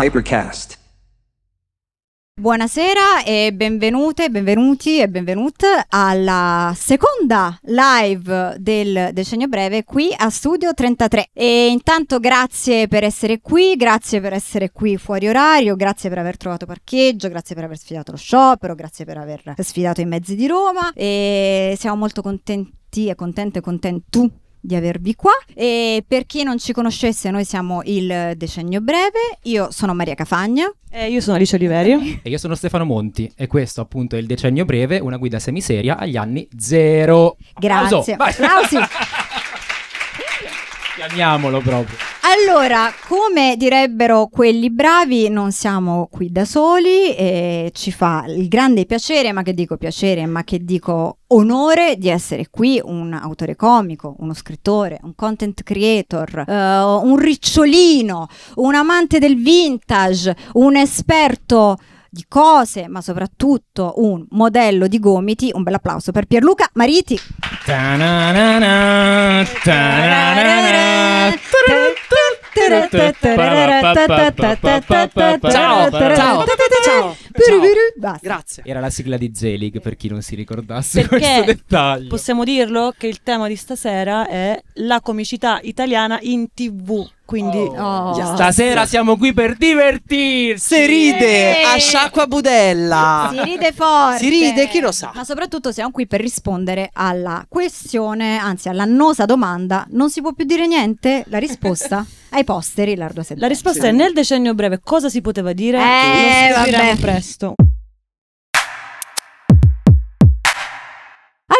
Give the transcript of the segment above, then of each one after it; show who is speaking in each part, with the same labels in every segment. Speaker 1: Hypercast.
Speaker 2: Buonasera e benvenute, benvenuti e benvenute alla seconda live del decennio breve qui a Studio 33. E intanto grazie per essere qui, grazie per essere qui fuori orario, grazie per aver trovato parcheggio, grazie per aver sfidato lo sciopero, grazie per aver sfidato i mezzi di Roma e siamo molto contenti e contente e contentu di avervi qua e per chi non ci conoscesse noi siamo il decennio breve io sono Maria Cafagna
Speaker 3: Eh, io sono Alice Oliverio.
Speaker 4: E io sono Stefano Monti e questo appunto è il decennio breve, una guida semiseria agli anni zero.
Speaker 2: Grazie.
Speaker 4: Applauso, vai.
Speaker 2: Applausi.
Speaker 4: Chiamiamolo proprio.
Speaker 2: Allora, come direbbero quelli bravi, non siamo qui da soli e ci fa il grande piacere, ma che dico piacere, ma che dico onore di essere qui un autore comico, uno scrittore, un content creator, eh, un ricciolino, un amante del vintage, un esperto di cose, ma soprattutto un modello di gomiti. Un bel applauso per Pierluca Mariti.
Speaker 4: Ta-na-na-na, ta-na-na-na.
Speaker 3: Ciao, ciao, ciao.
Speaker 2: Basta.
Speaker 3: Grazie.
Speaker 4: Era la sigla di Zelig per chi non si ricordasse
Speaker 3: Perché
Speaker 4: questo dettaglio.
Speaker 3: Possiamo dirlo che il tema di stasera è la comicità italiana in tv. Quindi
Speaker 2: Oh.
Speaker 3: Yes.
Speaker 4: Stasera siamo qui per divertirsi.
Speaker 5: Se ride
Speaker 2: Sì.
Speaker 5: a sciacqua budella.
Speaker 2: Si ride forte.
Speaker 5: Si ride, chi lo sa?
Speaker 2: Ma soprattutto siamo qui per rispondere alla questione, anzi all'annosa domanda, non si può più dire niente? La risposta ai posteri, l'ardua
Speaker 3: La
Speaker 2: sentenza.
Speaker 3: risposta è nel decennio breve cosa si poteva dire?
Speaker 2: Eh,
Speaker 3: lo scopriremo
Speaker 2: vabbè.
Speaker 3: presto.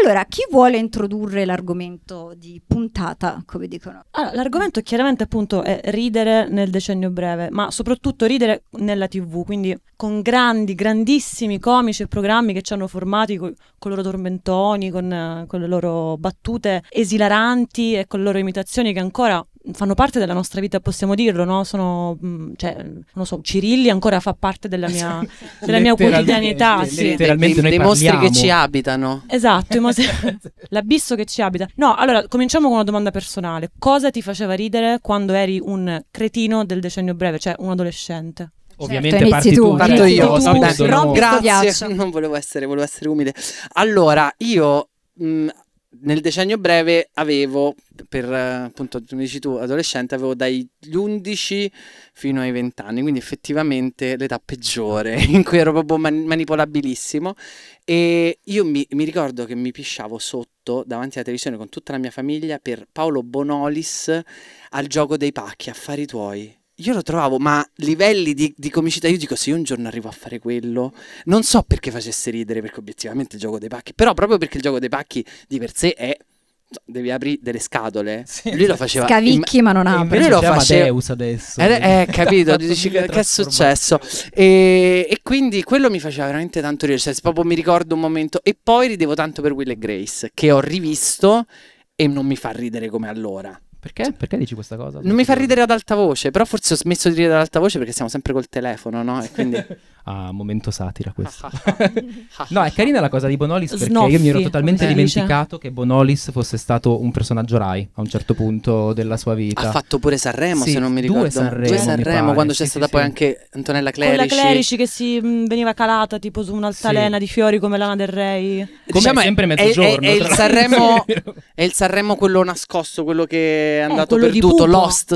Speaker 2: allora, chi vuole introdurre l'argomento di puntata, come dicono?
Speaker 3: Allora, l'argomento chiaramente appunto è ridere nel decennio breve, ma soprattutto ridere nella TV, quindi con grandi, grandissimi comici e programmi che ci hanno formati co- con i loro tormentoni, con, eh, con le loro battute esilaranti e con le loro imitazioni che ancora fanno parte della nostra vita, possiamo dirlo, no? Sono, mh, cioè, non lo so, Cirilli ancora fa parte della mia, della mia
Speaker 4: Letteralmente,
Speaker 3: quotidianità,
Speaker 4: sì,
Speaker 3: sì.
Speaker 4: sì. Letteralmente
Speaker 5: dei,
Speaker 4: noi
Speaker 5: dei mostri che
Speaker 4: parliamo.
Speaker 5: ci abitano.
Speaker 3: Esatto, i mostri- L'abisso che ci abita. No, allora cominciamo con una domanda personale. Cosa ti faceva ridere quando eri un cretino del decennio breve, cioè un adolescente?
Speaker 4: Ovviamente
Speaker 2: Inizi
Speaker 4: parti
Speaker 2: tu, inizi
Speaker 4: tu.
Speaker 5: Parto
Speaker 4: certo,
Speaker 2: Niente,
Speaker 5: io.
Speaker 2: tu,
Speaker 4: ospite
Speaker 5: vabbè.
Speaker 2: rompi
Speaker 4: d'onore.
Speaker 2: sto
Speaker 5: Grazie.
Speaker 2: ghiaccio.
Speaker 5: Non volevo essere, volevo essere umile. Allora, io mh, nel decennio breve avevo, per eh, appunto, come dici tu, adolescente, avevo dagli 11 fino ai 20 anni, quindi effettivamente l'età peggiore, in cui ero proprio man- manipolabilissimo. E io mi, mi ricordo che mi pisciavo sotto davanti alla televisione con tutta la mia famiglia per Paolo Bonolis al gioco dei pacchi, affari tuoi. Io lo trovavo, ma livelli di, di comicità, io dico se io un giorno arrivo a fare quello, non so perché facesse ridere, perché obiettivamente il gioco dei pacchi, però proprio perché il gioco dei pacchi di per sé è, so, devi aprire delle scatole,
Speaker 4: Sì.
Speaker 5: lui lo faceva... in-
Speaker 2: Cavicchi ma non
Speaker 4: E
Speaker 2: apri.
Speaker 4: invece
Speaker 5: Lui Ah, lo
Speaker 4: c'è
Speaker 5: faceva-
Speaker 4: Amadeus adesso.
Speaker 5: eh, eh, capito,
Speaker 4: Tanto
Speaker 5: dici
Speaker 4: mille
Speaker 5: che, che è
Speaker 4: trasformazioni.
Speaker 5: successo. E, e quindi quello mi faceva veramente tanto ridere, cioè, proprio mi ricordo un momento e poi ridevo tanto per Will e Grace, che ho rivisto e non mi fa ridere come allora.
Speaker 4: Perché? Perché dici questa cosa?
Speaker 5: Non mi fa ridere ad alta voce, però forse ho smesso di ridere ad alta voce perché siamo sempre col telefono, no? E quindi
Speaker 4: Ah, momento satira
Speaker 5: Ah,
Speaker 4: questo. no, è carina la cosa di Bonolis perché
Speaker 3: Snoffi,
Speaker 4: io mi ero totalmente
Speaker 5: eh,
Speaker 3: come si dice.
Speaker 4: dimenticato che Bonolis fosse stato un personaggio Rai a un certo punto della sua vita.
Speaker 5: Ha fatto pure Sanremo,
Speaker 4: Sì,
Speaker 5: se non mi
Speaker 4: due
Speaker 5: ricordo.
Speaker 4: Sanremo,
Speaker 5: Due
Speaker 4: mi
Speaker 5: Sanremo,
Speaker 4: pare,
Speaker 5: quando
Speaker 4: sì,
Speaker 5: c'è
Speaker 4: sì,
Speaker 5: stella
Speaker 4: sì.
Speaker 5: poi anche Antonella
Speaker 3: Con la
Speaker 5: Clerici.
Speaker 3: Clerici che si mh, veniva calata tipo su un'altalena
Speaker 4: Sì.
Speaker 3: di fiori come Lana del Rey.
Speaker 4: Come
Speaker 5: Diciamo,
Speaker 4: sempre
Speaker 5: è- è-
Speaker 4: mezzogiorno.
Speaker 5: è il
Speaker 4: tra l'altro. Eh,
Speaker 5: Sanremo- È il Sanremo quello nascosto, quello che è andato
Speaker 3: quello di
Speaker 5: perduto,
Speaker 3: Pupo.
Speaker 5: Lost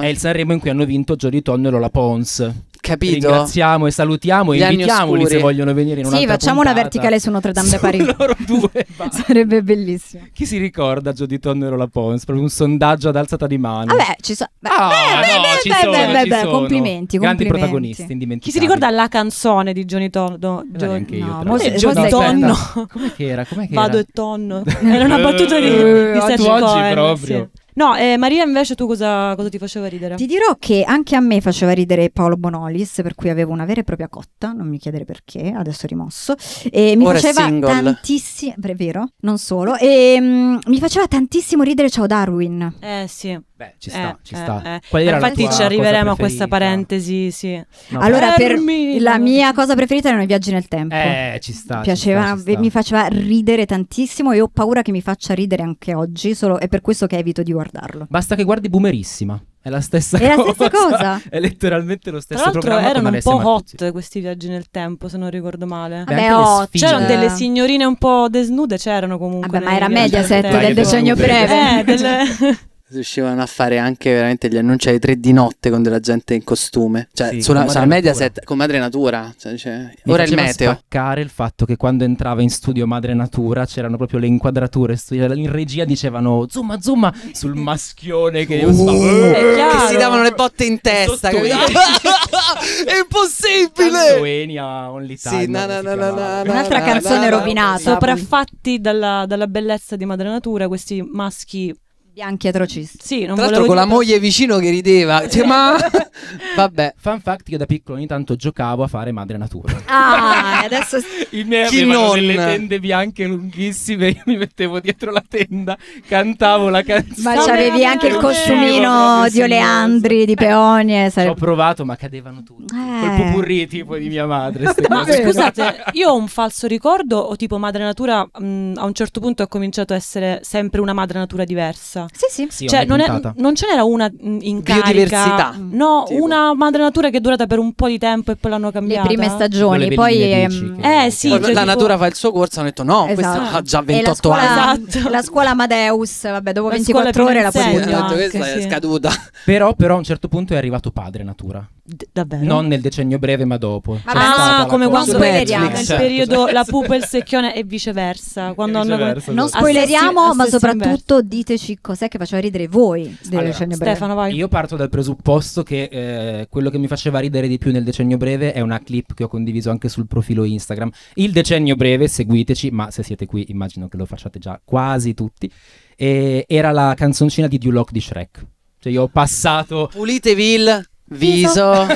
Speaker 4: è il Sanremo in cui hanno vinto Jody Tonno e Lola Pons.
Speaker 5: Capito?
Speaker 4: Ringraziamo e salutiamo e
Speaker 5: Gli anni
Speaker 4: invitiamoli
Speaker 5: oscuri.
Speaker 4: se voglioiono venire in
Speaker 2: Sì,
Speaker 4: un'altra
Speaker 2: facciamo una
Speaker 4: puntata.
Speaker 2: verticale su Notre Dame de
Speaker 4: Su
Speaker 2: Paris.
Speaker 4: loro due. basta.
Speaker 2: Sarebbe bellissimo.
Speaker 4: Chi si ricorda Jody Tonno e Lola Pons? Proprio un sondaggio ad alzata di mano.
Speaker 2: Vabbè, ci sono. beh,
Speaker 4: Ah,
Speaker 2: beh, beh,
Speaker 4: no,
Speaker 2: beh,
Speaker 4: ci
Speaker 2: beh,
Speaker 4: sono,
Speaker 2: beh,
Speaker 4: ci
Speaker 2: beh,
Speaker 4: sono.
Speaker 2: complimenti,
Speaker 4: Grandi
Speaker 2: complimenti.
Speaker 4: protagonisti indimenticabili.
Speaker 3: Chi si ricorda la canzone di Johnny Tonno? Do-
Speaker 4: Guarda, neanche io,
Speaker 2: no,
Speaker 4: tra
Speaker 2: mo
Speaker 4: l'altro.
Speaker 2: se-
Speaker 3: Eh,
Speaker 2: mo
Speaker 3: Johnny
Speaker 2: sei-
Speaker 3: Tonno.
Speaker 4: Com'è che era? Com'è che
Speaker 3: Vado
Speaker 4: era?
Speaker 3: e tonno. Era una battuta di, di
Speaker 4: Eh,
Speaker 3: Seth
Speaker 4: tu oggi
Speaker 3: Cohen,
Speaker 4: proprio.
Speaker 3: sì. No, eh, Maria invece tu cosa, cosa ti faceva ridere?
Speaker 2: Ti dirò che anche a me faceva ridere Paolo Bonolis, per cui avevo una vera e propria cotta, non mi chiedere perché, adesso rimosso. E mi
Speaker 5: Ora è
Speaker 2: faceva
Speaker 5: single.
Speaker 2: tantissimo, è vero, non solo, e mm, mi faceva tantissimo ridere Ciao Darwin.
Speaker 3: Eh sì.
Speaker 4: Beh, ci sta,
Speaker 3: Eh,
Speaker 4: ci
Speaker 3: eh,
Speaker 4: sta.
Speaker 3: eh.
Speaker 4: Qual era la
Speaker 3: Infatti
Speaker 4: tua
Speaker 3: ci arriveremo
Speaker 4: cosa
Speaker 3: a questa
Speaker 4: preferita?
Speaker 3: parentesi, sì.
Speaker 4: No,
Speaker 2: allora, per
Speaker 3: Fermi!
Speaker 2: la mia cosa preferita erano i viaggi nel tempo.
Speaker 4: Eh, ci sta. ci
Speaker 2: Piaceva,
Speaker 4: sta, ci sta.
Speaker 2: mi faceva ridere tantissimo e ho paura che mi faccia ridere anche oggi, solo è per questo che evito di guardarlo.
Speaker 4: Basta che guardi Boomerissima. È la stessa
Speaker 2: È la
Speaker 4: cosa.
Speaker 2: stessa cosa.
Speaker 4: È letteralmente lo
Speaker 3: Tra
Speaker 4: stesso
Speaker 3: l'altro
Speaker 4: programma
Speaker 3: erano
Speaker 4: con
Speaker 3: un
Speaker 4: Alessia
Speaker 3: po'
Speaker 4: Matuzzi.
Speaker 3: hot questi viaggi nel tempo, se non ricordo male.
Speaker 4: Beh,
Speaker 2: Vabbè,
Speaker 4: anche le
Speaker 2: hot.
Speaker 4: sfide.
Speaker 3: C'erano
Speaker 2: eh.
Speaker 3: delle signorine un po' desnude, c'erano comunque.
Speaker 2: Vabbè, ma
Speaker 3: nei
Speaker 2: era
Speaker 3: viaggi nel
Speaker 2: Mediaset
Speaker 3: tempo.
Speaker 2: del
Speaker 4: Dai,
Speaker 2: decennio
Speaker 4: desnude.
Speaker 2: breve.
Speaker 3: Eh, delle-
Speaker 5: riuscivano a fare anche veramente gli annunci alle tre di notte con della gente in costume. Cioè,
Speaker 4: Sì,
Speaker 5: sulla,
Speaker 4: con
Speaker 5: sulla
Speaker 4: Madre
Speaker 5: Mediaset con Madre Natura. Cioè, cioè,
Speaker 4: Mi
Speaker 5: ora il
Speaker 4: faceva
Speaker 5: meteo.
Speaker 4: spaccare il fatto che quando entrava in studio Madre Natura c'erano proprio le inquadrature studi- in regia dicevano zoom zoom sul maschione
Speaker 3: Eh,
Speaker 4: che
Speaker 3: è chiaro.
Speaker 5: Uh, che si davano le botte in testa.
Speaker 4: Sotto-
Speaker 5: capito? È impossibile!
Speaker 4: Tantoenia Only Time
Speaker 5: Sì, na, na,
Speaker 4: come
Speaker 5: na,
Speaker 4: si
Speaker 5: na,
Speaker 4: chiamava.
Speaker 5: na,
Speaker 2: Un'altra
Speaker 5: na,
Speaker 2: canzone
Speaker 5: na, na.
Speaker 2: rovinata.
Speaker 3: Sopraffatti dalla, dalla bellezza di madre natura, questi maschi.
Speaker 2: Bianchi atrocisti.
Speaker 3: Sì, non
Speaker 5: Tra l'altro
Speaker 3: volevo
Speaker 5: con la
Speaker 3: dire-
Speaker 5: moglie vicino che rideva. Cioè, ma vabbè,
Speaker 4: Fun fact io da piccolo ogni tanto giocavo a fare Madre Natura
Speaker 2: Ah, adesso
Speaker 4: I miei
Speaker 5: Chi
Speaker 4: avevano
Speaker 5: non?
Speaker 4: delle tende bianche lunghissime Io mi mettevo dietro la tenda Cantavo la canzone
Speaker 2: ma c'avevi anche il
Speaker 3: Davvero,
Speaker 2: costumino di Oleandri, di Peonie,
Speaker 4: Ci ho
Speaker 2: sarebbe...
Speaker 4: provato ma cadevano tutti Col
Speaker 2: Eh.
Speaker 4: pupurri tipo di mia madre ste
Speaker 3: Ma
Speaker 4: cose.
Speaker 3: scusate, io ho un falso ricordo o tipo madre natura mh, a un certo punto ha cominciato a essere sempre una madre natura diversa.
Speaker 2: Sì, sì.
Speaker 4: Sì,
Speaker 3: cioè,
Speaker 4: ogni
Speaker 3: non, è-
Speaker 4: puntata.
Speaker 3: non ce n'era una mh, in carica.
Speaker 5: Biodiversità,
Speaker 3: No,
Speaker 5: tipo.
Speaker 3: una madre natura che è durata per un po' di tempo e poi l'hanno
Speaker 2: Le
Speaker 3: cambiata.
Speaker 2: prime stagioni,
Speaker 4: Quelle
Speaker 2: poi...
Speaker 4: belline
Speaker 2: ehm,
Speaker 4: dieci che-
Speaker 3: eh, sì,
Speaker 5: Poi
Speaker 3: cioè,
Speaker 5: la
Speaker 3: tipo-
Speaker 5: natura fa il suo corso. Hanno detto no, Oh, questa
Speaker 2: Esatto.
Speaker 5: ha già
Speaker 2: E
Speaker 5: 28
Speaker 2: la
Speaker 5: anni.
Speaker 2: scuola,
Speaker 3: Esatto.
Speaker 2: La scuola Amadeus, vabbè, dopo
Speaker 3: La
Speaker 2: 24
Speaker 3: scuola
Speaker 2: ore la
Speaker 3: per
Speaker 2: puoi
Speaker 5: Sì,
Speaker 3: insegnanti.
Speaker 2: buttare.
Speaker 5: hanno
Speaker 3: anche,
Speaker 5: detto, questa è
Speaker 3: sì.
Speaker 5: scaduta.
Speaker 4: Però, però a un certo punto è arrivato Padre Natura.
Speaker 3: D- davvero?
Speaker 4: Non nel decennio breve, ma dopo. C'è
Speaker 2: Vabbè,
Speaker 4: stata
Speaker 2: sì.
Speaker 3: ah,
Speaker 4: la
Speaker 3: Eh? come
Speaker 4: cosa-
Speaker 3: quando
Speaker 5: Su
Speaker 3: spoileriamo
Speaker 5: Netflix,
Speaker 3: nel
Speaker 5: certo.
Speaker 3: periodo la pupa e il secchione e viceversa. Quando
Speaker 4: E
Speaker 3: hanno
Speaker 4: viceversa,
Speaker 2: Non
Speaker 4: esatto.
Speaker 2: spoileriamo,
Speaker 3: Assassini-
Speaker 2: ma
Speaker 3: assassini
Speaker 2: soprattutto diteci cos'è che faceva ridere voi del
Speaker 4: Allora,
Speaker 2: decennio breve.
Speaker 3: Stefano, vai.
Speaker 4: Io parto dal presupposto che eh, quello che mi faceva ridere di più nel decennio breve è una clip che ho condiviso anche sul profilo Instagram. Il decennio breve, seguiteci, ma se siete qui immagino che lo facciate già quasi tutti. E era la canzoncina di Duloc di Shrek. Cioè io ho passato
Speaker 5: Pulitevi il viso.
Speaker 3: Esatto.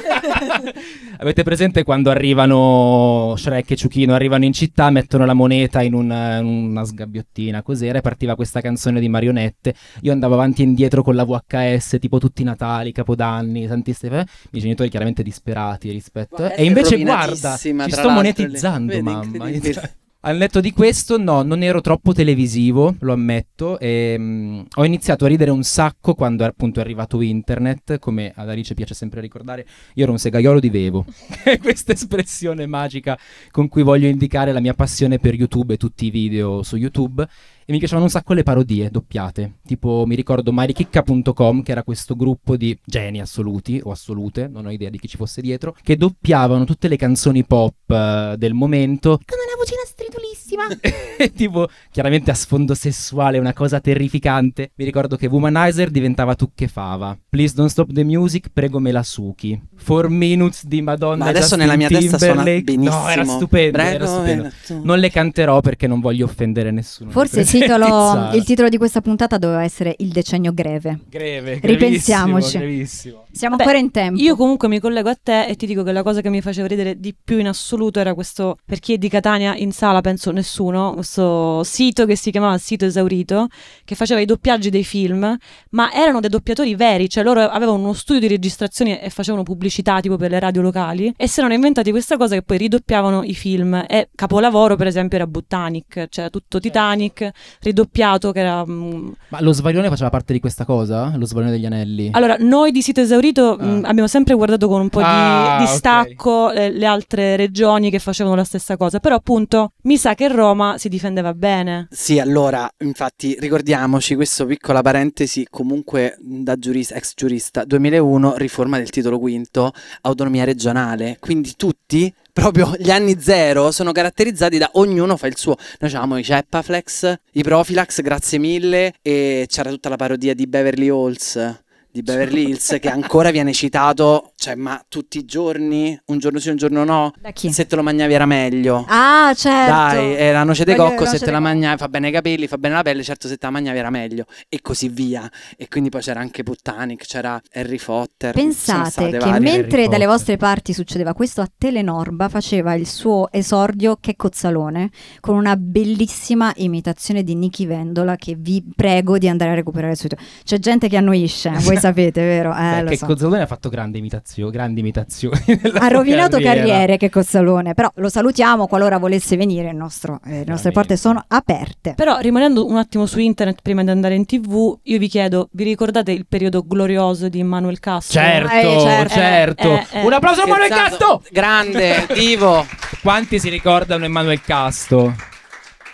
Speaker 4: Avete presente quando arrivano Shrek e Ciuchino, arrivano in città, mettono la moneta in una, in una sgabbiottina, cos'era, e partiva questa canzone di marionette. Io andavo avanti e indietro con la VHS, tipo tutti i Natali, Capodanni, tanti ste- eh, I miei genitori chiaramente disperati rispetto. eh.
Speaker 5: È
Speaker 4: E invece guarda, ci
Speaker 5: rovinatissima, tra
Speaker 4: sto
Speaker 5: l'altro, lì.
Speaker 4: monetizzando,
Speaker 5: Vedi,
Speaker 4: mamma.
Speaker 5: incredibile.
Speaker 4: Al netto di questo, no, non ero troppo televisivo, lo ammetto. E, mm, ho iniziato a ridere un sacco quando appunto è arrivato internet. Come ad Alice piace sempre ricordare, io ero un segaiolo di Vevo. Questa espressione magica con cui voglio indicare la mia passione per YouTube e tutti i video su YouTube. E mi piacevano un sacco le parodie doppiate. Tipo, mi ricordo marichicca.com, che era questo gruppo di geni assoluti o assolute, non ho idea di chi ci fosse dietro, che doppiavano tutte le canzoni pop eh, del momento. Con una vocina stridulissima. tipo, chiaramente a sfondo sessuale, una cosa terrificante. Mi ricordo che Womanizer diventava Tucchefava. Please don't stop the music, prego me la suchi. Four minutes di Madonna.
Speaker 5: Ma adesso
Speaker 4: Justin
Speaker 5: nella mia testa suona
Speaker 4: Timberlake.
Speaker 5: benissimo.
Speaker 4: No, era stupendo. era
Speaker 5: Prego,
Speaker 4: stupendo.
Speaker 5: eh, tu-
Speaker 4: Non le canterò perché non voglio offendere nessuno.
Speaker 2: Forse il titolo,
Speaker 4: esatto.
Speaker 2: il titolo di questa puntata doveva essere Il decennio greve.
Speaker 4: Greve,
Speaker 2: Ripensiamoci.
Speaker 4: Grevissimo.
Speaker 2: Siamo
Speaker 3: Vabbè,
Speaker 2: ancora in tempo.
Speaker 3: Io comunque mi collego a te e ti dico che la cosa che mi faceva ridere di più in assoluto era questo, per chi è di Catania in sala penso nessuno, questo sito che si chiamava Sito Esaurito, che faceva i doppiaggi dei film, ma erano dei doppiatori veri, cioè loro avevano uno studio di registrazione e facevano pubblicità tipo per le radio locali e si erano inventati questa cosa che poi ridoppiavano i film e capolavoro per esempio era Botanic, cioè tutto Titanic ridoppiato che era... mm,
Speaker 4: Ma lo sbaglione faceva parte di questa cosa? Lo sbaglione degli
Speaker 2: Eh,
Speaker 4: anelli?
Speaker 3: allora, noi di Sito Esaurito mh,
Speaker 4: Ah.
Speaker 3: abbiamo sempre guardato con un po' di
Speaker 4: Ah, ok.
Speaker 3: distacco eh, le altre regioni che facevano la stessa cosa, però appunto mi sa che Roma si difendeva bene.
Speaker 5: Sì, allora, infatti, ricordiamoci questo piccola parentesi, comunque da giurista, ex giurista, 2001, riforma del titolo quinto, autonomia regionale, quindi tutti, proprio gli anni zero, sono caratterizzati da ognuno fa il suo. Noi avevamo i Ceppaflex, i Profilax, grazie mille, e c'era tutta la parodia di Beverly Hills. Di Beverly Hills, che ancora viene citato, cioè, ma tutti i giorni, un giorno sì, un giorno no.
Speaker 2: da chi?
Speaker 5: Se te lo mangiavi era meglio.
Speaker 2: Ah, certo.
Speaker 5: Dai, eh, la noce di
Speaker 2: Voglio
Speaker 5: cocco,
Speaker 2: la
Speaker 5: se
Speaker 2: noce
Speaker 5: te
Speaker 2: de
Speaker 5: la
Speaker 2: cocco.
Speaker 5: mangiavi fa bene i capelli, fa bene la pelle, certo se te la mangiavi era meglio e così via. E quindi poi c'era anche Puttanic, c'era Harry Potter. ci sono
Speaker 2: Pensate
Speaker 5: state
Speaker 2: che
Speaker 5: varie.
Speaker 4: Harry
Speaker 2: mentre dalle
Speaker 4: Potter.
Speaker 2: vostre parti succedeva questo, a Telenorba faceva il suo esordio Che Cozzalone con una bellissima imitazione di Nicky Vendola che vi prego di andare a recuperare subito. C'è gente che annuisce, voi sapete, vero? Eh,
Speaker 4: Beh,
Speaker 2: lo
Speaker 4: che
Speaker 2: so.
Speaker 4: Cozzolone ha fatto grande Fazio, grandi imitazioni. della
Speaker 2: Ha
Speaker 4: sua
Speaker 2: rovinato
Speaker 4: carriera.
Speaker 2: carriere che Cozzalone, però lo salutiamo qualora volesse venire, il nostro- eh, le nostre
Speaker 4: Veramente.
Speaker 2: porte sono aperte.
Speaker 3: Però rimanendo un attimo su internet prima di andare in tv, io vi chiedo, vi ricordate il periodo glorioso di Manuel Castro?
Speaker 4: Certo,
Speaker 2: Eh, certo.
Speaker 4: certo.
Speaker 3: Eh, eh, eh.
Speaker 4: Un applauso a Manuel
Speaker 5: Scherzato.
Speaker 4: Casto!
Speaker 5: Grande, divo.
Speaker 4: Quanti si ricordano Emanuel Casto?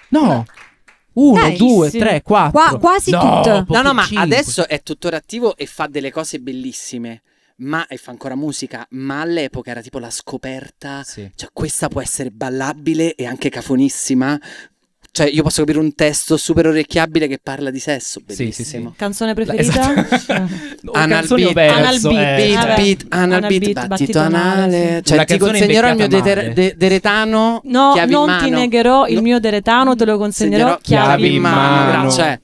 Speaker 4: No. Uno,
Speaker 2: Dai,
Speaker 4: due,
Speaker 3: Eh, sì.
Speaker 4: tre, quattro.
Speaker 2: Qua- quasi
Speaker 4: no,
Speaker 2: tutte.
Speaker 5: No, no, ma
Speaker 4: pochi, cinque.
Speaker 5: adesso è tuttora attivo e fa delle cose bellissime. Ma e fa ancora musica, ma all'epoca era tipo la scoperta.
Speaker 4: Sì.
Speaker 5: Cioè, questa può essere ballabile e anche cafonissima. Cioè, io posso capire un testo super orecchiabile che parla di sesso.
Speaker 4: Sì, sì, sì.
Speaker 5: Bellissimo.
Speaker 3: Canzone preferita?
Speaker 4: Esatto. O
Speaker 5: Anal
Speaker 4: canzoni ho
Speaker 5: beat.
Speaker 4: perso,
Speaker 3: Anal beat,
Speaker 4: eh.
Speaker 5: Beat,
Speaker 3: vabbè.
Speaker 5: beat, anal
Speaker 3: Anal
Speaker 5: beat,
Speaker 3: beat,
Speaker 5: battito,
Speaker 3: battito
Speaker 5: anale.
Speaker 3: anale, sì.
Speaker 5: Cioè,
Speaker 4: Una
Speaker 5: ti
Speaker 4: canzone
Speaker 5: consegnerò il mio
Speaker 4: imbeccata
Speaker 5: deter-
Speaker 4: male.
Speaker 5: de- deretano.
Speaker 3: No,
Speaker 5: chiavi in
Speaker 3: non ti
Speaker 5: mano.
Speaker 3: negherò il
Speaker 5: No,
Speaker 3: mio deretano, te lo consegnerò
Speaker 5: segnerò
Speaker 3: chiavi in mano.
Speaker 4: mano.
Speaker 5: Cioè,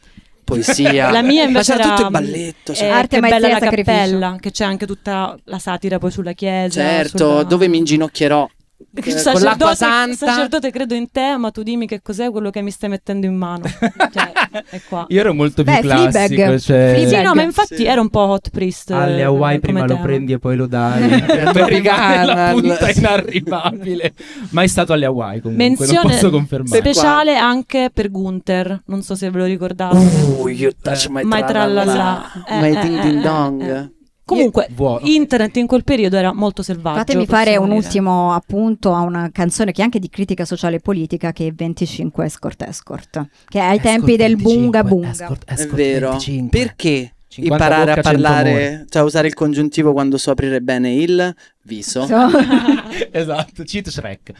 Speaker 5: poesia.
Speaker 3: La mia invece
Speaker 5: Ma c'era
Speaker 3: era
Speaker 5: tutto il balletto.
Speaker 3: eh,
Speaker 5: Cioè,
Speaker 2: Arte,
Speaker 3: che bella
Speaker 2: maestria,
Speaker 3: la
Speaker 2: sacrificio.
Speaker 3: cappella, che c'è anche tutta la satira poi sulla chiesa.
Speaker 5: certo,
Speaker 3: sulla-
Speaker 5: dove mi inginocchierò.
Speaker 3: Il
Speaker 5: Eh, con
Speaker 3: sacerdote-
Speaker 5: l'acqua santa.
Speaker 3: Sacerdote, credo in te, ma tu dimmi che cos'è quello che mi stai mettendo in mano. Cioè, è qua.
Speaker 4: Io ero molto più
Speaker 2: Beh, Fleabag.
Speaker 4: classico. Cioè...
Speaker 2: Fleabag.
Speaker 3: Sì, no, ma infatti
Speaker 5: Sì.
Speaker 3: era un po' hot priest. eh,
Speaker 4: Alle Hawaii
Speaker 3: come
Speaker 4: prima lo
Speaker 3: tema.
Speaker 4: prendi e poi lo dai.
Speaker 5: Tropicana,
Speaker 4: Americana, la punta
Speaker 5: sì.
Speaker 4: inarrivabile. Mai stato alle Hawaii comunque,
Speaker 3: Menzione
Speaker 4: non posso confermare.
Speaker 3: speciale anche per Gunther. Non so se ve lo ricordate.
Speaker 5: Uh, you touch my,
Speaker 3: My
Speaker 5: tralala,
Speaker 3: tralala. Eh,
Speaker 5: my
Speaker 3: eh,
Speaker 5: ding
Speaker 3: eh,
Speaker 5: ding
Speaker 3: eh,
Speaker 5: dong.
Speaker 3: eh. Comunque,
Speaker 4: Buono.
Speaker 3: internet in quel periodo era molto selvaggio.
Speaker 2: Fatemi
Speaker 3: possiamo
Speaker 2: fare un
Speaker 3: dire.
Speaker 2: ultimo appunto a una canzone che è anche di critica sociale e politica che è 25 Escort Escort, che è ai
Speaker 4: Escort
Speaker 2: tempi del
Speaker 4: 25,
Speaker 2: bunga bunga.
Speaker 4: Escort,
Speaker 5: È
Speaker 4: Escort
Speaker 5: vero.
Speaker 4: 25.
Speaker 5: Perché
Speaker 4: 50
Speaker 5: imparare a
Speaker 4: bocca, 100
Speaker 5: parlare, cioè a usare il congiuntivo quando so aprire bene il viso?
Speaker 4: esatto, cheat Shrek.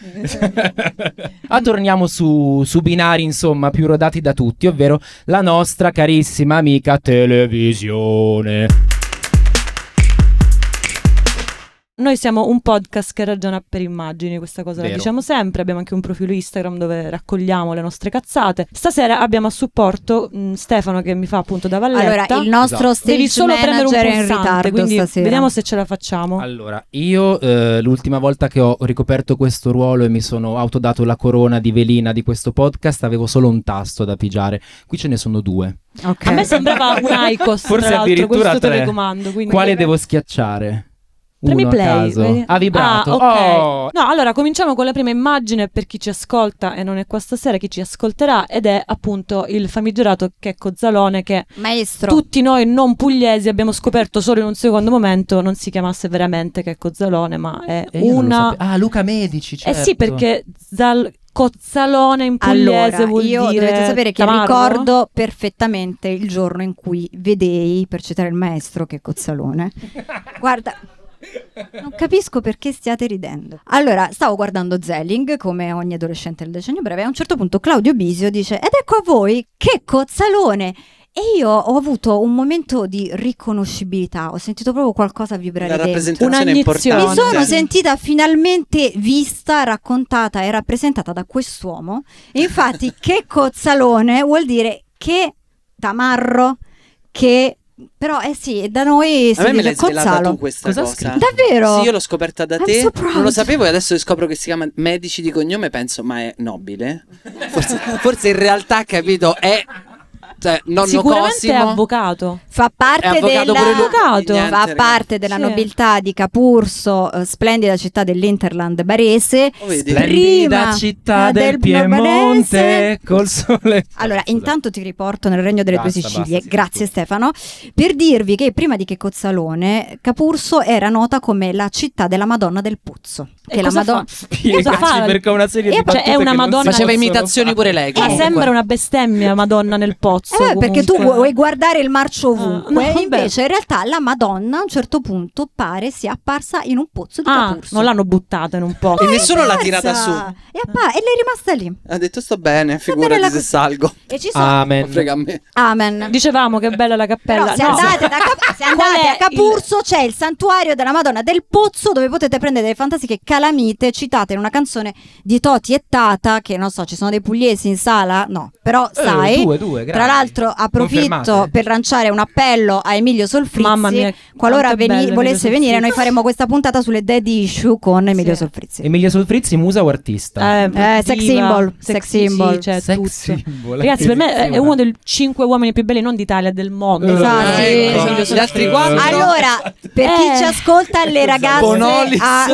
Speaker 4: Ma torniamo su, su binari, insomma, più rodati da tutti, ovvero la nostra carissima amica televisione.
Speaker 3: Noi siamo un podcast che ragiona per immagini, questa cosa la
Speaker 4: Vero.
Speaker 3: diciamo sempre. Abbiamo anche un profilo Instagram dove raccogliamo le nostre cazzate. Stasera abbiamo a supporto mh, Stefano che mi fa appunto da
Speaker 2: allora,
Speaker 3: Valletta.
Speaker 2: il nostro
Speaker 4: Esatto.
Speaker 2: stage
Speaker 3: Devi solo prendere un
Speaker 2: manager è in
Speaker 3: pulsante,
Speaker 2: ritardo
Speaker 3: quindi
Speaker 2: stasera.
Speaker 3: vediamo se ce la facciamo.
Speaker 4: Allora, io eh, l'ultima volta che ho ricoperto questo ruolo e mi sono autodato la corona di velina di questo podcast, avevo solo un tasto da pigiare. Qui ce ne sono due.
Speaker 2: Ok.
Speaker 3: A me sembrava un Icos,
Speaker 4: Forse
Speaker 3: tra l'altro,
Speaker 4: addirittura
Speaker 3: questo
Speaker 4: tre.
Speaker 3: telecomando. Quindi
Speaker 4: Quale devo schiacciare?
Speaker 3: Premi
Speaker 4: Uno a
Speaker 3: play.
Speaker 4: caso.
Speaker 3: vedi?
Speaker 4: Ha vibrato.
Speaker 3: Ah, ok.
Speaker 4: Oh!
Speaker 3: No, allora cominciamo con la prima immagine per chi ci ascolta e non è qua stasera, chi ci ascolterà ed è appunto il famigerato Checco Zalone che
Speaker 2: Maestro,
Speaker 3: tutti noi non pugliesi abbiamo scoperto solo in un secondo momento non si chiamasse veramente Checco Zalone, ma è
Speaker 4: Eh, io non lo
Speaker 3: una
Speaker 4: sapevo. Ah, Luca Medici, certo.
Speaker 3: Eh sì, perché Zal- Cozzalone in pugliese
Speaker 2: allora,
Speaker 3: vuol
Speaker 2: io
Speaker 3: dire
Speaker 2: dovete sapere che
Speaker 3: tamarro.
Speaker 2: ricordo perfettamente il giorno in cui vedei per citare il maestro che è Cozzalone. Guarda, non capisco perché stiate ridendo. Allora, stavo guardando Zelling, come ogni adolescente del decennio breve, e a un certo punto Claudio Bisio dice: Ed ecco a voi che Cozzalone! E io ho avuto un momento di riconoscibilità, ho sentito proprio qualcosa vibrare
Speaker 5: Una
Speaker 2: dentro.
Speaker 5: rappresentazione
Speaker 3: Un'agnizione.
Speaker 5: importante.
Speaker 2: Mi sono
Speaker 3: Sì.
Speaker 2: sentita finalmente vista, raccontata e rappresentata da quest'uomo. E infatti, che cozzalone vuol dire che tamarro, che. Però, eh sì, da noi
Speaker 5: A
Speaker 2: si
Speaker 5: me me
Speaker 2: dice
Speaker 5: l'hai svelata
Speaker 2: cozzalo.
Speaker 5: tu questa
Speaker 4: Cosa ha
Speaker 5: cosa.
Speaker 4: scritto?
Speaker 2: Davvero?
Speaker 5: Sì, io l'ho scoperta da
Speaker 2: I'm
Speaker 5: te.
Speaker 2: so proud.
Speaker 5: non lo sapevo e adesso scopro che si chiama Medici di cognome, penso, ma è nobile. Forse, forse in realtà, capito, è cioè, nonno
Speaker 3: Sicuramente è
Speaker 5: Cosimo.
Speaker 3: avvocato.
Speaker 2: Fa
Speaker 5: È
Speaker 2: parte
Speaker 5: avvocato
Speaker 2: della.
Speaker 5: pure lui.
Speaker 3: Avvocato.
Speaker 5: Niente,
Speaker 2: Fa
Speaker 5: ragazzi.
Speaker 2: parte della
Speaker 3: Sì.
Speaker 2: nobiltà di Capurso, eh, splendida città dell'Interland barese.
Speaker 5: Oh, vedi?
Speaker 2: Splendida.
Speaker 4: Splendida
Speaker 2: Prima
Speaker 4: città
Speaker 2: del
Speaker 4: del Piemonte
Speaker 2: Barese.
Speaker 4: col sole.
Speaker 2: Allora,
Speaker 4: Scusa.
Speaker 2: intanto ti riporto nel regno delle
Speaker 4: Basta,
Speaker 2: due Sicilie,
Speaker 4: basta, sì,
Speaker 2: grazie
Speaker 4: scusa.
Speaker 2: Stefano, per dirvi che prima di che Cozzalone, Capurso era nota come la città della Madonna del Pozzo.
Speaker 3: E
Speaker 2: Che la
Speaker 3: cosa fa?
Speaker 2: Madonna...
Speaker 4: Spiegaci
Speaker 3: Cosa fa?
Speaker 4: perché ho una serie
Speaker 3: E
Speaker 4: di
Speaker 3: cioè,
Speaker 4: battute
Speaker 3: è una
Speaker 4: che non
Speaker 3: Madonna-
Speaker 4: si
Speaker 5: Faceva
Speaker 4: possono
Speaker 5: imitazioni
Speaker 4: fare.
Speaker 5: pure lei.
Speaker 3: Eh,
Speaker 5: comunque.
Speaker 3: sembra una bestemmia Madonna nel pozzo.
Speaker 2: Eh, vabbè, perché tu
Speaker 3: comunque. Ah,
Speaker 2: vuoi guardare il marcio ovunque,
Speaker 3: no, vabbè.
Speaker 2: invece in realtà la Madonna a un certo punto pare sia apparsa in un pozzo di
Speaker 3: Ah,
Speaker 2: Capurso.
Speaker 3: non l'hanno buttata in un pozzo.
Speaker 5: E nessuno l'ha
Speaker 2: Apparsa!
Speaker 5: tirata su.
Speaker 2: E, appa- e lei è rimasta lì.
Speaker 5: Ha detto sto bene,
Speaker 2: bene
Speaker 5: figurati
Speaker 2: la-
Speaker 5: se salgo.
Speaker 2: E ci sono...
Speaker 5: Ma
Speaker 4: Amen.
Speaker 5: frega a me.
Speaker 2: Amen.
Speaker 3: Dicevamo che è bella la
Speaker 2: Però
Speaker 3: cappella.
Speaker 2: se
Speaker 3: No.
Speaker 2: andate, da Cap- se
Speaker 3: Qual
Speaker 2: andate
Speaker 3: è
Speaker 2: a Capurso c'è il santuario della Madonna del Pozzo dove potete prendere delle fantastiche calamite citate in una canzone di Toti e Tata che non so, ci sono dei pugliesi in sala? No, però
Speaker 4: Eh,
Speaker 2: sai.
Speaker 4: due, due,
Speaker 2: Tra
Speaker 4: grande.
Speaker 2: l'altro approfitto
Speaker 4: Confermate?
Speaker 2: per lanciare un appello a Emilio Solfrizzi.
Speaker 3: Mamma mia,
Speaker 2: Qualora
Speaker 3: quanto è
Speaker 2: veni-
Speaker 3: bello
Speaker 2: volesse
Speaker 3: Emilio
Speaker 2: venire,
Speaker 3: Solfrizzi.
Speaker 2: noi faremo questa puntata sulle dead issue con Emilio Solfrizzi.
Speaker 4: Emilia Solfrizzi, musa o artista?
Speaker 2: Eh, sex
Speaker 3: diva,
Speaker 2: symbol, sex symbol.
Speaker 3: Sì, cioè,
Speaker 4: Sex
Speaker 3: tutto.
Speaker 4: symbol,
Speaker 3: Ragazzi, per me è- è
Speaker 4: acquisizione.
Speaker 3: uno dei cinque uomini più belli, non d'Italia, del mondo. Cioè,
Speaker 2: Esatto. Ah, sì.
Speaker 5: Ecco,
Speaker 2: Sì.
Speaker 5: Gli altri
Speaker 4: Eh.
Speaker 5: quattro
Speaker 2: Allora, per chi
Speaker 3: Eh.
Speaker 2: ci ascolta,
Speaker 4: Esatto.
Speaker 2: le ragazze,
Speaker 5: Bonolis.
Speaker 2: ah,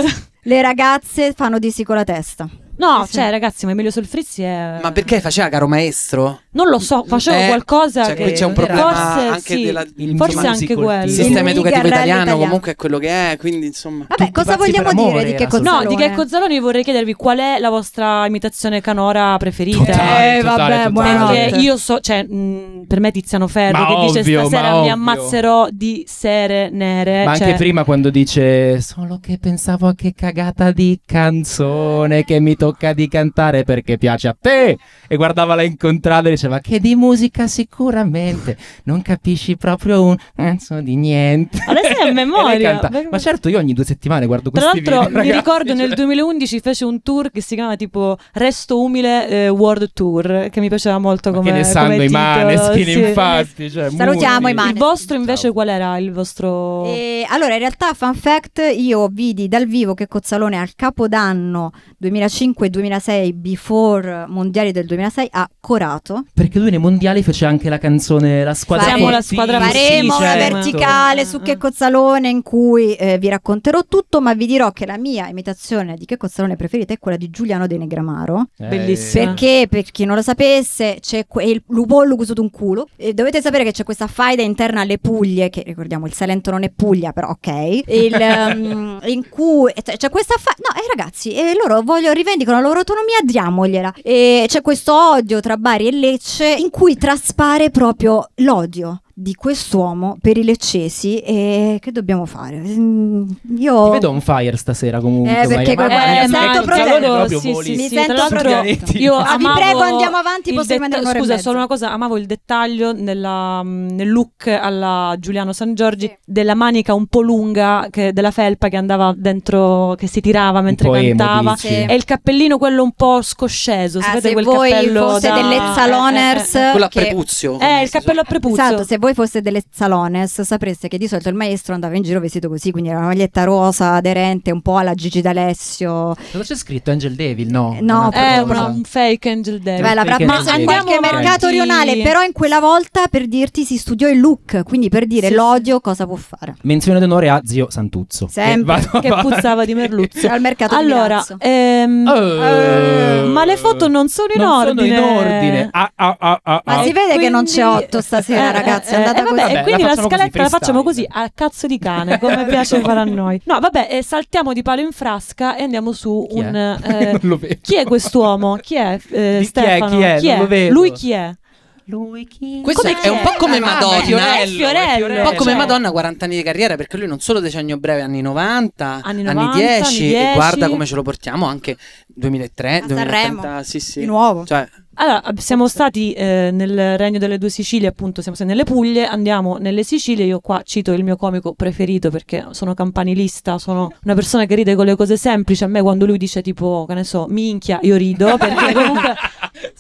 Speaker 2: le ragazze fanno di sicuro la testa.
Speaker 3: No,
Speaker 2: Sì, sì.
Speaker 3: cioè, ragazzi, ma Emilio Solfrizzi è.
Speaker 5: Ma perché faceva caro maestro?
Speaker 3: Non lo so, facevo
Speaker 5: Eh,
Speaker 3: qualcosa.
Speaker 5: cioè,
Speaker 3: che
Speaker 5: qui c'è un problema
Speaker 3: forse,
Speaker 5: anche
Speaker 3: sì,
Speaker 5: della-
Speaker 4: Il
Speaker 3: forse
Speaker 4: musical
Speaker 3: anche
Speaker 4: team.
Speaker 3: quello.
Speaker 5: Il
Speaker 4: Sì.
Speaker 5: sistema
Speaker 2: L'unica
Speaker 5: educativo
Speaker 2: rella
Speaker 5: italiano
Speaker 2: italiana.
Speaker 5: comunque è quello che è, quindi insomma...
Speaker 2: Vabbè,
Speaker 4: Tutti
Speaker 2: cosa
Speaker 4: pazzi per
Speaker 2: vogliamo dire
Speaker 4: amore,
Speaker 2: di che
Speaker 4: era solo-
Speaker 2: Cozzolone?
Speaker 3: No, di che Cozzaloni vorrei chiedervi qual è la vostra imitazione canora preferita.
Speaker 4: Totale,
Speaker 2: Eh,
Speaker 4: totale,
Speaker 2: vabbè,
Speaker 4: totale.
Speaker 2: buonanotte.
Speaker 3: Perché io so, cioè, mh, per me Tiziano Ferro
Speaker 4: Ma
Speaker 3: che dice
Speaker 4: ovvio,
Speaker 3: stasera
Speaker 4: ma
Speaker 3: mi
Speaker 4: ovvio."
Speaker 3: ammazzerò di sere nere.
Speaker 4: Ma
Speaker 3: cioè,
Speaker 4: anche prima quando dice Solo che pensavo a che cagata di canzone Che mi tocca di cantare perché piace a te E guardava la incontrata e diceva Che di musica sicuramente Non capisci proprio un cazzo di niente
Speaker 3: Adesso è a
Speaker 4: E lei
Speaker 3: memoria,
Speaker 4: canta.
Speaker 3: veramente.
Speaker 4: Ma certo io ogni due settimane guardo
Speaker 3: Tra
Speaker 4: questi
Speaker 3: l'altro
Speaker 4: video,
Speaker 3: mi
Speaker 4: ragazzi,
Speaker 3: ricordo
Speaker 4: cioè.
Speaker 3: nel 2011 fece un tour che si chiama tipo Resto Umile eh, World Tour, che mi piaceva molto
Speaker 4: Ma
Speaker 3: come
Speaker 4: Che ne sanno
Speaker 3: come
Speaker 4: i
Speaker 3: titolo,
Speaker 4: maneskin
Speaker 3: sì.
Speaker 4: infatti cioè,
Speaker 2: Salutiamo
Speaker 4: muri.
Speaker 2: i Maneskin.
Speaker 3: Il vostro invece
Speaker 4: Ciao.
Speaker 3: qual era il vostro
Speaker 2: Eh, allora, in realtà, fun fact, io vidi dal vivo che Cozzalone al capodanno 2005-2006, before mondiali del 2006, a Corato.
Speaker 4: Perché lui nei mondiali fece anche la canzone La squadra
Speaker 2: Faremo la
Speaker 4: Fortissima.
Speaker 3: squadra
Speaker 2: Faremo
Speaker 3: Sì,
Speaker 2: una
Speaker 4: eh.
Speaker 3: certo.
Speaker 2: verticale su Che Cozzalone in cui eh, vi racconterò tutto, ma vi dirò che la mia imitazione di Che Cozzalone preferita è quella di Giuliano De Negramaro.
Speaker 4: Eh,
Speaker 3: Bellissima.
Speaker 2: Perché, per chi non lo sapesse, c'è que- il lupollo sotto un culo. E dovete sapere che c'è questa faida interna alle Puglie, che ricordiamo il Salento non è Puglia, però ok. Il, ehm, in cui e c'è c'è questa faida. No, eh, ragazzi, eh, loro voglio- rivendicano la loro autonomia, diamogliela. E c'è questo odio tra Bari e Lecce, in cui traspare proprio l'odio. Di quest'uomo per i leccesi e che dobbiamo fare? Mm, Io
Speaker 3: Oh.
Speaker 4: Ti vedo on fire stasera comunque.
Speaker 2: Eh, perché
Speaker 4: Maria.
Speaker 2: guarda,
Speaker 4: Mamma mia,
Speaker 2: mi
Speaker 4: aspetta,
Speaker 2: sento
Speaker 4: il
Speaker 2: protetto.
Speaker 4: calore proprio
Speaker 3: Sì,
Speaker 4: voli.
Speaker 3: sì,
Speaker 2: Mi
Speaker 3: sì,
Speaker 2: sento
Speaker 3: tra l'altro
Speaker 4: protetto.
Speaker 3: io
Speaker 2: Ah, vi
Speaker 3: amavo
Speaker 2: prego, andiamo avanti,
Speaker 3: il
Speaker 2: posso rimanere un'ora e
Speaker 3: Scusa,
Speaker 2: mezza.
Speaker 3: solo una cosa, amavo il dettaglio nella, mh, nel look alla Giuliano San Giorgi
Speaker 2: Sì.
Speaker 3: della manica un po' lunga che- della felpa che andava dentro che si tirava mentre
Speaker 4: Un po' emo,
Speaker 3: cantava
Speaker 4: dici? Eh,
Speaker 2: Sì.
Speaker 3: e il cappellino quello un po' scosceso,
Speaker 2: Ah,
Speaker 3: sapete
Speaker 2: se
Speaker 3: quel
Speaker 2: voi
Speaker 3: cappello
Speaker 2: foste
Speaker 3: da...
Speaker 2: delle saloners
Speaker 3: Eh, eh,
Speaker 5: Quello a
Speaker 2: che-
Speaker 5: prepuzio.
Speaker 3: eh. Eh, il cappello a
Speaker 4: cioè.
Speaker 3: prepuzzo.
Speaker 2: Esatto, se voi foste delle salones sapreste che di solito il maestro andava in giro vestito così, quindi era una maglietta rosa aderente un po' alla Gigi D'Alessio.
Speaker 4: Cosa c'è scritto? Angel Devil? No.
Speaker 2: Eh, no,
Speaker 4: un'altra
Speaker 3: È
Speaker 4: cosa.
Speaker 3: una- un fake Angel Devil.
Speaker 2: Beh, l'avrà
Speaker 4: perché
Speaker 2: presa
Speaker 4: non
Speaker 2: in
Speaker 4: vedi?
Speaker 2: qualche
Speaker 4: Andiamo
Speaker 2: mercato
Speaker 3: avanti.
Speaker 2: rionale, però in quella volta per dirti si studiò il look, quindi per dire
Speaker 3: Sì,
Speaker 2: l'odio cosa può fare.
Speaker 4: Menzione d'onore a zio Santuzzo.
Speaker 2: Sempre.
Speaker 4: Eh, vado
Speaker 3: che
Speaker 4: avanti.
Speaker 3: puzzava di merluzzo.
Speaker 2: Al mercato di
Speaker 3: Allora,
Speaker 2: Milazzo.
Speaker 3: ehm,
Speaker 4: Eh.
Speaker 3: ma le foto non sono in
Speaker 4: Non sono
Speaker 3: ordine.
Speaker 4: in ordine. Ah, ah, ah, ah,
Speaker 2: Ma
Speaker 4: ah.
Speaker 2: si vede che non c'è
Speaker 3: Quindi-
Speaker 2: otto stasera,
Speaker 3: Eh,
Speaker 2: ragazzi, è
Speaker 3: eh,
Speaker 2: andata
Speaker 3: eh, vabbè,
Speaker 2: così.
Speaker 4: Vabbè,
Speaker 3: E quindi
Speaker 4: la
Speaker 3: la,
Speaker 4: facciamo così,
Speaker 3: scaletta la facciamo così
Speaker 4: freestyle.
Speaker 3: a cazzo di cane, come piace fare a noi. No, vabbè, eh, saltiamo di palo in frasca e andiamo su
Speaker 4: Chi è?
Speaker 3: un. eh,
Speaker 4: Non lo vedo.
Speaker 3: chi è quest'uomo? Chi è? eh,
Speaker 4: Di chi è,
Speaker 3: Stefano?
Speaker 4: chi è? Non lo vedo.
Speaker 3: Lui chi è?
Speaker 4: Lui chi?
Speaker 5: Questo
Speaker 3: Com'è?
Speaker 5: è un po' come
Speaker 4: Ah,
Speaker 5: Madonna.
Speaker 4: Fiorello,
Speaker 5: eh.
Speaker 3: è Fiorello.
Speaker 5: Un po' come
Speaker 3: Cioè,
Speaker 5: Madonna, 40 anni di carriera, perché lui non solo decennio breve, anni 90,
Speaker 3: Anni
Speaker 5: anni,
Speaker 3: 90,
Speaker 5: 10,
Speaker 3: anni
Speaker 5: e
Speaker 3: 10.
Speaker 5: guarda come ce lo portiamo anche 2003,
Speaker 2: A
Speaker 5: 2030,
Speaker 2: Sanremo.
Speaker 5: sì sì.
Speaker 2: Di nuovo.
Speaker 5: Cioè,
Speaker 3: Allora, ab- siamo stati eh, nel Regno delle Due Sicilie, appunto, siamo stati nelle Puglie, andiamo nelle Sicilie, io qua cito il mio comico preferito perché sono campanilista, sono una persona che ride con le cose semplici, a me quando lui dice tipo, che ne so, minchia, io rido perché comunque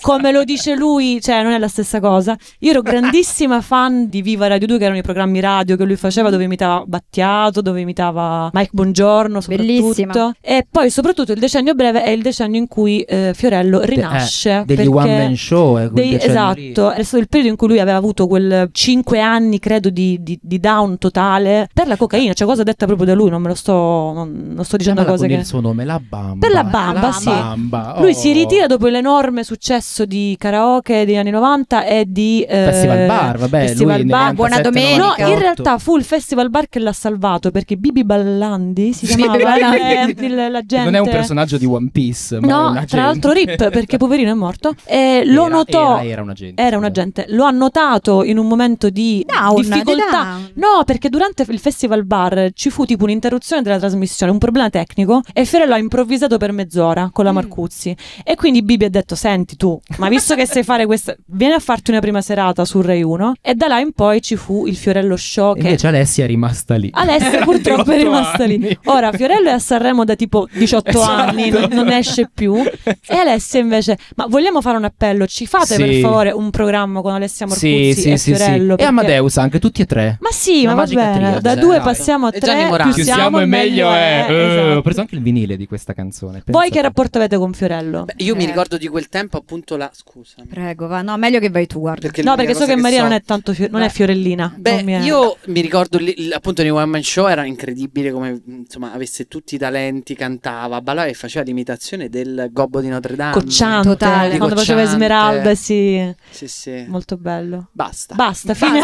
Speaker 3: come lo dice lui, cioè non è la stessa cosa. Io ero grandissima fan di Viva Radio 2, che erano i programmi radio che lui faceva dove imitava Battiato, dove imitava Mike Buongiorno, soprattutto.
Speaker 2: Bellissima.
Speaker 3: E poi soprattutto il decennio breve è il decennio in cui eh, Fiorello rinasce.
Speaker 4: degli
Speaker 3: perché-
Speaker 4: one man show. eh, quel
Speaker 3: dei-
Speaker 4: decennio lì.
Speaker 3: esatto, è stato il periodo in cui lui aveva avuto quel 5 anni, credo, di, di- di down totale per la cocaina, cioè cosa detta proprio da lui, non me lo sto, non, non sto dicendo
Speaker 4: Chiamala
Speaker 3: cose diciamo
Speaker 4: con
Speaker 3: che...
Speaker 4: il suo nome, la Bamba.
Speaker 3: Per la Bamba,
Speaker 4: La
Speaker 2: sì.
Speaker 4: Bamba,
Speaker 3: Lui
Speaker 4: oh.
Speaker 3: si ritira dopo l'enorme successo di karaoke degli anni 90 e di... eh,
Speaker 4: Festival Bar, vabbè,
Speaker 3: Festival
Speaker 4: lui nel
Speaker 3: Bar.
Speaker 4: 97,
Speaker 2: Buona domenica.
Speaker 3: No,
Speaker 4: 98.
Speaker 3: in realtà fu il Festival Bar che l'ha salvato perché Bibi Ballandi si
Speaker 2: Bibi
Speaker 3: chiamava eh,
Speaker 4: Ballandi.
Speaker 3: il- la gente.
Speaker 4: Cioè, Non è un personaggio di One Piece, ma è un
Speaker 3: No,
Speaker 4: agente.
Speaker 3: tra l'altro Rip perché poverino è morto. E lo
Speaker 4: Era-
Speaker 3: notò.
Speaker 4: Era, era un agente.
Speaker 3: Era un
Speaker 4: scusa.
Speaker 3: agente, lo ha notato in un momento di
Speaker 2: Down, di
Speaker 3: cioè, difficoltà.
Speaker 2: down.
Speaker 3: No, perché durante il festival bar ci fu tipo un'interruzione della trasmissione, un problema tecnico e Fiorello ha improvvisato per mezz'ora con la Marcuzzi. E quindi Bibi ha detto: Senti, avanti tu, ma visto che sai fare questa, vieni a farti una prima serata su Rai 1 e da là in poi ci fu il Fiorello Show che
Speaker 4: Invece Alessia è rimasta lì.
Speaker 3: Alessia purtroppo è rimasta lì. Ora Fiorello è a Sanremo da tipo 18
Speaker 4: Esatto.
Speaker 3: anni, non, non esce più. E Alessia invece, ma vogliamo fare un appello? Ci fate
Speaker 4: Sì.
Speaker 3: per favore un programma con Alessia Marcuzzi e Fiorello?
Speaker 4: E
Speaker 3: perché-
Speaker 4: Amadeus anche, tutti e tre.
Speaker 3: Ma sì,
Speaker 4: Una
Speaker 3: ma va
Speaker 4: magica
Speaker 3: bene,
Speaker 4: triade,
Speaker 3: da
Speaker 5: dai.
Speaker 3: due passiamo a
Speaker 5: E
Speaker 3: tre,
Speaker 5: Gianni Morandi.
Speaker 3: più siamo e meglio è.
Speaker 4: Eh,
Speaker 3: Esatto.
Speaker 4: Ho preso anche il vinile di questa canzone.
Speaker 3: Voi
Speaker 4: pensate.
Speaker 3: che rapporto avete con Fiorello?
Speaker 5: Beh, io mi
Speaker 2: Eh.
Speaker 5: ricordo di quel tempo appunto la... Scusami.
Speaker 2: Prego, va. No, meglio che vai tu, guarda.
Speaker 5: Perché è
Speaker 3: no,
Speaker 5: l'unica
Speaker 3: perché so
Speaker 5: cosa
Speaker 3: che Maria
Speaker 5: so.
Speaker 3: non è tanto fio- non è
Speaker 5: Beh,
Speaker 3: fiorellina.
Speaker 5: Beh,
Speaker 3: non mi è-
Speaker 5: io mi ricordo lì- l- appunto nei One Man Show era incredibile come insomma avesse tutti i talenti, cantava, ballava e faceva l'imitazione del Gobbo di Notre Dame.
Speaker 3: Cocciante,
Speaker 2: Totale.
Speaker 3: quando faceva
Speaker 5: Cocciante.
Speaker 3: Esmeralda, sì,
Speaker 5: Sì, sì.
Speaker 3: molto bello.
Speaker 5: Basta.
Speaker 3: Basta, fine.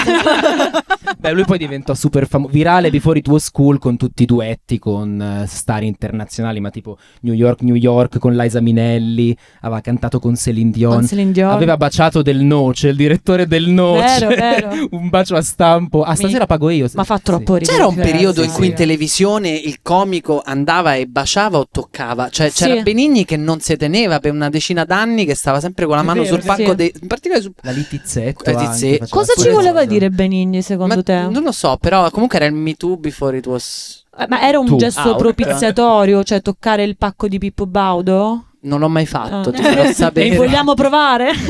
Speaker 4: Beh, lui poi diventò super famoso, virale before it was cool con tutti i duetti con eh, star internazionali, ma tipo New York, New York con Liza Minelli, aveva cantato con Celine Dion.
Speaker 3: Con Celine Dion.
Speaker 4: Aveva baciato del noce, il direttore del noce.
Speaker 3: Vero, vero.
Speaker 4: Un bacio a stampo. Ah, stasera
Speaker 3: Mi-
Speaker 4: pago io.
Speaker 3: Ma fa troppo ridere.
Speaker 5: C'era un periodo
Speaker 4: sì,
Speaker 5: in cui
Speaker 4: sì.
Speaker 5: in televisione il comico andava e baciava o toccava, cioè
Speaker 3: Sì.
Speaker 5: c'era Benigni che non si teneva per una decina d'anni, che stava sempre con la
Speaker 4: È
Speaker 5: mano
Speaker 4: vero,
Speaker 5: sul
Speaker 4: sì.
Speaker 5: palco,
Speaker 3: Sì.
Speaker 5: dei- in particolare su...
Speaker 4: La Litizzetto.
Speaker 5: Eh, Tizze-
Speaker 4: anche, faceva
Speaker 3: Cosa ci
Speaker 4: quella
Speaker 3: voleva
Speaker 4: cosa.
Speaker 3: dire Benigni secondo
Speaker 5: Ma
Speaker 3: te?
Speaker 5: non lo so, però comunque era il Me Too before it was...
Speaker 3: Eh, Ma era un
Speaker 4: Tu.
Speaker 5: Ah,
Speaker 3: gesto
Speaker 5: ok.
Speaker 3: propiziatorio, cioè toccare il pacco di Pippo Baudo?
Speaker 5: Non l'ho mai fatto,
Speaker 3: Ah.
Speaker 5: ti farò sapere.
Speaker 3: E vogliamo provare?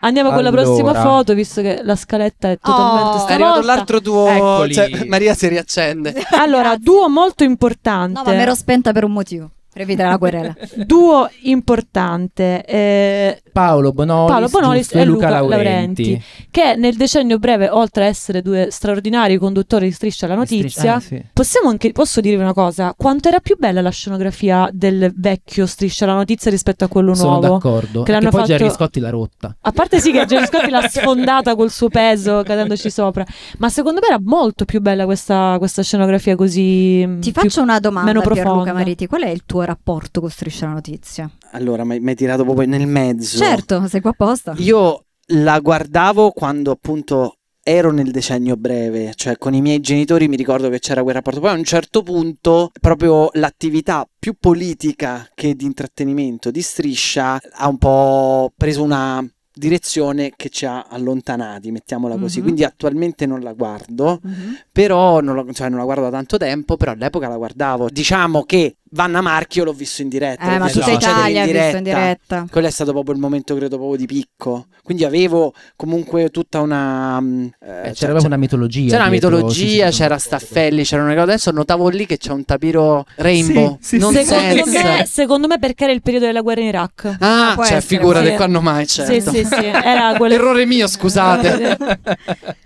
Speaker 3: Andiamo con la prossima
Speaker 4: Allora.
Speaker 3: foto, visto che la scaletta è totalmente
Speaker 2: Oh.
Speaker 5: È
Speaker 2: È
Speaker 5: arrivato
Speaker 3: stavolta.
Speaker 5: l'altro duo,
Speaker 4: Eccoli.
Speaker 5: cioè, Maria si riaccende.
Speaker 3: Allora,
Speaker 2: Grazie.
Speaker 3: duo molto importante.
Speaker 2: No, ma mi ero spenta per un motivo. Per evitare la querela.
Speaker 3: Duo importante. eh,
Speaker 4: Paolo Bonolis,
Speaker 3: Paolo Bonolis
Speaker 4: giusto,
Speaker 3: e
Speaker 4: e Luca,
Speaker 3: Luca
Speaker 4: Laurenti. Eh,
Speaker 3: Laurenti. che nel decennio breve, oltre a essere due straordinari conduttori di Striscia eh, la Notizia,
Speaker 4: Ah, sì.
Speaker 3: Possiamo anche, posso dirvi una cosa, quanto era più bella la scenografia del vecchio Striscia la Notizia rispetto a quello
Speaker 4: Sono
Speaker 3: nuovo?
Speaker 4: d'accordo.
Speaker 3: che
Speaker 4: Che
Speaker 3: l'hanno
Speaker 4: poi
Speaker 3: fatto-
Speaker 4: Gerry Scotti l'ha rotta.
Speaker 5: Eh,
Speaker 3: A parte sì che Gerry Scotti l'ha sfondata col suo peso cadendoci sopra, ma secondo me era molto più bella questa, questa scenografia così... mm,
Speaker 2: Ti
Speaker 3: più-
Speaker 2: faccio una domanda
Speaker 3: meno
Speaker 2: per Luca
Speaker 3: profonda.
Speaker 2: Mariti. Qual è il tuo rapporto con Striscia la Notizia?
Speaker 5: Allora, mi mi hai tirato proprio nel mezzo.
Speaker 2: Certo, sei qua apposta.
Speaker 5: Io la guardavo quando appunto ero nel decennio breve, cioè con i miei genitori mi ricordo che c'era quel rapporto. Poi a un certo punto proprio l'attività più politica che di intrattenimento di Striscia ha un po' preso una direzione che ci ha allontanati, mettiamola così.
Speaker 2: Mhm.
Speaker 5: Quindi attualmente non la guardo,
Speaker 2: Mhm.
Speaker 5: però non, la- cioè, non la guardo da tanto tempo, però all'epoca la guardavo. Diciamo che Vanna Marchio l'ho visto in diretta.
Speaker 2: Eh, ma
Speaker 5: perché
Speaker 2: tutta
Speaker 5: succede
Speaker 2: Italia ha visto in diretta.
Speaker 5: quello è stato proprio il momento, credo, proprio di picco. Quindi avevo comunque tutta una. mh,
Speaker 4: Eh,
Speaker 5: eh, cioè-
Speaker 4: c'era proprio
Speaker 5: cioè-
Speaker 4: una mitologia.
Speaker 5: c'era una
Speaker 4: dietro, sì, sì,
Speaker 5: mitologia,
Speaker 4: sono
Speaker 5: c'era
Speaker 4: d'accordo.
Speaker 5: Staffelli, c'erano le cose. Adesso notavo lì che c'è un tapiro rainbow.
Speaker 4: Sì, sì,
Speaker 5: non
Speaker 4: sì.
Speaker 5: senza.
Speaker 3: secondo, me, secondo me perché era il periodo della guerra in Iraq.
Speaker 5: Ah,
Speaker 2: Ah, può
Speaker 5: cioè,
Speaker 2: essere,
Speaker 5: figurate,
Speaker 3: sì.
Speaker 5: qua non mai certo.
Speaker 3: Sì, sì, sì, era quello...
Speaker 5: Errore mio, scusate.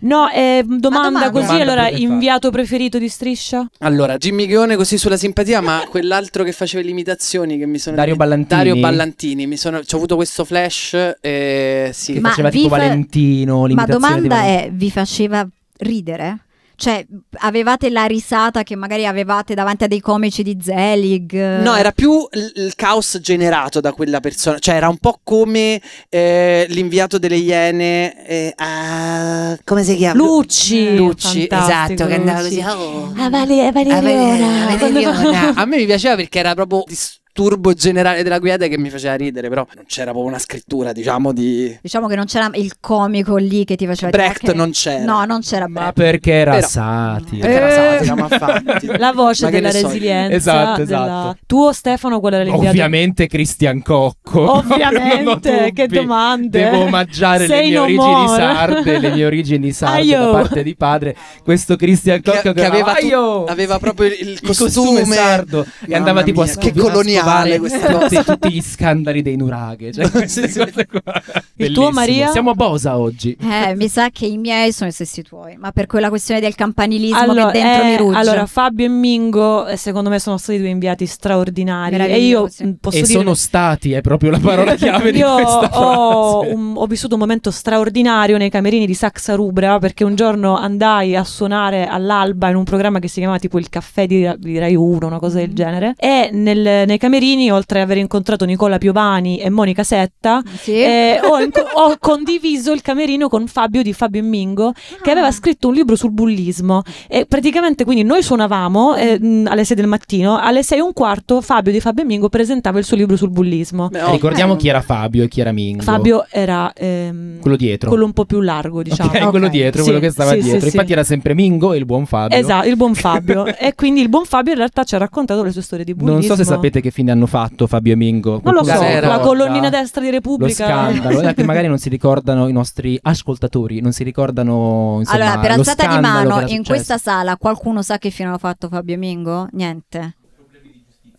Speaker 3: No, eh, domanda,
Speaker 2: domanda.
Speaker 3: così,
Speaker 4: Domanda
Speaker 3: allora,
Speaker 4: potete fare.
Speaker 3: inviato preferito di Striscia?
Speaker 5: allora, Jimmy Ghione così sulla simpatia, ma quell'altro che faceva le imitazioni che mi sono
Speaker 4: Dario Ballantini.
Speaker 5: Dario Ballantini, mi sono c'ho avuto questo flash eh, sì.
Speaker 4: Che
Speaker 2: Ma
Speaker 4: faceva tipo
Speaker 2: vi fa-
Speaker 4: Valentino.
Speaker 2: Ma
Speaker 4: l'imitazione di
Speaker 2: domanda
Speaker 4: Valentino.
Speaker 2: è, vi faceva ridere? Cioè, avevate la risata che magari avevate davanti a dei comici di Zelig?
Speaker 5: No, era più il, il caos generato da quella persona, cioè era un po' come eh, l'inviato delle Iene, eh, ah, come si chiama?
Speaker 3: Lucci!
Speaker 5: Lucci,
Speaker 3: Eh, Fantastico,
Speaker 5: esatto, che andava
Speaker 3: Lucci.
Speaker 5: così. "Oh,
Speaker 3: A Vale-
Speaker 4: Ah,
Speaker 3: a
Speaker 5: a Valeriana,
Speaker 3: Valeriona.
Speaker 5: Valeriana". A me mi piaceva perché era proprio disturbo generale della guida che mi faceva ridere, però non c'era proprio una scrittura, diciamo, di
Speaker 2: Diciamo che non c'era il comico lì che ti faceva dire,
Speaker 5: Brecht
Speaker 2: "Ok".
Speaker 5: Cioè, non c'era.
Speaker 2: No, non c'era
Speaker 4: Ma
Speaker 2: Brecht.
Speaker 4: perché era
Speaker 5: Però-
Speaker 4: satira?
Speaker 5: Perché
Speaker 2: Eh.
Speaker 5: era satira, ma fatti.
Speaker 3: La voce
Speaker 5: Ma che
Speaker 3: della
Speaker 5: ne so io.
Speaker 3: resilienza.
Speaker 4: Esatto,
Speaker 3: della-
Speaker 4: esatto.
Speaker 3: Tuo Stefano, qual era l'inviato?
Speaker 4: Ovviamente Cristian Cocco. Non ho
Speaker 3: Ovviamente,
Speaker 4: dubbi.
Speaker 3: che domande.
Speaker 4: Devo omaggiare le
Speaker 3: Sei
Speaker 4: mie
Speaker 3: no
Speaker 4: origini
Speaker 3: more.
Speaker 4: sarde, le mie origini sarde
Speaker 3: Aio.
Speaker 4: da parte di padre. Questo Cristian
Speaker 5: Che-
Speaker 4: Cocco che,
Speaker 5: che aveva tu-
Speaker 4: "Aio!"
Speaker 5: aveva proprio il- il costume.
Speaker 4: sardo e
Speaker 5: Mamma
Speaker 4: andava tipo
Speaker 5: mia,
Speaker 4: a
Speaker 5: che
Speaker 4: scop- a
Speaker 5: coloniale
Speaker 4: scovare
Speaker 5: questa cosa.
Speaker 4: tutti, tutti gli scandali dei nuraghe, cioè queste
Speaker 5: sì.
Speaker 4: cose qua.
Speaker 3: Il tuo,
Speaker 4: Bellissimo.
Speaker 3: Maria?
Speaker 4: Siamo a Bosa oggi.
Speaker 2: Eh, mi sa che i miei sono i stessi tuoi, ma per quella questione del campanilismo
Speaker 3: Allora,
Speaker 2: che dentro
Speaker 3: eh,
Speaker 2: mi rugge.
Speaker 3: allora, Fabio e Mingo, eh, secondo me, sono stati due inviati straordinari. E io
Speaker 2: Meravigliosi.
Speaker 3: mh, posso
Speaker 4: e
Speaker 3: dire.
Speaker 4: sono stati, è proprio la parola chiave di
Speaker 3: Esatto, Io
Speaker 4: questa
Speaker 3: ho,
Speaker 4: frase.
Speaker 3: un- ho vissuto un momento straordinario nei camerini di Saxa Rubra perché un giorno andai a suonare
Speaker 4: Mm.
Speaker 3: all'alba in un programma che si chiamava tipo il caffè di, di Rai 1, una cosa del
Speaker 2: Mhm.
Speaker 3: genere. E nel- nei Merini, oltre ad aver incontrato Nicola Piovani e Monica Setta,
Speaker 2: Sì.
Speaker 3: eh, ho, inco- ho condiviso il camerino con Fabio di Fabio e Mingo, che
Speaker 4: Ah.
Speaker 3: aveva scritto un libro sul bullismo. E praticamente quindi noi suonavamo eh, mh, alle 6 del mattino, alle 6 e un quarto Fabio di Fabio e Mingo presentava il suo libro sul bullismo.
Speaker 5: Beh, oh,
Speaker 4: Ricordiamo
Speaker 2: Eh.
Speaker 4: chi era Fabio e chi era Mingo.
Speaker 3: Fabio era ehm,
Speaker 4: Quello dietro.
Speaker 3: quello un po' più largo, diciamo.
Speaker 4: Ok, quello dietro,
Speaker 3: Sì,
Speaker 4: quello che stava
Speaker 3: sì, sì,
Speaker 4: dietro.
Speaker 3: sì.
Speaker 4: Infatti era sempre Mingo e il buon Fabio.
Speaker 3: Esatto, il buon Fabio. e quindi il buon Fabio in realtà ci ha raccontato le sue storie di bullismo.
Speaker 4: Non so se sapete che fine hanno fatto Fabio e Mingo.
Speaker 3: Non lo so,
Speaker 4: Qualcuno si
Speaker 5: Galera.
Speaker 3: la
Speaker 4: ricorda?
Speaker 3: colonnina destra di
Speaker 4: Lo
Speaker 3: Repubblica. eh,
Speaker 4: scandalo. Guardate, magari non si ricordano i nostri ascoltatori, non si ricordano insomma,
Speaker 2: allora, per
Speaker 4: lo
Speaker 2: alzata di
Speaker 4: scandalo che
Speaker 2: mano,
Speaker 4: era
Speaker 2: in
Speaker 4: successo.
Speaker 2: questa sala qualcuno sa che fine hanno fatto Fabio e Mingo? Niente.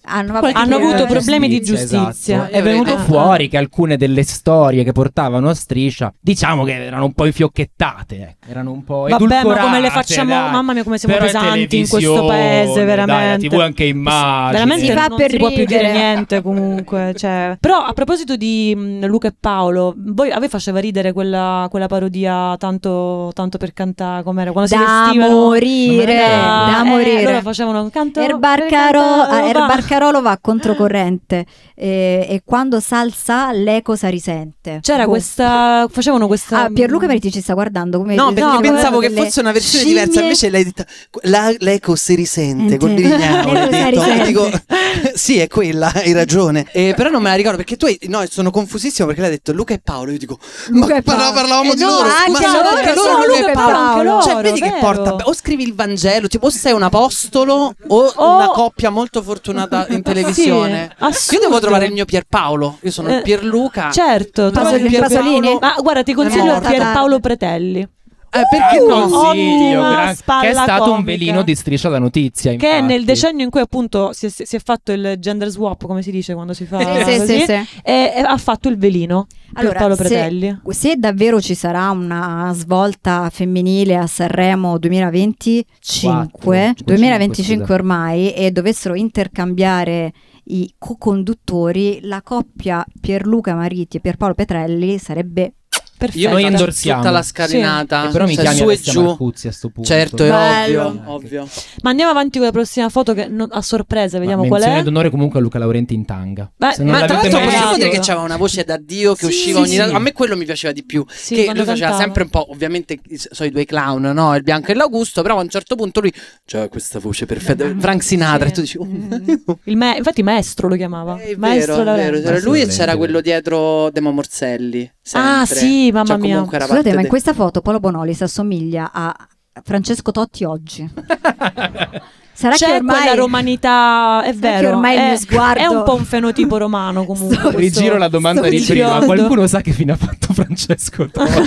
Speaker 2: Hanno, vabbè,
Speaker 3: Hanno
Speaker 2: che-
Speaker 3: avuto problemi di
Speaker 4: Giustizia,
Speaker 3: giustizia.
Speaker 4: esatto. È venuto
Speaker 5: Ah.
Speaker 4: fuori che alcune delle storie che portavano a striscia, diciamo che erano un po' infiocchettate, ecco. erano un po'
Speaker 3: Vabbè, ma
Speaker 4: edulcorate.
Speaker 3: come le facciamo?
Speaker 4: dai.
Speaker 3: Mamma mia, come siamo
Speaker 4: Però è
Speaker 3: pesanti in questo
Speaker 4: televisione,
Speaker 3: paese,
Speaker 4: dai, la
Speaker 3: veramente.
Speaker 4: TV anche immagini.
Speaker 3: Veramente
Speaker 2: Si fa
Speaker 3: non
Speaker 2: per
Speaker 3: si può più
Speaker 2: ridere.
Speaker 3: dire niente comunque. cioè. Però a proposito di mh, Luca e Paolo, voi, a voi faceva ridere quella, quella parodia tanto, tanto per cantare, com'era? Quando si
Speaker 2: da
Speaker 3: vestivano.
Speaker 2: morire,
Speaker 3: Ah,
Speaker 2: da
Speaker 3: eh,
Speaker 2: morire.
Speaker 3: Allora facevano un canto.
Speaker 2: Erbarcaro- ah,
Speaker 3: Erbarcaro-
Speaker 2: Erbarcarolo va controcorrente eh, e quando salsa l'eco sa risente.
Speaker 3: C'era
Speaker 2: Boh.
Speaker 3: questa. Facevano questa. Eh,
Speaker 2: Ah, Pierluca Meriti ci sta guardando come
Speaker 5: No, perché
Speaker 3: no,
Speaker 5: pensavo
Speaker 2: guarda
Speaker 5: che
Speaker 2: delle
Speaker 5: fosse una versione
Speaker 2: scimmie.
Speaker 5: diversa, invece lei ha detto "La- l'eco si risente
Speaker 2: Sente.
Speaker 5: col Grignano",
Speaker 2: L'eco si
Speaker 5: ho detto.
Speaker 2: risente.
Speaker 5: Dico, sì, è quella, hai ragione. Eh, però non me la ricordo perché tu hai, no, sono confusissimo perché lei ha detto Luca e Paolo, io dico
Speaker 2: Luca
Speaker 5: ma
Speaker 2: e Paolo."
Speaker 5: parla- parlavamo
Speaker 2: Eh
Speaker 5: di
Speaker 2: no,
Speaker 5: loro, ma
Speaker 2: anche
Speaker 5: sono
Speaker 2: loro
Speaker 5: anche
Speaker 2: sono
Speaker 5: loro
Speaker 2: Luca
Speaker 5: Luca
Speaker 2: e
Speaker 5: e
Speaker 2: Paolo.
Speaker 5: Paolo. Cioè,
Speaker 3: Loro,
Speaker 5: vedi che
Speaker 3: vero.
Speaker 5: porta o scrivi il Vangelo, tipo o sei un apostolo o
Speaker 3: O-
Speaker 5: una coppia molto fortunata in televisione.
Speaker 3: Sì, assurdo.
Speaker 5: io devo trovare il mio Pierpaolo, io sono
Speaker 3: Eh,
Speaker 5: il Pierluca.
Speaker 3: Certo, tu-
Speaker 5: Trovo il
Speaker 2: Pasolini.
Speaker 5: Pierpaolo.
Speaker 3: Ma guarda, ti consiglio
Speaker 5: morta.
Speaker 3: Pierpaolo Pretelli.
Speaker 5: Eh, perché no?
Speaker 2: Oh,
Speaker 4: Consiglio,
Speaker 3: Ottima
Speaker 4: gran-
Speaker 3: spalla
Speaker 4: che è stato un
Speaker 3: comica.
Speaker 4: velino di striscia da notizia.
Speaker 3: Che è
Speaker 4: infatti.
Speaker 3: nel decennio in cui appunto si è, si è fatto il gender swap, come si dice quando si fa
Speaker 2: Sì, sì,
Speaker 3: così,
Speaker 2: sì, sì.
Speaker 3: E, e ha fatto il velino
Speaker 2: Allora,
Speaker 3: per Paolo
Speaker 2: se-
Speaker 3: Pretelli.
Speaker 2: Se davvero ci sarà una svolta femminile a Sanremo 2025,
Speaker 4: Quattro,
Speaker 2: 2025
Speaker 4: scusa.
Speaker 2: ormai, e dovessero intercambiare i co-conduttori, la coppia Pierluca Mariti e Pierpaolo Petrelli sarebbe
Speaker 3: Perfetto.
Speaker 5: Io
Speaker 4: Noi
Speaker 5: faccio
Speaker 4: endorsiamo.
Speaker 5: tutta la scalinata,
Speaker 4: E però mi
Speaker 5: cioè,
Speaker 4: chiami
Speaker 5: su e
Speaker 4: Alessia
Speaker 5: giù.
Speaker 4: Marcuzzi a sto punto.
Speaker 5: Certo, è
Speaker 2: Bello.
Speaker 5: ovvio, ovvio.
Speaker 3: Ma andiamo avanti con la prossima foto che non- a sorpresa, vediamo
Speaker 4: Ma
Speaker 3: qual
Speaker 4: menzione
Speaker 3: è.
Speaker 4: d'onore comunque a Luca Laurenti in tanga.
Speaker 3: Beh,
Speaker 4: Se non
Speaker 5: Ma tra
Speaker 4: l'avete
Speaker 5: l'altro
Speaker 4: mai
Speaker 5: possiamo
Speaker 4: visto-
Speaker 5: dire che c'aveva una voce da Dio che
Speaker 3: Sì,
Speaker 5: usciva
Speaker 3: sì,
Speaker 5: ogni
Speaker 3: sì.
Speaker 5: tanto. A me quello mi piaceva di più.
Speaker 3: Sì,
Speaker 5: che
Speaker 3: quando
Speaker 5: lui faceva
Speaker 3: cantava.
Speaker 5: sempre un po', ovviamente so, i due clown, no? Il bianco e l'Augusto, però a un certo punto lui c'ha questa voce perfetta. Frank Sinatra,
Speaker 3: Sì.
Speaker 5: e tu dici. oh.
Speaker 3: Il me- infatti maestro lo chiamava.
Speaker 5: È
Speaker 3: maestro
Speaker 5: vero, è
Speaker 3: Laurenti.
Speaker 5: vero. C'era
Speaker 4: Maestro
Speaker 5: lui e
Speaker 4: Laurenti,
Speaker 5: c'era
Speaker 4: vero.
Speaker 5: quello dietro Demo Morselli. sempre.
Speaker 3: Ah, sì, mamma
Speaker 5: Cioè,
Speaker 3: mia.
Speaker 5: comunque era
Speaker 2: Scusate,
Speaker 5: parte
Speaker 2: ma in
Speaker 5: de-
Speaker 2: questa foto Paolo Bonoli si assomiglia a Francesco Totti oggi. Sarà
Speaker 3: C'è
Speaker 2: che ormai
Speaker 3: quella romanità, è vero.
Speaker 2: che ormai il
Speaker 3: è,
Speaker 2: mio sguardo-
Speaker 3: è un po' un fenotipo romano comunque.
Speaker 2: Sto-
Speaker 3: questo-
Speaker 4: Rigiro la domanda
Speaker 3: sto
Speaker 4: di prima.
Speaker 3: rigirando.
Speaker 4: Qualcuno sa che fine ha fatto Francesco Totti?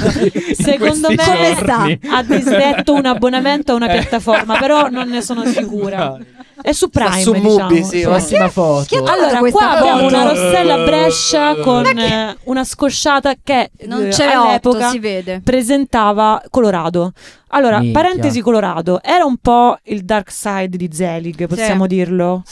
Speaker 4: in
Speaker 3: Secondo
Speaker 4: questi
Speaker 3: me-
Speaker 2: Come
Speaker 4: giorni? Eh.
Speaker 3: Ha disdetto un abbonamento a una piattaforma, però non ne sono
Speaker 4: Esatto.
Speaker 3: sicura.
Speaker 4: Dai.
Speaker 3: È su
Speaker 5: Sta
Speaker 3: Prime,
Speaker 5: su
Speaker 3: diciamo.
Speaker 5: Mubi, sì,
Speaker 3: Sì.
Speaker 5: ormai.
Speaker 4: Prossima foto.
Speaker 2: chi ha trovato
Speaker 3: Allora,
Speaker 2: questa
Speaker 3: qua abbiamo
Speaker 2: foto?
Speaker 3: una rossella Brescia con eh, una scosciata che eh,
Speaker 2: non c'è
Speaker 3: all'epoca
Speaker 2: otto, si vede.
Speaker 3: presentava Colorado. Allora,
Speaker 4: Minchia.
Speaker 3: parentesi Colorado, era un po' il dark side di Zelig, possiamo dirlo.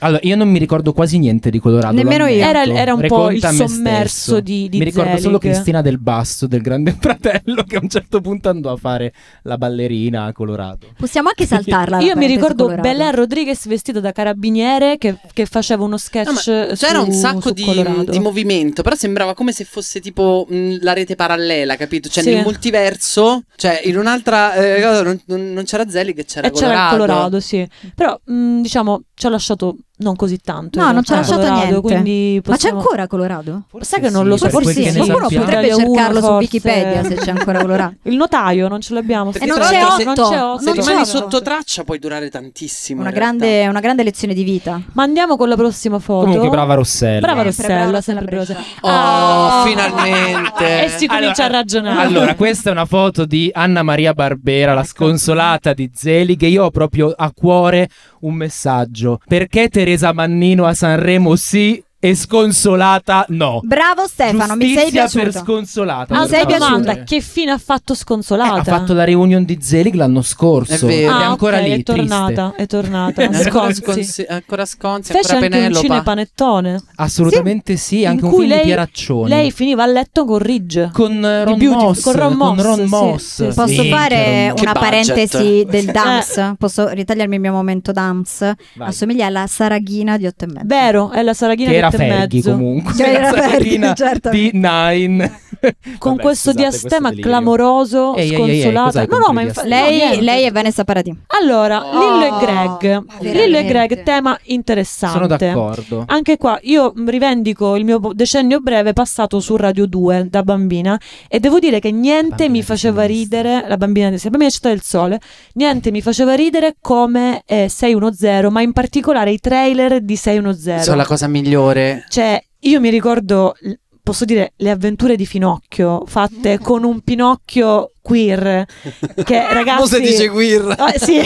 Speaker 4: Allora, io non mi ricordo quasi niente di Colorado.
Speaker 2: Nemmeno
Speaker 4: lo
Speaker 2: io.
Speaker 4: ammetto.
Speaker 3: Era, era un po' il
Speaker 4: Certo. Racconta a me
Speaker 3: sommerso
Speaker 4: stesso.
Speaker 3: di, di
Speaker 4: Mi ricordo
Speaker 3: Zelig.
Speaker 4: solo Cristina del Basso, del Grande Fratello, che a un certo punto andò a fare la ballerina a Colorado.
Speaker 2: Possiamo anche saltarla. la
Speaker 3: Io mi
Speaker 2: parentesi
Speaker 3: ricordo
Speaker 2: colorata.
Speaker 3: Belen Rodriguez vestita da carabiniere che, che faceva uno sketch.
Speaker 5: No, ma c'era
Speaker 3: su-
Speaker 5: un sacco
Speaker 3: su
Speaker 5: di,
Speaker 3: Colorado.
Speaker 5: di movimento, però sembrava come se fosse tipo mh, la rete parallela, capito? Cioè
Speaker 3: Sì.
Speaker 5: nel multiverso, cioè in un'altra eh, cosa non, non- non c'era Zelli che c'era
Speaker 3: E c'era il
Speaker 5: Colorado.
Speaker 3: Colorado, sì. Però mh, diciamo ci ha lasciato non così tanto.
Speaker 2: No,
Speaker 3: in
Speaker 2: non ci ha
Speaker 3: realtà,
Speaker 2: lasciato
Speaker 3: Colorado,
Speaker 2: niente.
Speaker 3: Quindi
Speaker 2: Ma c'è
Speaker 3: possiamo-
Speaker 2: ancora Colorado?
Speaker 3: Sai che non lo so,
Speaker 4: per quel
Speaker 2: Forse
Speaker 4: che
Speaker 2: sì.
Speaker 4: ne
Speaker 2: Qualcuno
Speaker 4: sappiamo.
Speaker 2: potrebbe
Speaker 3: Italia uno,
Speaker 2: cercarlo su
Speaker 3: forse.
Speaker 2: Wikipedia se c'è ancora Colorado.
Speaker 3: Il notaio non ce l'abbiamo.
Speaker 5: Perché
Speaker 2: E non
Speaker 5: tra
Speaker 2: c'è
Speaker 5: l'altro se-
Speaker 2: otto.
Speaker 5: Se
Speaker 2: Non c'è
Speaker 5: rimani
Speaker 2: otto.
Speaker 5: sotto traccia puoi durare tantissimo.
Speaker 2: Una
Speaker 5: in realtà.
Speaker 2: grande, una grande lezione di vita.
Speaker 3: Ma andiamo con la prossima foto.
Speaker 4: Comunque, brava Rossella.
Speaker 3: Brava
Speaker 2: Sempre brava
Speaker 3: Rossella, sempre
Speaker 2: Rossella Brescia.
Speaker 3: brava.
Speaker 5: Oh,
Speaker 3: Ah.
Speaker 5: finalmente.
Speaker 3: E si comincia
Speaker 4: Allora-
Speaker 3: a ragionare. Ecco.
Speaker 4: Allora, questa è una foto di Anna Maria Barbera, la sconsolata di Zelig. Che io ho proprio a cuore un messaggio. Perché Teresa Mannino a Sanremo sì? e sconsolata no.
Speaker 2: Bravo Stefano, mi sei
Speaker 4: Oh, Giustizia per
Speaker 2: piaciuto.
Speaker 4: sconsolata.
Speaker 2: Mi
Speaker 4: per
Speaker 2: sei
Speaker 3: Altra
Speaker 4: favore.
Speaker 2: piaciuto.
Speaker 3: domanda, Ah, che fine ha fatto
Speaker 4: Eh,
Speaker 3: Sconsolata?
Speaker 4: ha fatto la reunion di Zelig l'anno scorso.
Speaker 5: È vero.
Speaker 4: Ed
Speaker 5: Ah,
Speaker 4: è ancora
Speaker 3: ok,
Speaker 4: lì,
Speaker 3: è
Speaker 4: triste.
Speaker 3: tornata, è tornata.
Speaker 5: Ancora
Speaker 3: Sconzi.
Speaker 5: sconzi, ancora sconzi,
Speaker 3: Fece
Speaker 5: ancora
Speaker 3: anche un
Speaker 5: Penelopa.
Speaker 3: cinepanettone.
Speaker 4: Assolutamente sì,
Speaker 3: In
Speaker 4: anche un
Speaker 3: cui
Speaker 4: film
Speaker 3: lei-
Speaker 4: di Pieraccioni.
Speaker 3: Lei finiva a letto con Ridge.
Speaker 4: con eh, Ron
Speaker 3: Beauty-
Speaker 4: Moss,
Speaker 3: con Ron Moss,
Speaker 4: Ron
Speaker 3: sì,
Speaker 4: Moss.
Speaker 3: sì, sì.
Speaker 2: Posso
Speaker 4: Minchia, Ron
Speaker 2: fare
Speaker 4: Moss.
Speaker 5: Che
Speaker 2: una
Speaker 5: budget.
Speaker 2: parentesi del dance? Posso ritagliarmi il mio momento dance?
Speaker 4: Eh. Vai.
Speaker 2: Assomiglia alla Saraghina di 8 e mezzo.
Speaker 3: Vero, è la saraghina
Speaker 4: che era
Speaker 3: di otto e
Speaker 4: Fergie
Speaker 3: mezzo.
Speaker 4: comunque
Speaker 2: Cioè, era
Speaker 4: la
Speaker 2: Fergie,
Speaker 4: Sabrina
Speaker 2: certo.
Speaker 4: di Nine
Speaker 3: Con
Speaker 4: Vabbè,
Speaker 3: questo
Speaker 4: scusate,
Speaker 3: diastema
Speaker 4: questo delirio.
Speaker 3: clamoroso,
Speaker 4: Ehi, ehi, ehi,
Speaker 3: sconsolata.
Speaker 4: cos'hai
Speaker 3: no,
Speaker 4: contro
Speaker 3: no, ma
Speaker 4: i
Speaker 3: infatti
Speaker 4: diastemi?
Speaker 2: Lei,
Speaker 3: no, niente.
Speaker 2: lei è Vanessa Paradis.
Speaker 3: Allora,
Speaker 5: Oh,
Speaker 3: Lillo e
Speaker 2: Ah, ma
Speaker 3: Greg. Lillo e Greg,
Speaker 2: veramente.
Speaker 3: tema interessante.
Speaker 4: sono d'accordo
Speaker 3: Anche qua io mh, rivendico il mio bo- decennio breve passato su Radio 2 da bambina e devo dire che niente
Speaker 4: bambina
Speaker 3: mi faceva
Speaker 4: sinistra.
Speaker 3: ridere, la bambina di la bambina città del sole, niente mi faceva ridere come eh, 610, ma in particolare i trailer di 610.
Speaker 5: Sono la cosa migliore.
Speaker 3: Cioè, io mi ricordo, l- posso dire, le avventure di Finocchio fatte
Speaker 2: Mm.
Speaker 3: con un Pinocchio queer che ragazzi
Speaker 5: Non si dice guirra.
Speaker 3: Ah, sì.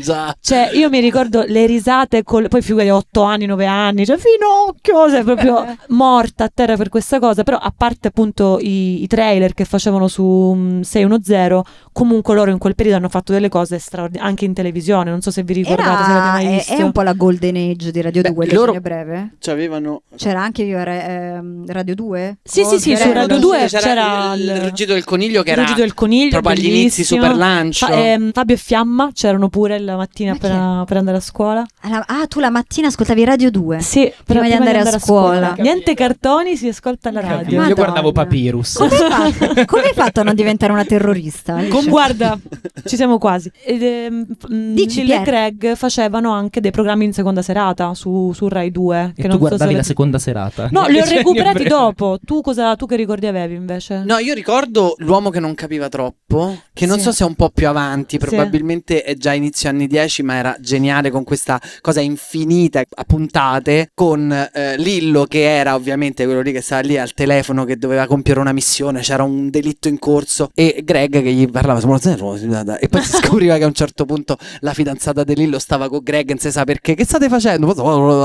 Speaker 5: Già.
Speaker 3: Cioè, io mi ricordo le risate col... poi figurati 8 anni, 9 anni, cioè finocchio, sei
Speaker 2: Eh.
Speaker 3: proprio morta a terra per questa cosa, però a parte appunto i, i trailer che facevano su mm, 610, comunque loro in quel periodo hanno fatto delle cose straordinarie anche in televisione, non so se vi ricordate, se
Speaker 2: Era,
Speaker 3: l'avete mai
Speaker 2: è,
Speaker 3: visto.
Speaker 2: è un po' la golden age di Radio
Speaker 5: Beh,
Speaker 2: 2,
Speaker 5: loro-
Speaker 2: loro... breve.
Speaker 5: Cioè, avevano.
Speaker 2: C'era anche io, era, ehm, Radio 2?
Speaker 3: Sì, sì, sì, su
Speaker 5: C'era-
Speaker 3: Radio
Speaker 5: no,
Speaker 3: 2
Speaker 5: c'era
Speaker 3: c'era
Speaker 5: il-
Speaker 3: il-
Speaker 5: il ruggito del coniglio che
Speaker 3: Il
Speaker 5: era
Speaker 3: Ruggito del coniglio,
Speaker 5: proprio agli inizi
Speaker 3: bellissimo.
Speaker 5: super lancio.
Speaker 3: Fa- ehm, Fabio e Fiamma c'erano pure la mattina
Speaker 2: Ma chi
Speaker 3: per, per andare a scuola.
Speaker 2: Alla- Ah, tu la mattina ascoltavi Radio 2?
Speaker 3: Sì, però
Speaker 2: Eh. di andare a scuola.
Speaker 3: Niente cartoni, si ascolta la
Speaker 4: Capito?
Speaker 3: radio.
Speaker 2: Madonna.
Speaker 4: io guardavo Papyrus
Speaker 2: Come hai fatto- come hai fatto a non diventare una terrorista?
Speaker 3: Con- guarda, ci siamo quasi. Ed, ehm, f- mm,
Speaker 2: Dici,
Speaker 3: Gilles
Speaker 2: Pier.
Speaker 3: e Craig facevano anche dei programmi in seconda serata su, su Rai 2.
Speaker 4: e
Speaker 3: che
Speaker 4: tu
Speaker 3: non so
Speaker 4: guardavi
Speaker 3: se
Speaker 4: la
Speaker 3: avete-
Speaker 4: seconda serata
Speaker 3: No, li ho
Speaker 4: Cioè,
Speaker 3: recuperati
Speaker 4: io-
Speaker 3: dopo. Tu, cosa, tu che ricordi avevi invece?
Speaker 5: No, io ricordo l'uomo che non capiva troppo, che non
Speaker 3: Sì.
Speaker 5: so se è un po' più avanti,
Speaker 3: Sì.
Speaker 5: probabilmente è già inizio anni 10, ma era geniale con questa cosa infinita a puntate, con eh, Lillo che era ovviamente quello lì che stava lì al telefono, che doveva compiere una missione, c'era un delitto in corso, e Greg che gli parlava, "Sono una- e poi si scopriva che a un certo punto la fidanzata di Lillo stava con Greg, non si sa perché, che state facendo?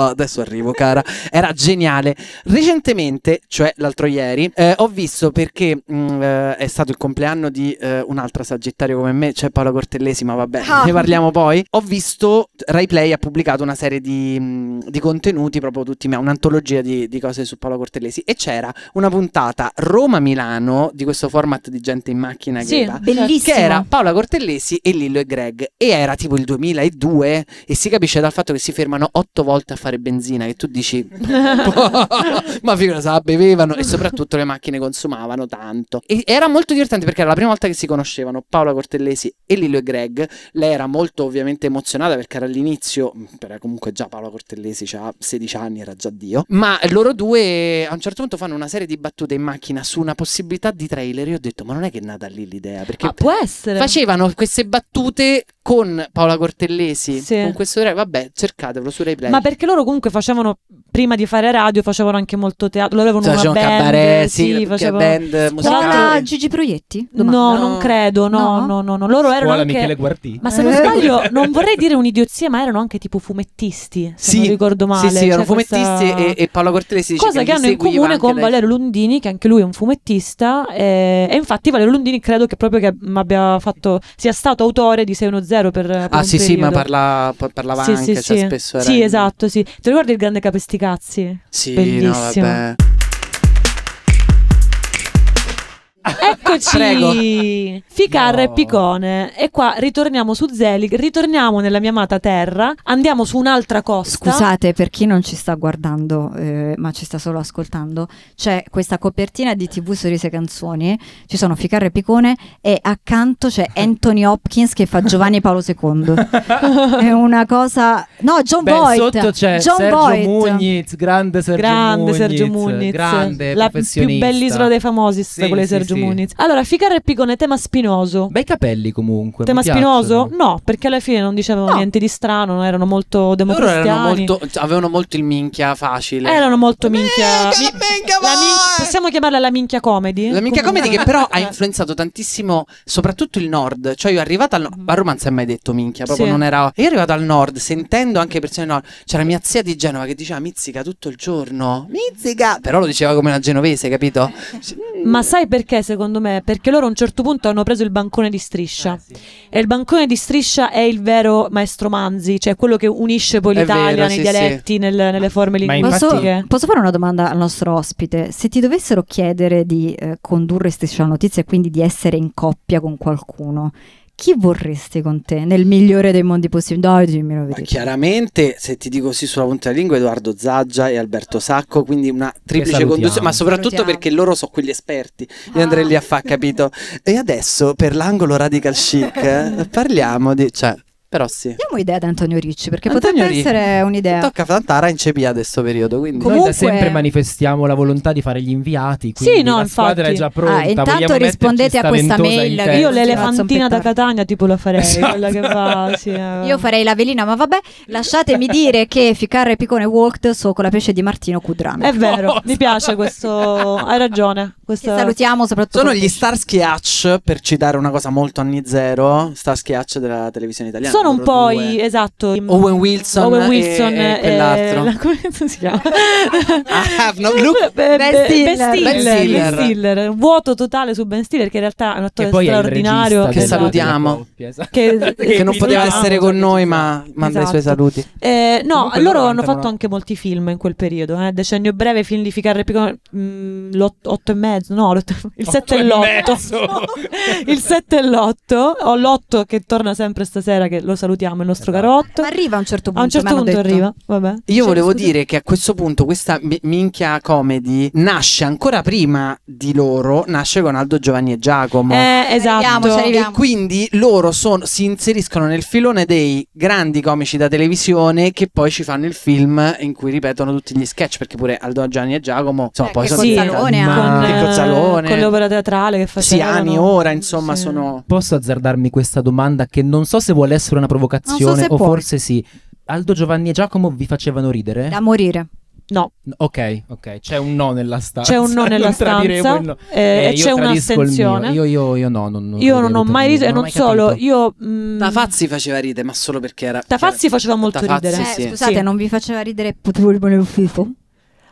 Speaker 5: Adesso arrivo, cara. Era geniale. Recentemente, cioè l'altro ieri, eh, ho visto perché mh, eh, è stato il compleanno di eh, un altro sagittario come me, cioè Paola Cortellesi, ma vabbè,
Speaker 2: Ah.
Speaker 5: ne parliamo poi. Ho visto Rai Play ha pubblicato una serie di, mh, di contenuti, proprio tutti, ma un'antologia di, di cose su Paola Cortellesi e c'era una puntata Roma-Milano di questo format di gente in macchina che va. Che
Speaker 2: Bellissimo.
Speaker 5: era Paola Cortellesi e Lillo e Greg. E era tipo il 2002 e si capisce dal fatto che si fermano otto volte a fare benzina che tu dici ma figura se la bevevano e soprattutto le macchine consumavano tanto. E era molto divertente perché era la prima volta che si conoscevano Paola Cortellesi e Lillo e Greg. Lei era molto ovviamente emozionata perché era all'inizio, era comunque già Paola Cortellesi, ha 16 anni, era già Dio. Ma loro due a un certo punto fanno una serie di battute in macchina su una possibilità di trailer. Io ho detto ma non è che è nata lì l'idea perché...
Speaker 3: Ah, può essere.
Speaker 5: Facevano queste battute con Paola Cortellesi,
Speaker 3: Sì.
Speaker 5: con questo re- vabbè, cercatevelo su Rai Play.
Speaker 3: Ma perché loro comunque facevano, prima di fare radio, facevano anche molto teatro. Loro avevano
Speaker 5: Facevano
Speaker 3: una band.
Speaker 5: cabaret, sì, che
Speaker 3: facevano...
Speaker 5: band
Speaker 2: Scuola
Speaker 5: musicale.
Speaker 2: Gigi Proietti?
Speaker 3: No,
Speaker 2: Domanda.
Speaker 3: non credo, no,
Speaker 2: No?
Speaker 3: no, no, no. Loro erano
Speaker 4: Scuola
Speaker 3: anche...
Speaker 4: Michele Guardi
Speaker 3: Ma se non
Speaker 2: Eh.
Speaker 3: sbaglio, non vorrei dire un'idiozia, ma erano anche tipo fumettisti, se
Speaker 5: Sì,
Speaker 3: non ricordo male.
Speaker 5: Sì, sì, erano
Speaker 3: Cioè, questa-
Speaker 5: fumettisti e, e Paolo Cortellesi dice
Speaker 3: Cosa che
Speaker 5: li
Speaker 3: hanno in
Speaker 5: seguiva
Speaker 3: comune
Speaker 5: anche
Speaker 3: con
Speaker 5: lei.
Speaker 3: Valerio Lundini, che anche lui è un fumettista. eh, e infatti Valerio Lundini credo che proprio che m- abbia fatto, sia stato autore di 610 per, per
Speaker 5: Ah
Speaker 3: un
Speaker 5: sì, sì, ma
Speaker 3: periodo.
Speaker 5: parla- pa- parlava
Speaker 3: Sì,
Speaker 5: anche,
Speaker 3: sì,
Speaker 5: cioè,
Speaker 3: sì.
Speaker 5: spesso era
Speaker 3: Sì,
Speaker 5: in-
Speaker 3: esatto, sì. Ti ricordi il grande Capesticazzi?
Speaker 5: Sì,
Speaker 3: Bellissimo.
Speaker 5: no, vabbè.
Speaker 3: Eccoci!
Speaker 5: Prego.
Speaker 3: Ficarra
Speaker 4: No.
Speaker 3: e Picone. E qua ritorniamo su Zelig, ritorniamo nella mia amata terra, andiamo su un'altra costa.
Speaker 2: Scusate per chi non ci sta guardando, eh, ma ci sta solo ascoltando. C'è questa copertina di TV Sorrisi e Canzoni. Ci sono Ficarra e Picone e accanto c'è Anthony Hopkins che fa Giovanni Paolo II. È una cosa. No, John
Speaker 4: Beh,
Speaker 2: Voight.
Speaker 4: sotto c'è
Speaker 2: John
Speaker 4: Sergio
Speaker 2: Voight.
Speaker 4: Muniz, grande Sergio
Speaker 3: grande
Speaker 4: Muniz,
Speaker 3: Sergio Muniz,
Speaker 4: grande
Speaker 3: la più
Speaker 4: professionista.
Speaker 3: bell'isola dei famosi, sta
Speaker 4: Sì,
Speaker 3: quella di
Speaker 4: sì,
Speaker 3: Sergio Sergio
Speaker 4: Sì.
Speaker 3: Muniz. Allora, Ficare e Picone, tema spinoso.
Speaker 4: Bei capelli comunque.
Speaker 3: tema
Speaker 4: mi
Speaker 3: spinoso?
Speaker 4: piacciono.
Speaker 3: No, perché alla fine non dicevano
Speaker 2: No.
Speaker 3: niente di strano, erano molto
Speaker 5: Loro
Speaker 3: democristiani. Eh,
Speaker 5: erano molto, cioè, avevano molto il minchia facile.
Speaker 3: Erano molto minchia.
Speaker 5: Minchia,
Speaker 3: mi-
Speaker 5: minchia,
Speaker 3: la
Speaker 5: vai!
Speaker 3: minchia- possiamo chiamarla la minchia comedy?
Speaker 5: La minchia
Speaker 3: Comunque-
Speaker 5: comedy che però ha influenzato tantissimo, soprattutto il nord. Cioè, io arrivata al nord, a Roma non si è mai detto minchia, proprio
Speaker 3: Sì.
Speaker 5: non era. Io arrivata al nord, sentendo anche persone del nord, c'era mia zia di Genova che diceva mizzica tutto il giorno. Mizzica! Però lo diceva come una genovese, capito?
Speaker 3: Ma sai perché secondo me? Perché loro a un certo punto hanno preso il bancone di
Speaker 5: Eh,
Speaker 3: striscia. E il bancone di striscia è il vero maestro Manzi, cioè quello che unisce poi
Speaker 5: È
Speaker 3: l'Italia
Speaker 5: vero,
Speaker 3: nei
Speaker 5: sì,
Speaker 3: dialetti, nel- nelle forme
Speaker 5: Eh,
Speaker 4: Ma
Speaker 3: linguistiche.
Speaker 2: Posso,
Speaker 4: infatti-
Speaker 2: posso fare una domanda al nostro ospite? Se ti dovessero chiedere di eh, condurre Striscia la Notizia e quindi di essere in coppia con qualcuno, chi vorresti con te nel migliore dei mondi possibili? Dai, dimmi la
Speaker 5: Ma
Speaker 2: verità.
Speaker 5: chiaramente, se ti dico sì sulla punta della lingua, Edoardo Zaggia e Alberto Sacco, quindi una triplice
Speaker 4: salutiamo.
Speaker 5: conduzione, ma soprattutto
Speaker 2: Salutiamo.
Speaker 5: perché loro sono quegli esperti. Io andrei lì a fa, capito? E adesso per l'angolo radical chic eh, parliamo di. cioè, però sì.
Speaker 2: Diamo idea ad Antonio Ricci perché
Speaker 5: Antonio
Speaker 2: potrebbe
Speaker 5: Ricci.
Speaker 2: essere un'idea.
Speaker 5: Tocca a Tantara in CBA adesso periodo, quindi.
Speaker 2: Com-
Speaker 4: Noi
Speaker 2: Comunque-
Speaker 4: da sempre manifestiamo la volontà di fare gli inviati,
Speaker 3: Sì,
Speaker 4: quindi
Speaker 3: no,
Speaker 4: la squadra
Speaker 3: infatti.
Speaker 4: è già pronta.
Speaker 2: Ah, intanto
Speaker 4: vogliamo metterci
Speaker 2: rispondete a
Speaker 4: sta
Speaker 2: questa
Speaker 4: ventosa
Speaker 2: mail
Speaker 4: in
Speaker 2: che-
Speaker 3: Io
Speaker 4: testa.
Speaker 3: l'elefantina da
Speaker 2: Zazzo,
Speaker 3: Catania tipo la farei,
Speaker 4: Esatto.
Speaker 3: quella che va, sì, eh.
Speaker 2: Io farei la velina, ma vabbè, lasciatemi dire che Ficarre Picone Walked so con la pesce di Martino Cudrame.
Speaker 3: È vero, mi piace questo, hai ragione.
Speaker 2: Che
Speaker 3: Questo...
Speaker 2: salutiamo soprattutto.
Speaker 5: Sono
Speaker 2: con
Speaker 5: gli Starsky Hutch, per citare una cosa molto anni zero, Starsky Hutch della televisione italiana.
Speaker 3: Sono un
Speaker 5: loro
Speaker 3: po'
Speaker 5: due.
Speaker 3: i, esatto, i-
Speaker 5: Owen Wilson,
Speaker 3: Owen
Speaker 5: e-
Speaker 3: Wilson
Speaker 5: e,
Speaker 3: eh,
Speaker 5: quell'altro. Ah,
Speaker 3: la- come si chiama?
Speaker 5: have no look.
Speaker 3: Be-
Speaker 2: Ben Stiller.
Speaker 3: Be- Ben Stiller,
Speaker 5: Ben
Speaker 3: Ben
Speaker 5: Stiller.
Speaker 3: Stiller. Vuoto totale su Ben Stiller che in realtà è un
Speaker 4: Che
Speaker 3: attore
Speaker 4: poi è il
Speaker 3: straordinario
Speaker 4: regista
Speaker 5: Che
Speaker 4: della-
Speaker 3: Esatto.
Speaker 5: salutiamo.
Speaker 4: della coppia, esatto.
Speaker 3: Che,
Speaker 5: che non
Speaker 4: Quindi
Speaker 5: poteva
Speaker 4: diciamo
Speaker 5: essere
Speaker 4: già
Speaker 5: con
Speaker 4: che
Speaker 5: noi,
Speaker 4: ci
Speaker 5: ma manda i
Speaker 3: eh, Esatto.
Speaker 5: suoi saluti.
Speaker 3: Eh, no,
Speaker 4: Comunque
Speaker 3: loro
Speaker 4: loro
Speaker 3: hanno
Speaker 4: cantano
Speaker 3: fatto
Speaker 4: la-
Speaker 3: anche molti film in quel periodo, eh. Decennio breve, film di Ficarre Piccone, mh, l'otto otto e mezzo, no, l'otto- il
Speaker 4: Otto
Speaker 3: 7
Speaker 4: e
Speaker 3: e
Speaker 4: mezzo.
Speaker 3: l'8. il 7 e l'8, ho l'8 che torna sempre stasera che lo salutiamo il nostro
Speaker 4: Esatto.
Speaker 2: pesce.
Speaker 3: carotto.
Speaker 2: Ma arriva a un certo punto.
Speaker 3: A un certo
Speaker 2: mi hanno
Speaker 3: punto
Speaker 2: detto.
Speaker 3: arriva, vabbè.
Speaker 5: Io
Speaker 2: Sì,
Speaker 5: volevo
Speaker 2: scusa.
Speaker 5: dire che a questo punto questa mi- minchia comedy nasce ancora prima di loro, nasce con Aldo Giovanni e Giacomo.
Speaker 3: Eh, esatto.
Speaker 2: Arriviamo, ci arriviamo.
Speaker 5: E quindi loro sono- si inseriscono nel filone dei grandi comici da televisione che poi ci fanno il film in cui ripetono tutti gli sketch perché pure Aldo Gianni e Giacomo insomma,
Speaker 2: Eh,
Speaker 5: poi
Speaker 2: che
Speaker 5: sono
Speaker 2: con
Speaker 5: diventati-
Speaker 2: Zalone
Speaker 4: Ma-
Speaker 3: con,
Speaker 5: anche.
Speaker 3: eh,
Speaker 5: Cozzalone.
Speaker 3: con l'opera teatrale che
Speaker 5: sì,
Speaker 3: facevano
Speaker 5: anni ora insomma
Speaker 3: Sì.
Speaker 5: sono
Speaker 4: Posso azzardarmi questa domanda che non so se vuole essere una
Speaker 2: Non so
Speaker 4: provocazione
Speaker 2: se
Speaker 4: o
Speaker 2: puoi.
Speaker 4: forse sì. Aldo Giovanni e Giacomo vi facevano ridere?
Speaker 2: Da morire.
Speaker 3: No,
Speaker 4: Ok, ok, c'è un no nella stanza.
Speaker 3: c'è un no nella
Speaker 4: Non tradiremo
Speaker 3: stanza
Speaker 4: il no.
Speaker 3: eh,
Speaker 4: Eh,
Speaker 3: e
Speaker 4: io
Speaker 3: c'è
Speaker 4: tradisco il
Speaker 3: un'astensione.
Speaker 4: mio. Io, io, io no, non,
Speaker 3: Io non ho mai riso e non solo, io mm, mh,
Speaker 5: Tafazzi faceva ride ma solo perché era
Speaker 3: Tafazzi faceva molto
Speaker 5: Tafazzi,
Speaker 3: ridere.
Speaker 5: Sì,
Speaker 2: Eh,
Speaker 5: sì.
Speaker 2: Scusate,
Speaker 3: Sì.
Speaker 2: non vi faceva ridere potevo rimanere fifo?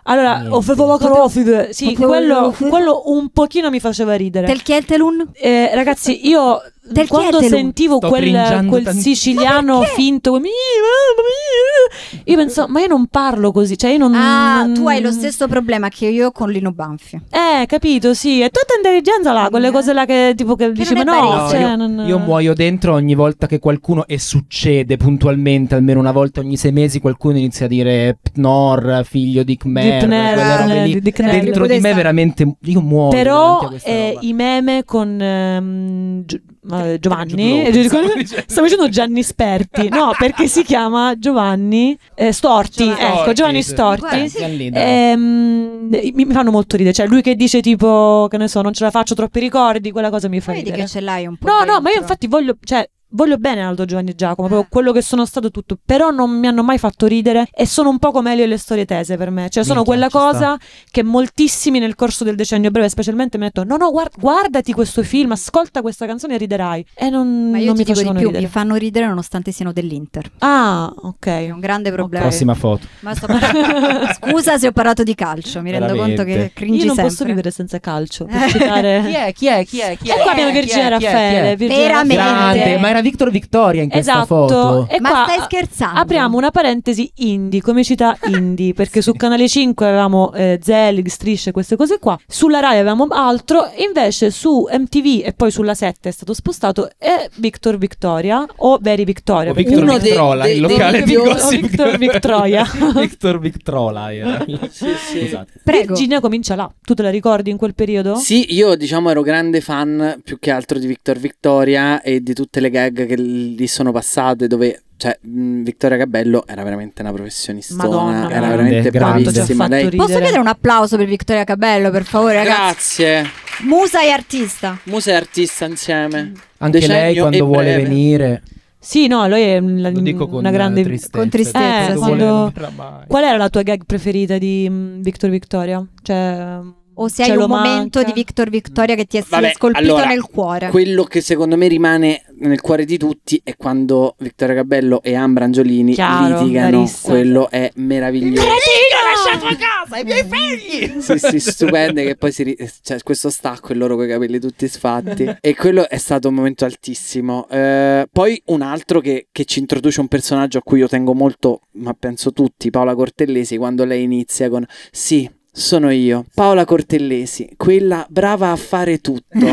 Speaker 3: Allora,
Speaker 4: Niente.
Speaker 3: ho fatto la crofide. Sì,
Speaker 2: Potevo-
Speaker 3: quello, quello un pochino mi faceva ridere.
Speaker 2: Tel Kieltelun?
Speaker 3: Eh, ragazzi, io
Speaker 2: Del
Speaker 3: quando
Speaker 2: Chietelum.
Speaker 3: sentivo
Speaker 4: Sto
Speaker 3: quel,
Speaker 4: cringiando
Speaker 3: quel
Speaker 4: tanti-
Speaker 3: siciliano finto, come, "Ih, mamma mia", io pensavo, ma io non parlo così, cioè io non...
Speaker 2: Ah, tu hai lo stesso problema che io con Lino Banfi.
Speaker 3: Eh, capito, sì. E tutta intelligenza là, quelle cose là che tipo che, dici, ma
Speaker 2: non è
Speaker 3: no,
Speaker 2: bellissimo.
Speaker 3: cioè,
Speaker 4: io,
Speaker 3: non-
Speaker 4: io muoio dentro ogni volta che qualcuno, e succede puntualmente almeno una volta ogni sei mesi, qualcuno inizia a dire Ptnor, figlio di Khmer,
Speaker 3: Di Khmer,
Speaker 4: quelle robe
Speaker 3: eh,
Speaker 4: lì.
Speaker 3: di- di Khmer.
Speaker 4: dentro di me veramente io muoio. davanti a
Speaker 3: Però
Speaker 4: questa
Speaker 3: eh,
Speaker 4: roba.
Speaker 3: i meme con ehm, Gio- eh, Giovanni, eh,
Speaker 4: Giulio, pensavo
Speaker 3: con-
Speaker 4: dicendo.
Speaker 3: stavo dicendo Gianni Sperti, no perché si chiama Giovanni eh, Storti,
Speaker 2: Giovanni.
Speaker 3: ecco Giovanni
Speaker 4: sì.
Speaker 3: Storti.
Speaker 2: Guarda,
Speaker 4: Eh, siamo lì, dai.
Speaker 3: Ehm, mi, mi fanno molto ridere, cioè lui che dice tipo che ne so, non ce la faccio troppi ricordi, quella cosa mi fa
Speaker 2: Vedi
Speaker 3: ridere.
Speaker 2: che ce l'hai un po'.
Speaker 3: No, no, ma io
Speaker 2: dentro.
Speaker 3: infatti voglio, cioè, voglio bene Aldo Giovanni e Giacomo,
Speaker 2: Ah.
Speaker 4: Eh.
Speaker 3: proprio quello che sono stato tutto, però non mi hanno mai fatto ridere e sono un po' come Elio e le storie tese per me, cioè sono quella
Speaker 4: Minchia, ci sta.
Speaker 3: cosa che moltissimi nel corso del decennio breve specialmente mi hanno detto "No, no, guard- guardati questo film, ascolta questa canzone e riderai". E non,
Speaker 2: Ma io
Speaker 3: non
Speaker 2: ti dico
Speaker 3: mi
Speaker 2: di
Speaker 3: facevano
Speaker 2: più, mi
Speaker 3: ridere.
Speaker 2: fanno ridere nonostante siano dell'Inter.
Speaker 3: Ah,
Speaker 2: È
Speaker 3: ok.
Speaker 2: un grande problema.
Speaker 4: Prossima foto.
Speaker 2: Ma sto parlando- Scusa se ho parlato di calcio, mi rendo conto
Speaker 4: Veramente.
Speaker 2: che cringi
Speaker 3: Io non
Speaker 2: sempre.
Speaker 3: posso vivere senza calcio,
Speaker 2: Eh.
Speaker 3: per citare
Speaker 4: Chi è? Chi è? Chi è? Chi è?
Speaker 3: E qua abbiamo
Speaker 4: Chi è?
Speaker 3: Virginia
Speaker 4: Chi è? Chi è?
Speaker 3: Raffaele, Virginia
Speaker 2: Veramente.
Speaker 3: Raffaele.
Speaker 4: Grande, ma era Victor Victoria in questa
Speaker 3: Esatto.
Speaker 4: foto.
Speaker 3: E
Speaker 2: Ma
Speaker 3: qua
Speaker 2: stai scherzando?
Speaker 3: Apriamo una parentesi indie, comicità indie, perché su Canale 5 avevamo eh, Zelig, Strisce, queste cose qua, sulla Rai avevamo altro, invece su MTV e poi sulla 7 è stato spostato è Victor Victoria o Veri Victoria.
Speaker 4: O Victor
Speaker 5: Uno dei-
Speaker 4: Victrola,
Speaker 5: dei-
Speaker 4: il
Speaker 5: dei
Speaker 4: locale di
Speaker 5: migliori-
Speaker 4: gossip.
Speaker 3: Victor Victroia.
Speaker 4: Victor Victrola era. Scusate.
Speaker 2: Prego.
Speaker 3: Virginia comincia là, tu te la ricordi in quel periodo?
Speaker 5: Sì, io diciamo ero grande fan più che altro di Victor Victoria e di tutte le gag che lì sono passate dove Cioè, mh, Vittoria Gabello era veramente una professionista.
Speaker 3: Madonna,
Speaker 5: Era
Speaker 4: grande, grande.
Speaker 5: veramente bravissima.
Speaker 3: Quanto ci ha
Speaker 5: Lei...
Speaker 3: fatto
Speaker 2: Posso
Speaker 3: Ridere.
Speaker 2: chiedere un applauso per Vittoria Cabello, per favore, ragazzi?
Speaker 5: Grazie.
Speaker 2: Musa e artista.
Speaker 5: Musa e artista insieme.
Speaker 4: Anche
Speaker 5: Decennio
Speaker 4: lei
Speaker 5: e
Speaker 4: quando vuole
Speaker 5: breve.
Speaker 4: venire,
Speaker 3: Sì, no, lui è la-
Speaker 4: lo dico con
Speaker 3: una grande...
Speaker 4: eh, tristezza.
Speaker 2: con tristezza,
Speaker 4: Quando
Speaker 2: sì.
Speaker 4: vuole
Speaker 3: Quando-
Speaker 4: non verrà mai.
Speaker 3: Qual era la tua gag preferita di mm, Victor Victoria? Cioè,
Speaker 2: O se hai
Speaker 3: ce
Speaker 2: un
Speaker 3: lo
Speaker 2: momento
Speaker 3: manca?
Speaker 2: di Victor Victoria che ti è sia
Speaker 5: Vabbè,
Speaker 2: scolpito
Speaker 5: allora,
Speaker 2: nel cuore.
Speaker 5: Quello che secondo me rimane nel cuore di tutti è quando Vittoria Gabello e Ambra Angiolini
Speaker 3: Chiaro,
Speaker 5: litigano.
Speaker 3: Larissa.
Speaker 5: Quello è meraviglioso.
Speaker 2: Lasciato a
Speaker 5: casa i miei figli! Sì, sì, stupende che poi si ri- cioè, questo stacco e loro con i capelli tutti sfatti. e quello è stato un momento altissimo. Eh, poi un altro che, che ci introduce un personaggio a cui io tengo molto, ma penso tutti, Paola Cortellesi, quando lei inizia con sì. Sono io, Paola Cortellesi, quella brava a fare tutto. Lei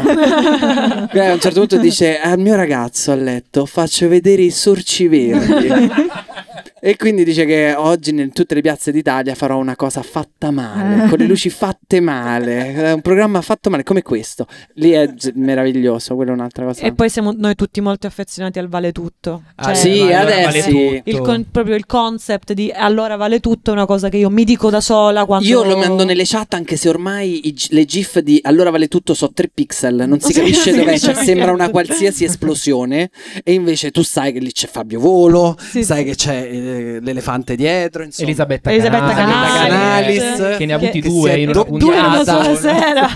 Speaker 5: a un certo punto dice al mio ragazzo a letto faccio vedere i sorci verdi e quindi dice che oggi in tutte le piazze d'Italia farò una cosa fatta
Speaker 3: Ah.
Speaker 5: male con le luci fatte male è un programma fatto male come questo lì è z- meraviglioso quella è un'altra cosa
Speaker 3: E poi siamo noi tutti molto affezionati al vale tutto. Cioè,
Speaker 4: Ah,
Speaker 5: sì,
Speaker 4: ma allora
Speaker 5: adesso
Speaker 4: vale tutto.
Speaker 3: il con- proprio il concept di allora vale tutto è una cosa che io mi dico da sola quando
Speaker 5: Io lo mando nelle chat anche se ormai i g- le gif di allora vale tutto so 3 pixel, non si
Speaker 3: Sì,
Speaker 5: capisce
Speaker 3: non si
Speaker 5: dov'è,
Speaker 3: capisce
Speaker 5: cioè,
Speaker 3: niente.
Speaker 5: sembra una qualsiasi esplosione e invece tu sai che lì c'è Fabio Volo,
Speaker 3: Sì,
Speaker 5: sai
Speaker 3: sì.
Speaker 5: che c'è eh, l'elefante dietro, insomma.
Speaker 4: Elisabetta,
Speaker 3: Elisabetta
Speaker 4: Canalis,
Speaker 3: Canalis,
Speaker 4: eh, che ne ha
Speaker 3: che-
Speaker 4: avuti
Speaker 5: che si
Speaker 4: due
Speaker 5: è
Speaker 4: in una
Speaker 3: due in una
Speaker 4: puntata.
Speaker 3: sola sera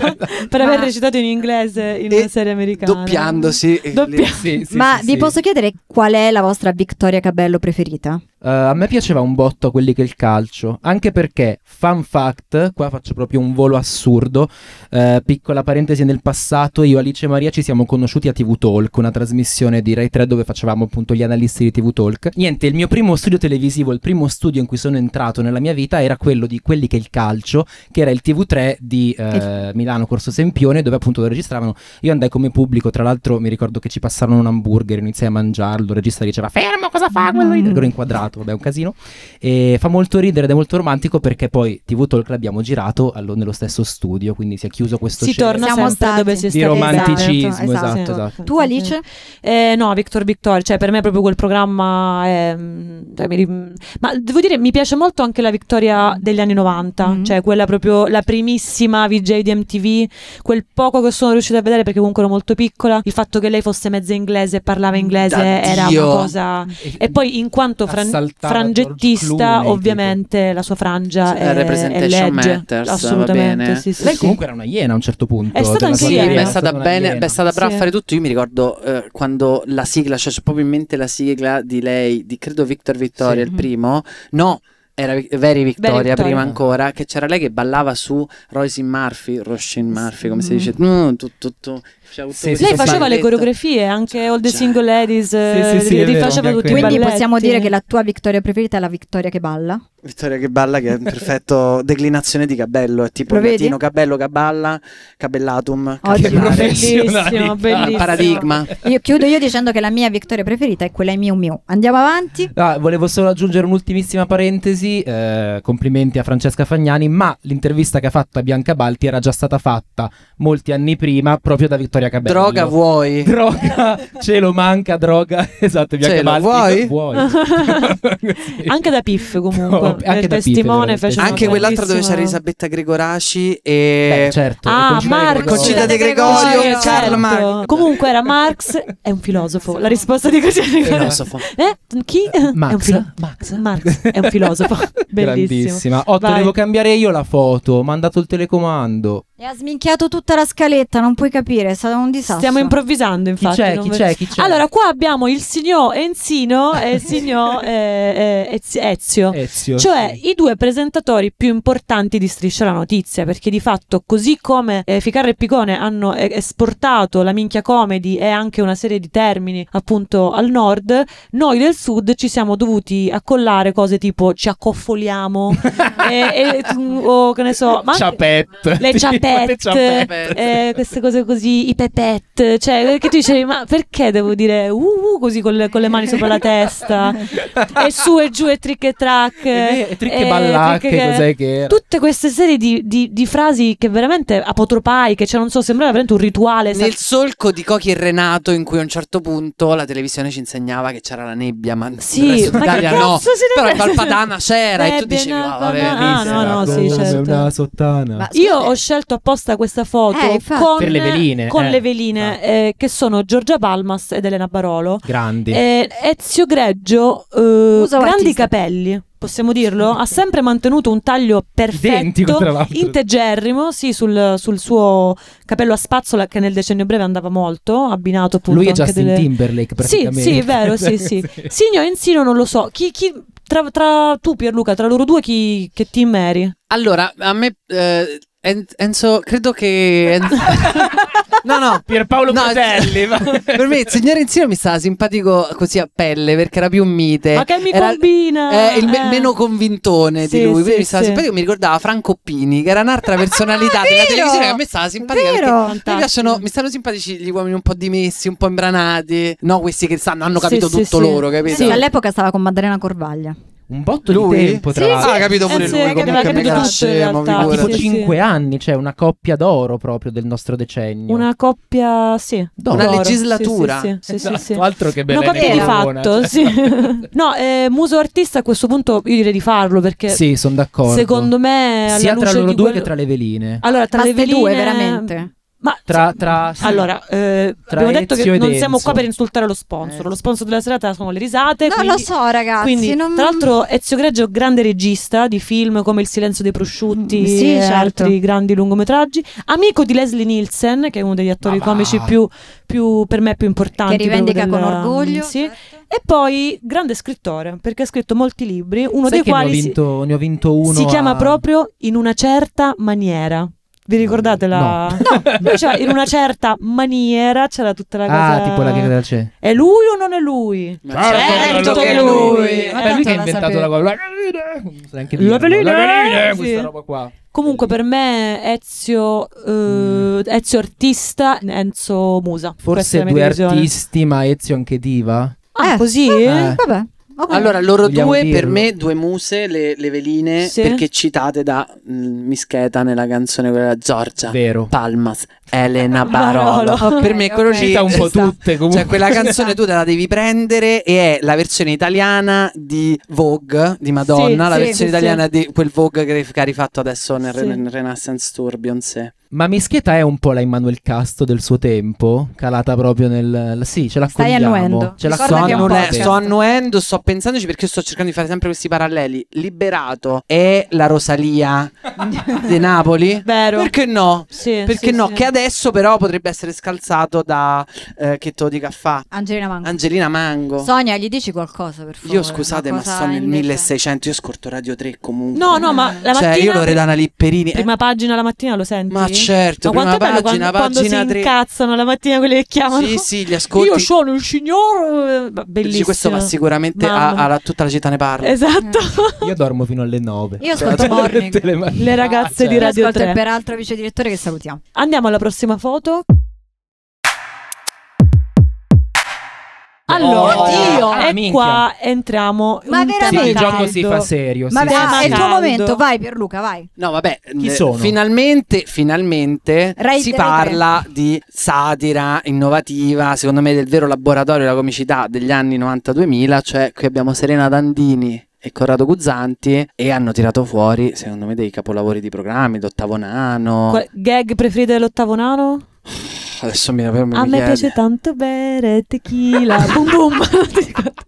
Speaker 3: per aver
Speaker 2: Ma-
Speaker 3: recitato in inglese in
Speaker 5: E
Speaker 3: una serie americana
Speaker 5: Doppiandosi. eh,
Speaker 3: Doppia-
Speaker 5: lì-
Speaker 4: Sì, sì,
Speaker 2: Ma
Speaker 4: sì,
Speaker 2: vi
Speaker 4: sì.
Speaker 2: posso chiedere qual è la vostra Victoria Cabello preferita?
Speaker 4: Eh, a me piaceva un botto a quelli che il calcio, anche perché, fun fact, qua faccio proprio un volo assurdo, eh, piccola parentesi nel passato, io Alice e Maria ci siamo conosciuti a TV Talk, una trasmissione di Rai 3 dove facevamo appunto gli analisti di TV Talk. Niente, il mio primo studio televisivo, il primo studio in cui sono entrato nella mia vita era quello di quelli che il calcio, che era il TV3 di eh, Milano Corso Sempione, dove appunto lo registravano io andai come pubblico, tra l'altro mi ricordo che ci passarono un hamburger, iniziai a mangiarlo, il regista diceva fermo, cosa fa quello lì? Perché Ero inquadrato, vabbè è un casino. E fa molto ridere ed è molto romantico perché poi TV Talk l'abbiamo girato allo- nello stesso studio, quindi si è chiuso questo
Speaker 3: si
Speaker 4: cerchio
Speaker 3: torna
Speaker 2: Siamo
Speaker 3: sempre
Speaker 2: stati-
Speaker 3: dove si è
Speaker 4: di
Speaker 3: stati.
Speaker 4: romanticismo,
Speaker 2: Esatto, esatto.
Speaker 4: esatto,
Speaker 3: Sì.
Speaker 4: esatto.
Speaker 2: Tu Alice?
Speaker 3: Eh, no, Victor Victoria, cioè per me proprio quel programma è... mm, cioè, mi ri- Ma devo dire, mi piace molto anche la Victoria degli anni 90,
Speaker 4: Mm-hmm.
Speaker 2: Mhm.
Speaker 3: cioè quella proprio, la primissima VJ di MTV, quel poco che sono riuscita a vedere perché comunque ero molto piccola, il fatto che lei fosse mezza inglese e parlava inglese era una
Speaker 5: Oddio.
Speaker 3: cosa... E poi in quanto fran-
Speaker 4: Assaltava George
Speaker 3: frangettista,
Speaker 4: Clooney, tipo.
Speaker 3: ovviamente la sua frangia
Speaker 5: Cioè,
Speaker 3: è, è
Speaker 5: representation
Speaker 3: legge,
Speaker 5: matters, va
Speaker 3: assolutamente,
Speaker 5: bene.
Speaker 3: sì, sì,
Speaker 4: Lei
Speaker 3: sì.
Speaker 4: comunque era una iena a un certo punto.
Speaker 3: È stata
Speaker 4: della sua
Speaker 3: anche
Speaker 5: Sì,
Speaker 4: carriera,
Speaker 5: ma
Speaker 3: iena.
Speaker 5: è
Speaker 3: Era
Speaker 5: stata bene, è stata brava
Speaker 3: Sì.
Speaker 5: a fare tutto. Io mi ricordo eh, quando la sigla, cioè c'è proprio in mente la sigla di lei, di credo Victor Vittoria,
Speaker 4: Sì.
Speaker 5: il primo. No, era Vi- Very Victoria
Speaker 3: Victoria.
Speaker 5: prima ancora, che c'era lei che ballava su Roisin Murphy, Roisin Murphy, come si dice. Mm, tu, tu, tu. C'era tutto
Speaker 4: Sì,
Speaker 5: questo
Speaker 4: sì,
Speaker 3: Lei faceva le
Speaker 5: balletto.
Speaker 3: coreografie, anche All the
Speaker 5: Già.
Speaker 3: Single Ladies,
Speaker 4: Sì, sì, sì, è
Speaker 3: ri-
Speaker 4: vero,
Speaker 3: rifaceva
Speaker 4: anche
Speaker 3: tutti i
Speaker 4: quello.
Speaker 2: Quindi
Speaker 3: balletti.
Speaker 2: possiamo dire che la tua Victoria preferita è la Victoria che balla?
Speaker 5: Vittoria che balla, che è un perfetto declinazione di Cabello, è tipo
Speaker 2: Lo vedi?
Speaker 5: latino Cabello che balla, Cabellatum,
Speaker 2: Oggi-
Speaker 5: Cabellare.
Speaker 3: Bellissimo, bellissimo.
Speaker 5: Ah, Paradigma.
Speaker 2: Io chiudo io dicendo che la mia Victoria preferita è quella di Miu Miu. Andiamo avanti.
Speaker 4: Ah, volevo solo aggiungere un'ultimissima parentesi, eh, complimenti a Francesca Fagnani, ma l'intervista che ha fatto a Bianca Balti era già stata fatta molti anni prima proprio da Vittoria Cabello.
Speaker 5: Droga vuoi?
Speaker 4: Droga, cielo manca, droga, esatto, Bianca
Speaker 5: Cielo,
Speaker 4: Balti,
Speaker 5: vuoi?
Speaker 4: Sì.
Speaker 3: Anche da Piff comunque,
Speaker 4: No, anche
Speaker 3: nel
Speaker 4: da Piff,
Speaker 3: testimone
Speaker 4: vero,
Speaker 3: faceva
Speaker 5: Anche
Speaker 4: Sono
Speaker 5: quell'altra dove c'era
Speaker 3: Cioè, bellissima-
Speaker 5: Elisabetta Gregoraci e
Speaker 4: Beh, certo,
Speaker 3: Ah,
Speaker 4: con Gina
Speaker 3: Marco.
Speaker 4: Gregorio.
Speaker 5: Concita De
Speaker 2: De
Speaker 5: Gregorio,
Speaker 2: Gregorio,
Speaker 5: Karl
Speaker 3: certo.
Speaker 5: Marx.
Speaker 3: Comunque era Marx, è un filosofo. La risposta di così
Speaker 5: filosofo.
Speaker 3: Eh? Chi?
Speaker 4: Esatto. Max,
Speaker 3: È un filo-
Speaker 4: Max.
Speaker 3: Marx è un filosofo. Bellissimo.
Speaker 4: Grandissima. Oh, te
Speaker 3: Vai.
Speaker 4: devo cambiare io la foto, ho mandato il telecomando.
Speaker 2: E ha sminchiato tutta la scaletta, non puoi capire, è stato un disastro.
Speaker 3: Stiamo improvvisando,
Speaker 4: Chi
Speaker 3: infatti.
Speaker 4: c'è,
Speaker 3: non
Speaker 4: chi
Speaker 3: ve-
Speaker 4: c'è, chi c'è?
Speaker 3: Allora, qua abbiamo il signor Enzino e il signor eh, eh, Ezi- Ezio.
Speaker 4: Ezio.
Speaker 3: Cioè,
Speaker 4: sì.
Speaker 3: i due presentatori più importanti di Striscia la Notizia, perché di fatto, così come eh, Ficarra e Picone hanno eh, esportato la minchia comedy e anche una serie di termini appunto al nord, noi del sud ci siamo dovuti accollare cose tipo ci accoffoliamo, e, e- mm, o che ne so, ma anche-
Speaker 4: Ciapette.
Speaker 3: le
Speaker 4: Ciappette.
Speaker 3: Ciappette, eh, queste cose così, i pepette, cioè perché tu dicevi ma perché devo dire uh, uh, così con le, con le mani sopra la testa e su e giù e trick e track
Speaker 4: E e tricche
Speaker 3: e
Speaker 4: ballacche,
Speaker 3: trick e-
Speaker 4: cos'è che era?
Speaker 3: Tutte queste serie di, di- di frasi che veramente apotropaiche, cioè non so, sembrava veramente un rituale. sa-
Speaker 5: Nel solco di Cochi e Renato, in cui a un certo punto la televisione ci insegnava che c'era la nebbia, ma
Speaker 3: Sì,
Speaker 5: nel resto
Speaker 3: ma che
Speaker 5: d'Italia no.
Speaker 3: cazzo se ne
Speaker 5: Però in
Speaker 3: frega?
Speaker 5: Valpadana c'era e tu
Speaker 3: Nebbia,
Speaker 5: dicevi, ah, vabbè,
Speaker 3: Valpadana, Ah,
Speaker 5: misera.
Speaker 3: no, no, sì,
Speaker 4: Come
Speaker 3: certo.
Speaker 4: una sottana.
Speaker 2: Ma-
Speaker 3: Io ho scelto apposta questa foto
Speaker 2: Eh, infatti.
Speaker 3: con,
Speaker 4: Per le veline,
Speaker 3: con
Speaker 4: eh.
Speaker 3: le veline, eh, che sono Giorgia Palmas ed Elena Barolo.
Speaker 4: Grandi.
Speaker 3: Eh, Ezio Greggio, eh,
Speaker 2: Usa un
Speaker 3: grandi
Speaker 2: artista.
Speaker 3: capelli, possiamo dirlo, ha sempre mantenuto un taglio perfetto,
Speaker 4: Identico, tra l'altro.
Speaker 3: integerrimo, sì, sul, sul suo capello a spazzola che nel decennio breve andava molto, abbinato appunto
Speaker 4: Lui è
Speaker 3: anche
Speaker 4: Justin
Speaker 3: delle...
Speaker 4: Timberlake
Speaker 3: Sì,
Speaker 4: praticamente.
Speaker 3: sì, è vero, sì, sì. Signo e Insino non lo so, chi, chi- tra, tra tu Pierluca, tra loro due chi, che team eri?
Speaker 5: Allora, a me eh, En- Enzo, credo che En- No, no.
Speaker 4: Pierpaolo
Speaker 5: No, cioè,
Speaker 4: Fratelli. ma-
Speaker 5: Per me il signore Insino mi stava simpatico così a pelle perché era più un mite.
Speaker 3: Ma che mi
Speaker 5: Eh, Era-
Speaker 3: combina?
Speaker 5: È il me-
Speaker 3: Eh.
Speaker 5: meno convintone
Speaker 3: Sì,
Speaker 5: di lui.
Speaker 3: sì,
Speaker 5: mi stava
Speaker 3: sì.
Speaker 5: simpatico, mi ricordava Franco Pini, che era un'altra personalità
Speaker 2: Ah,
Speaker 5: della
Speaker 2: vero!
Speaker 5: televisione che a me stava simpatica. perché
Speaker 2: Vero.
Speaker 5: Mi,
Speaker 3: Fantastico.
Speaker 5: piacciono, mi stanno simpatici gli uomini un po' dimessi, un po' imbranati. No, questi che sanno, hanno
Speaker 3: Sì,
Speaker 5: capito
Speaker 3: sì,
Speaker 5: tutto
Speaker 3: sì.
Speaker 5: loro, capito?
Speaker 2: Sì, all'epoca stava con Maddalena Corvaglia.
Speaker 4: Un botto
Speaker 5: Lui?
Speaker 4: di tempo tra
Speaker 2: Sì,
Speaker 4: l'altro.
Speaker 5: Ah, ha capito pure
Speaker 3: Eh, sì,
Speaker 5: lui.
Speaker 3: ha capito-
Speaker 5: comunque
Speaker 3: ha capito
Speaker 5: mica
Speaker 3: tutto, in
Speaker 5: scemo,
Speaker 3: realtà.
Speaker 5: figurati.
Speaker 4: tipo
Speaker 3: Sì, sì.
Speaker 4: 5 anni, cioè una coppia d'oro proprio del nostro decennio.
Speaker 3: Una coppia, sì.
Speaker 4: D'oro.
Speaker 5: Una
Speaker 3: Loro,
Speaker 5: legislatura.
Speaker 3: Sì, sì, sì, sì,
Speaker 4: Esatto,
Speaker 3: sì.
Speaker 4: altro che
Speaker 3: Una
Speaker 4: Belen
Speaker 3: coppia di
Speaker 4: Colonna,
Speaker 3: fatto,
Speaker 4: cioè.
Speaker 3: sì. No, eh, muso artista a questo punto io direi di farlo perché
Speaker 4: Sì, sono d'accordo.
Speaker 3: secondo me alla
Speaker 4: sia
Speaker 3: luce
Speaker 4: tra loro
Speaker 3: di
Speaker 4: due
Speaker 3: quello- Ah,
Speaker 4: che tra le veline.
Speaker 3: Allora, tra
Speaker 2: Ma
Speaker 3: le
Speaker 2: ste
Speaker 3: veline
Speaker 2: due, veramente.
Speaker 3: Ma
Speaker 4: Tra, tra sì.
Speaker 3: Allora, eh,
Speaker 4: Tra
Speaker 3: abbiamo detto che
Speaker 4: Ezio e
Speaker 3: non siamo
Speaker 4: Enzo.
Speaker 3: qua per insultare lo sponsor.
Speaker 4: Eh.
Speaker 3: Lo sponsor della serata sono le risate.
Speaker 2: No,
Speaker 3: quindi,
Speaker 2: lo so, ragazzi.
Speaker 3: quindi,
Speaker 2: non-
Speaker 3: tra l'altro, Ezio Greggio, grande regista di film come Il silenzio dei
Speaker 2: Mm,
Speaker 3: prosciutti
Speaker 2: sì,
Speaker 3: e
Speaker 2: certo.
Speaker 3: altri grandi lungometraggi. Amico di Leslie Nielsen, che è uno degli attori
Speaker 4: Ma Ah, va.
Speaker 3: comici più, più, per me più importanti.
Speaker 2: che rivendica con
Speaker 3: proprio della-
Speaker 2: orgoglio.
Speaker 3: sì.
Speaker 2: certo.
Speaker 3: E poi grande scrittore, perché ha scritto molti libri, uno dei
Speaker 4: Sai che ne ho,
Speaker 3: quali si-
Speaker 4: vinto, ne ho vinto uno.
Speaker 3: si, chiama
Speaker 4: a-
Speaker 3: proprio In una certa maniera. Vi ricordate la...
Speaker 4: No.
Speaker 3: Lui c'era in una certa maniera c'era tutta la cosa.
Speaker 4: Ah, tipo la che c'è.
Speaker 3: È lui o non è lui?
Speaker 5: Ma
Speaker 4: Certo
Speaker 3: Certo
Speaker 5: che
Speaker 3: che
Speaker 5: è
Speaker 3: lui.
Speaker 5: lui.
Speaker 4: È lui che ha
Speaker 2: la
Speaker 4: inventato
Speaker 2: sapevo.
Speaker 4: la cosa. La velina! Non so neanche
Speaker 3: La
Speaker 4: dirlo.
Speaker 3: velina! Sì.
Speaker 4: velina, eh, Questa roba qua.
Speaker 3: Comunque per me Ezio, eh,
Speaker 4: Mm.
Speaker 3: Ezio artista, Enzo Musa. Questa è
Speaker 4: Forse
Speaker 3: la mia
Speaker 4: due
Speaker 3: divisione.
Speaker 4: artisti, ma Ezio anche diva.
Speaker 3: Ah,
Speaker 2: Eh.
Speaker 3: così?
Speaker 4: Eh.
Speaker 2: Vabbè. ok.
Speaker 5: Allora, loro
Speaker 4: Vogliamo
Speaker 5: due, per
Speaker 4: dirlo.
Speaker 5: me, due muse, le, le veline,
Speaker 3: Sì.
Speaker 5: perché citate da mm, Mischeta nella canzone quella Giorgia.
Speaker 4: Vero.
Speaker 5: Palmas, Elena
Speaker 3: Barolo.
Speaker 5: Barolo. per me quello lì
Speaker 4: Cita un po'
Speaker 5: sta-
Speaker 4: tutte comunque.
Speaker 5: Cioè, quella canzone tu te la devi prendere e è la versione italiana di Vogue di Madonna,
Speaker 3: Sì,
Speaker 5: la
Speaker 3: sì,
Speaker 5: versione
Speaker 3: sì,
Speaker 5: italiana di quel Vogue che, che ha rifatto adesso nel,
Speaker 3: Sì.
Speaker 5: nel Renaissance Tour Beyoncé.
Speaker 4: Ma Mischieta è un po' la Immanuel Casto del suo tempo, calata proprio nel... Sì, ce la
Speaker 2: Stai
Speaker 4: cogliamo,
Speaker 2: annuendo.
Speaker 4: Ce la
Speaker 2: Ricorda
Speaker 5: Sto,
Speaker 2: che è un
Speaker 4: cogliamo.
Speaker 5: annue-
Speaker 2: podcast.
Speaker 5: sto annuendo, sto pensandoci perché sto cercando di fare sempre questi paralleli. Liberato e la Rosalia di Napoli.
Speaker 3: Vero. Eh,
Speaker 5: Perché no?
Speaker 3: Sì,
Speaker 5: Perché
Speaker 3: sì,
Speaker 5: no?
Speaker 3: sì.
Speaker 5: Che adesso però potrebbe essere scalzato da eh, che te lo dica fa
Speaker 2: Angelina Mango.
Speaker 5: Angelina Mango.
Speaker 2: Sonia, gli dici qualcosa per favore?
Speaker 5: io scusate,
Speaker 2: Una
Speaker 5: ma
Speaker 2: cosa
Speaker 5: sono nel
Speaker 2: indecente.
Speaker 5: 1600. Io scorto Radio 3 comunque.
Speaker 3: No, no, ma la mattina...
Speaker 5: cioè, io Loredana Lipperini. eh,
Speaker 3: Prima pagina la mattina lo senti?
Speaker 5: ma certo,
Speaker 3: Ma quanto
Speaker 5: prima
Speaker 3: è bello
Speaker 5: pagina,
Speaker 3: quando,
Speaker 5: pagina
Speaker 3: quando si
Speaker 5: 3.
Speaker 3: incazzano la mattina quelli che chiamano.
Speaker 5: Sì, sì, gli ascolti.
Speaker 3: Io sono il signor. eh, Beh, Bellissimo.
Speaker 5: Dici, questo va sicuramente a,
Speaker 3: Mamma.
Speaker 5: alla- tutta la città ne parla.
Speaker 3: Esatto.
Speaker 4: Io dormo fino alle Cioè, 9.
Speaker 2: Io ascolto Morning.
Speaker 3: Le
Speaker 4: Ah,
Speaker 3: ragazze di
Speaker 2: Io
Speaker 4: cioè,
Speaker 3: Radio
Speaker 2: ascolto
Speaker 3: 3.
Speaker 2: il peraltro vice direttore che salutiamo.
Speaker 3: Andiamo alla prossima foto. Allora,
Speaker 4: Oh,
Speaker 3: io
Speaker 4: ah,
Speaker 3: e
Speaker 4: minchia.
Speaker 3: qua entriamo
Speaker 2: Ma
Speaker 3: in un
Speaker 2: veramente?
Speaker 3: tema
Speaker 4: Sì, il
Speaker 3: caldo.
Speaker 4: gioco si fa serio.
Speaker 2: Ma
Speaker 4: sì,
Speaker 3: Vabbè,
Speaker 4: sì,
Speaker 2: ah,
Speaker 3: ma
Speaker 4: sì.
Speaker 2: è il tuo
Speaker 3: caldo.
Speaker 2: momento, vai Pierluca, vai.
Speaker 5: No, vabbè,
Speaker 4: Chi
Speaker 5: eh,
Speaker 4: sono?
Speaker 5: finalmente, finalmente
Speaker 2: Rai
Speaker 5: si
Speaker 2: Tele tre.
Speaker 5: parla di satira innovativa, secondo me del vero laboratorio della comicità degli anni 90-2000, cioè qui abbiamo Serena Dandini e Corrado Guzzanti e hanno tirato fuori, secondo me, dei capolavori di programmi, d'Ottavo Nano.
Speaker 3: Qual- Gag preferite dell'ottavo nano?
Speaker 5: Adesso mi, mi
Speaker 3: A me
Speaker 5: chiede.
Speaker 3: piace tanto bere tequila. boom boom.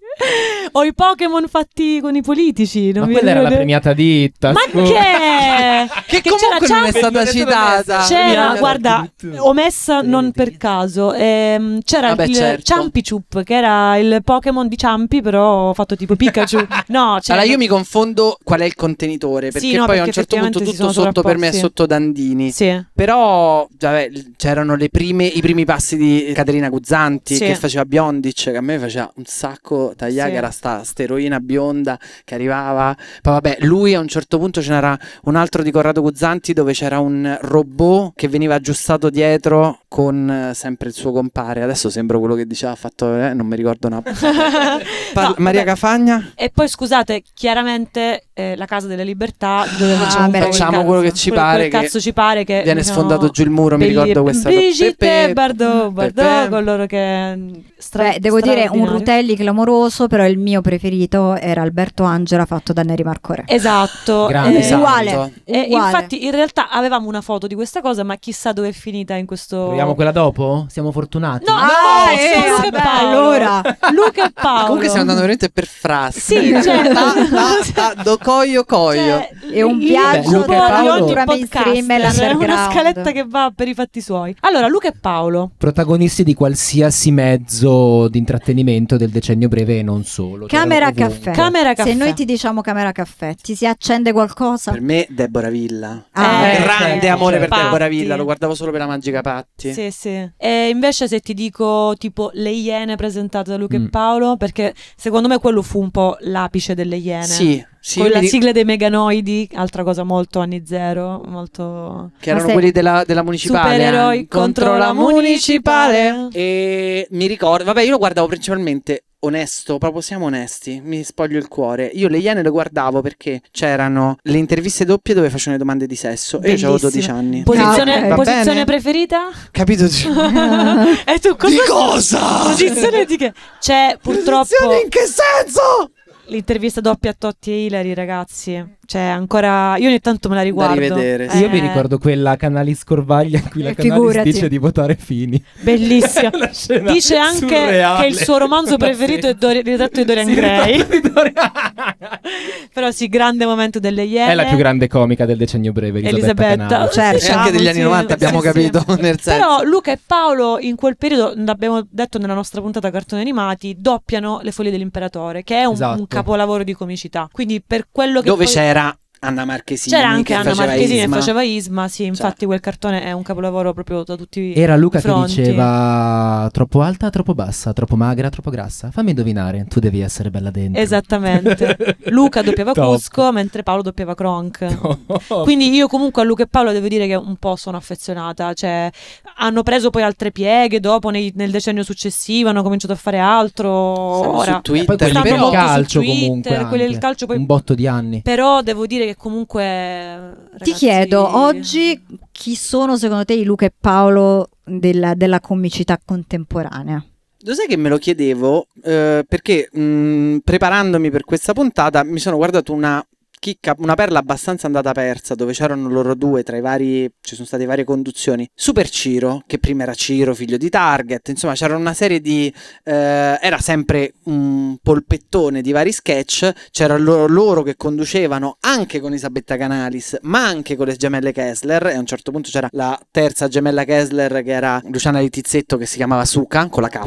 Speaker 3: Ho i Pokémon fatti con i politici. Non
Speaker 4: Ma
Speaker 3: vi
Speaker 4: quella era la
Speaker 3: ricordate?
Speaker 4: premiata ditta.
Speaker 3: Ma che?
Speaker 5: Che,
Speaker 3: Che
Speaker 5: comunque
Speaker 3: c'era Ciampi?
Speaker 5: non è stata
Speaker 4: Non è stata
Speaker 5: citata.
Speaker 4: messa.
Speaker 3: C'era,
Speaker 4: Via,
Speaker 3: guarda,
Speaker 4: addirittura.
Speaker 3: omessa non
Speaker 4: Vedi.
Speaker 3: per caso. Ehm, c'era
Speaker 5: Vabbè,
Speaker 3: il
Speaker 5: certo.
Speaker 3: Ciampichup, che era il Pokémon di Ciampi, però fatto tipo Pikachu. Cioè, No, c'era...
Speaker 5: Allora io mi confondo qual è il contenitore, perché
Speaker 3: Sì, no,
Speaker 5: poi a un
Speaker 3: perché
Speaker 5: certo
Speaker 3: effettivamente
Speaker 5: punto
Speaker 3: si
Speaker 5: tutto
Speaker 3: sono
Speaker 5: sotto per me è
Speaker 3: sovrapposti.
Speaker 5: sotto Dandini.
Speaker 3: Sì.
Speaker 5: Però vabbè, l- c'erano le prime- i primi passi di Caterina Guzzanti
Speaker 3: Sì.
Speaker 5: che faceva Biondic, che a me faceva un sacco tagliare,
Speaker 3: Sì.
Speaker 5: che era sta steroina bionda che arrivava. Poi vabbè, lui a un certo punto ce n'era un altro di Corrado Guzzanti dove c'era un robot che veniva aggiustato dietro con eh, sempre il suo compare. Adesso sembra quello che diceva, ha fatto, eh, non mi ricordo una... Parla-
Speaker 3: No,
Speaker 5: Maria
Speaker 3: vabbè.
Speaker 5: Cafagna?
Speaker 3: E poi scusate, chiaramente eh, la Casa delle Libertà dove
Speaker 2: Ah,
Speaker 3: facciamo, un po'
Speaker 2: beh,
Speaker 3: quel
Speaker 5: facciamo
Speaker 3: cazzo-
Speaker 5: quello che ci
Speaker 3: quel-
Speaker 5: pare,
Speaker 3: quel cazzo ci pare che
Speaker 5: Viene
Speaker 3: diciamo,
Speaker 5: sfondato giù il muro, mi
Speaker 3: belli-
Speaker 5: ricordo questa cosa.
Speaker 3: Brigitte
Speaker 5: Pepe,
Speaker 3: Bardot, Bardot,
Speaker 5: Pepe.
Speaker 3: con loro che stra-
Speaker 2: Beh, devo dire un
Speaker 3: straordinario.
Speaker 2: Rutelli clamoroso, però il mio preferito era Alberto Angela fatto da Neri Marcore.
Speaker 3: Esatto.
Speaker 5: Ah,
Speaker 4: Grande
Speaker 3: eh,
Speaker 4: santo.
Speaker 2: uguale.
Speaker 3: eh,
Speaker 2: uguale.
Speaker 3: infatti, in realtà avevamo una foto di questa cosa, ma chissà dove è finita in questo.
Speaker 4: Proviamo quella dopo? Siamo fortunati.
Speaker 3: No,
Speaker 2: Ah,
Speaker 3: no,
Speaker 2: eh,
Speaker 3: sono Luca e
Speaker 2: vabbè,
Speaker 3: Paolo.
Speaker 2: allora.
Speaker 3: Luca e Paolo.
Speaker 5: Comunque stiamo andando veramente per frassi.
Speaker 3: Sì, cioè-
Speaker 5: Ta, ta, ta, do coio coio.
Speaker 3: Cioè,
Speaker 2: È un
Speaker 3: il
Speaker 2: viaggio
Speaker 3: cubo
Speaker 4: Luca e
Speaker 3: di
Speaker 4: Paolo.
Speaker 3: ogni
Speaker 2: Cultura
Speaker 3: podcaster,
Speaker 2: mainstream e
Speaker 3: è una
Speaker 2: l'underground.
Speaker 3: scaletta che va per i fatti suoi. Allora, Luca e Paolo.
Speaker 4: Protagonisti di qualsiasi mezzo di intrattenimento del decennio breve e non solo. Cioè,
Speaker 2: Camera
Speaker 4: ovunque.
Speaker 2: caffè.
Speaker 3: Camera caffè.
Speaker 2: Se noi ti diciamo camera caffè, ti si accende qualcosa?
Speaker 5: Per me Deborah Villa.
Speaker 2: Ah,
Speaker 3: Eh,
Speaker 5: Grande
Speaker 3: certo,
Speaker 5: amore per
Speaker 3: certo.
Speaker 5: Deborah
Speaker 3: Patti.
Speaker 5: Villa, lo guardavo solo per la magica Patti.
Speaker 3: Sì, sì. E invece se ti dico tipo le Iene presentate da Luca
Speaker 4: Mm.
Speaker 3: e Paolo, perché secondo me quello fu un po' l'apice delle Iene.
Speaker 5: Sì, sì,
Speaker 3: Con
Speaker 5: mi
Speaker 3: la
Speaker 5: ri-
Speaker 3: sigla dei meganoidi, altra cosa molto anni zero, molto...
Speaker 5: che erano
Speaker 2: Ma se-
Speaker 5: quelli della, della municipale.
Speaker 3: Supereroi
Speaker 5: eh.
Speaker 3: contro la municipale.
Speaker 5: E mi ricordo, vabbè, io lo guardavo principalmente onesto, proprio siamo onesti, mi spoglio il cuore. Io le Iene le guardavo perché c'erano le interviste doppie dove facevano le domande di sesso e io avevo
Speaker 3: Bellissimo.
Speaker 5: 12 anni.
Speaker 4: Ah,
Speaker 3: Posizione,
Speaker 5: Va
Speaker 3: posizione
Speaker 5: bene?
Speaker 3: preferita?
Speaker 5: Capito?
Speaker 4: Cioè,
Speaker 3: e tu cosa...
Speaker 5: Di cosa?
Speaker 3: Posizione di che? C'è purtroppo
Speaker 5: Posizione in che senso?
Speaker 3: l'intervista doppia a Totti e Hilary, ragazzi. Cioè, ancora... Io ogni tanto me la riguardo.
Speaker 5: rivedere, sì.
Speaker 4: Io mi
Speaker 3: Eh,
Speaker 4: ricordo quella Canali Scorvaglia in cui la
Speaker 2: Eh,
Speaker 4: Canalis
Speaker 2: figurati.
Speaker 4: dice di votare Fini.
Speaker 3: Eh, Bellissima.
Speaker 4: Una scena
Speaker 3: Dice anche
Speaker 4: surreale.
Speaker 3: che il suo romanzo preferito è Dori- Ritratto di Dorian
Speaker 4: Sì,
Speaker 3: Gray.
Speaker 4: Ritratto di Dorian-
Speaker 3: Però sì, grande momento delle Iene.
Speaker 4: È la più grande comica del decennio breve, Elisabetta.
Speaker 3: Eh. Elisabetta.
Speaker 4: Canalis.
Speaker 2: Certo.
Speaker 5: E anche degli anni 90 abbiamo
Speaker 3: Sì, sì.
Speaker 5: capito, nel senso.
Speaker 3: Però Luca e Paolo in quel periodo, l'abbiamo detto nella nostra puntata cartoni animati, doppiano Le Foglie dell'Imperatore, che è un,
Speaker 4: Esatto.
Speaker 3: un capolavoro di comicità. Quindi per quello che
Speaker 5: dove
Speaker 3: poi-
Speaker 5: c'era Anna Marchesini
Speaker 3: c'era anche
Speaker 5: che
Speaker 3: Anna
Speaker 5: faceva
Speaker 3: Marchesini che
Speaker 5: Isma. Cioè.
Speaker 3: faceva Isma, sì, infatti quel cartone è un capolavoro proprio da tutti i
Speaker 4: Era Luca
Speaker 3: Fronti.
Speaker 4: che diceva troppo alta, troppo bassa, troppo magra, troppo grassa. Fammi indovinare, tu devi essere bella
Speaker 5: Ehm.
Speaker 4: dentro.
Speaker 3: Esattamente. Luca doppiava
Speaker 4: Top.
Speaker 3: Cusco, mentre Paolo doppiava Kronk.
Speaker 4: Top.
Speaker 3: Quindi io comunque a Luca e Paolo devo dire che un po' sono affezionata, cioè hanno preso poi altre pieghe dopo nei- nel decennio successivo, hanno cominciato a fare altro.
Speaker 5: Stanno
Speaker 3: Ora,
Speaker 5: su Twitter,
Speaker 4: Poi quelli
Speaker 3: stanno
Speaker 4: del
Speaker 5: però-
Speaker 3: molto su
Speaker 4: calcio
Speaker 3: Twitter,
Speaker 4: comunque
Speaker 3: quelli del
Speaker 4: anche.
Speaker 3: calcio poi-
Speaker 4: Un botto di anni.
Speaker 3: però devo dire che comunque... ragazzi-
Speaker 2: Ti chiedo oggi chi sono secondo te i Luca e Paolo della, della comicità contemporanea?
Speaker 5: Lo sai che me lo chiedevo eh, perché mh, preparandomi per questa puntata mi sono guardato una chicca, una perla abbastanza andata persa dove c'erano loro due tra i vari, ci sono state varie conduzioni. Super Ciro, che prima era Ciro, figlio di Target, insomma c'era una serie di... eh, era sempre un polpettone di vari sketch, c'era loro, loro che conducevano anche con Isabetta Canalis, ma anche con le gemelle Kessler e a un certo punto c'era la terza gemella Kessler che era Luciana Litizzetto che si chiamava Suka con la K.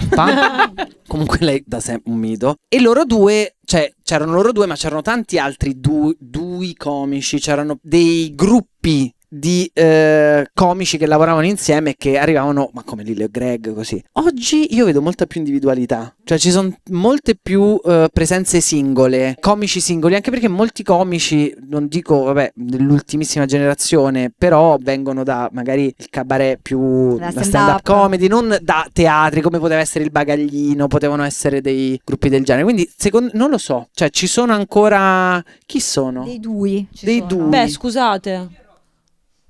Speaker 5: Comunque lei da sempre un mito. E loro due, cioè c'erano loro due, ma c'erano tanti altri du- dui comici, c'erano dei gruppi di eh, comici che lavoravano insieme e che arrivavano, ma come Lilio e Greg così. Oggi io vedo molta più individualità, cioè ci sono molte più eh, presenze singole, comici singoli, anche perché molti comici, non dico, vabbè, dell'ultimissima generazione, però vengono da magari il cabaret più
Speaker 2: Da
Speaker 5: da
Speaker 2: stand-up.
Speaker 5: stand-up comedy, non da teatri come poteva essere il bagaglino, potevano essere dei gruppi del genere. Quindi, secondo non lo so, cioè ci sono ancora chi sono?
Speaker 2: Dei due. ci
Speaker 5: Dei
Speaker 2: sono.
Speaker 5: due.
Speaker 3: Beh, scusate.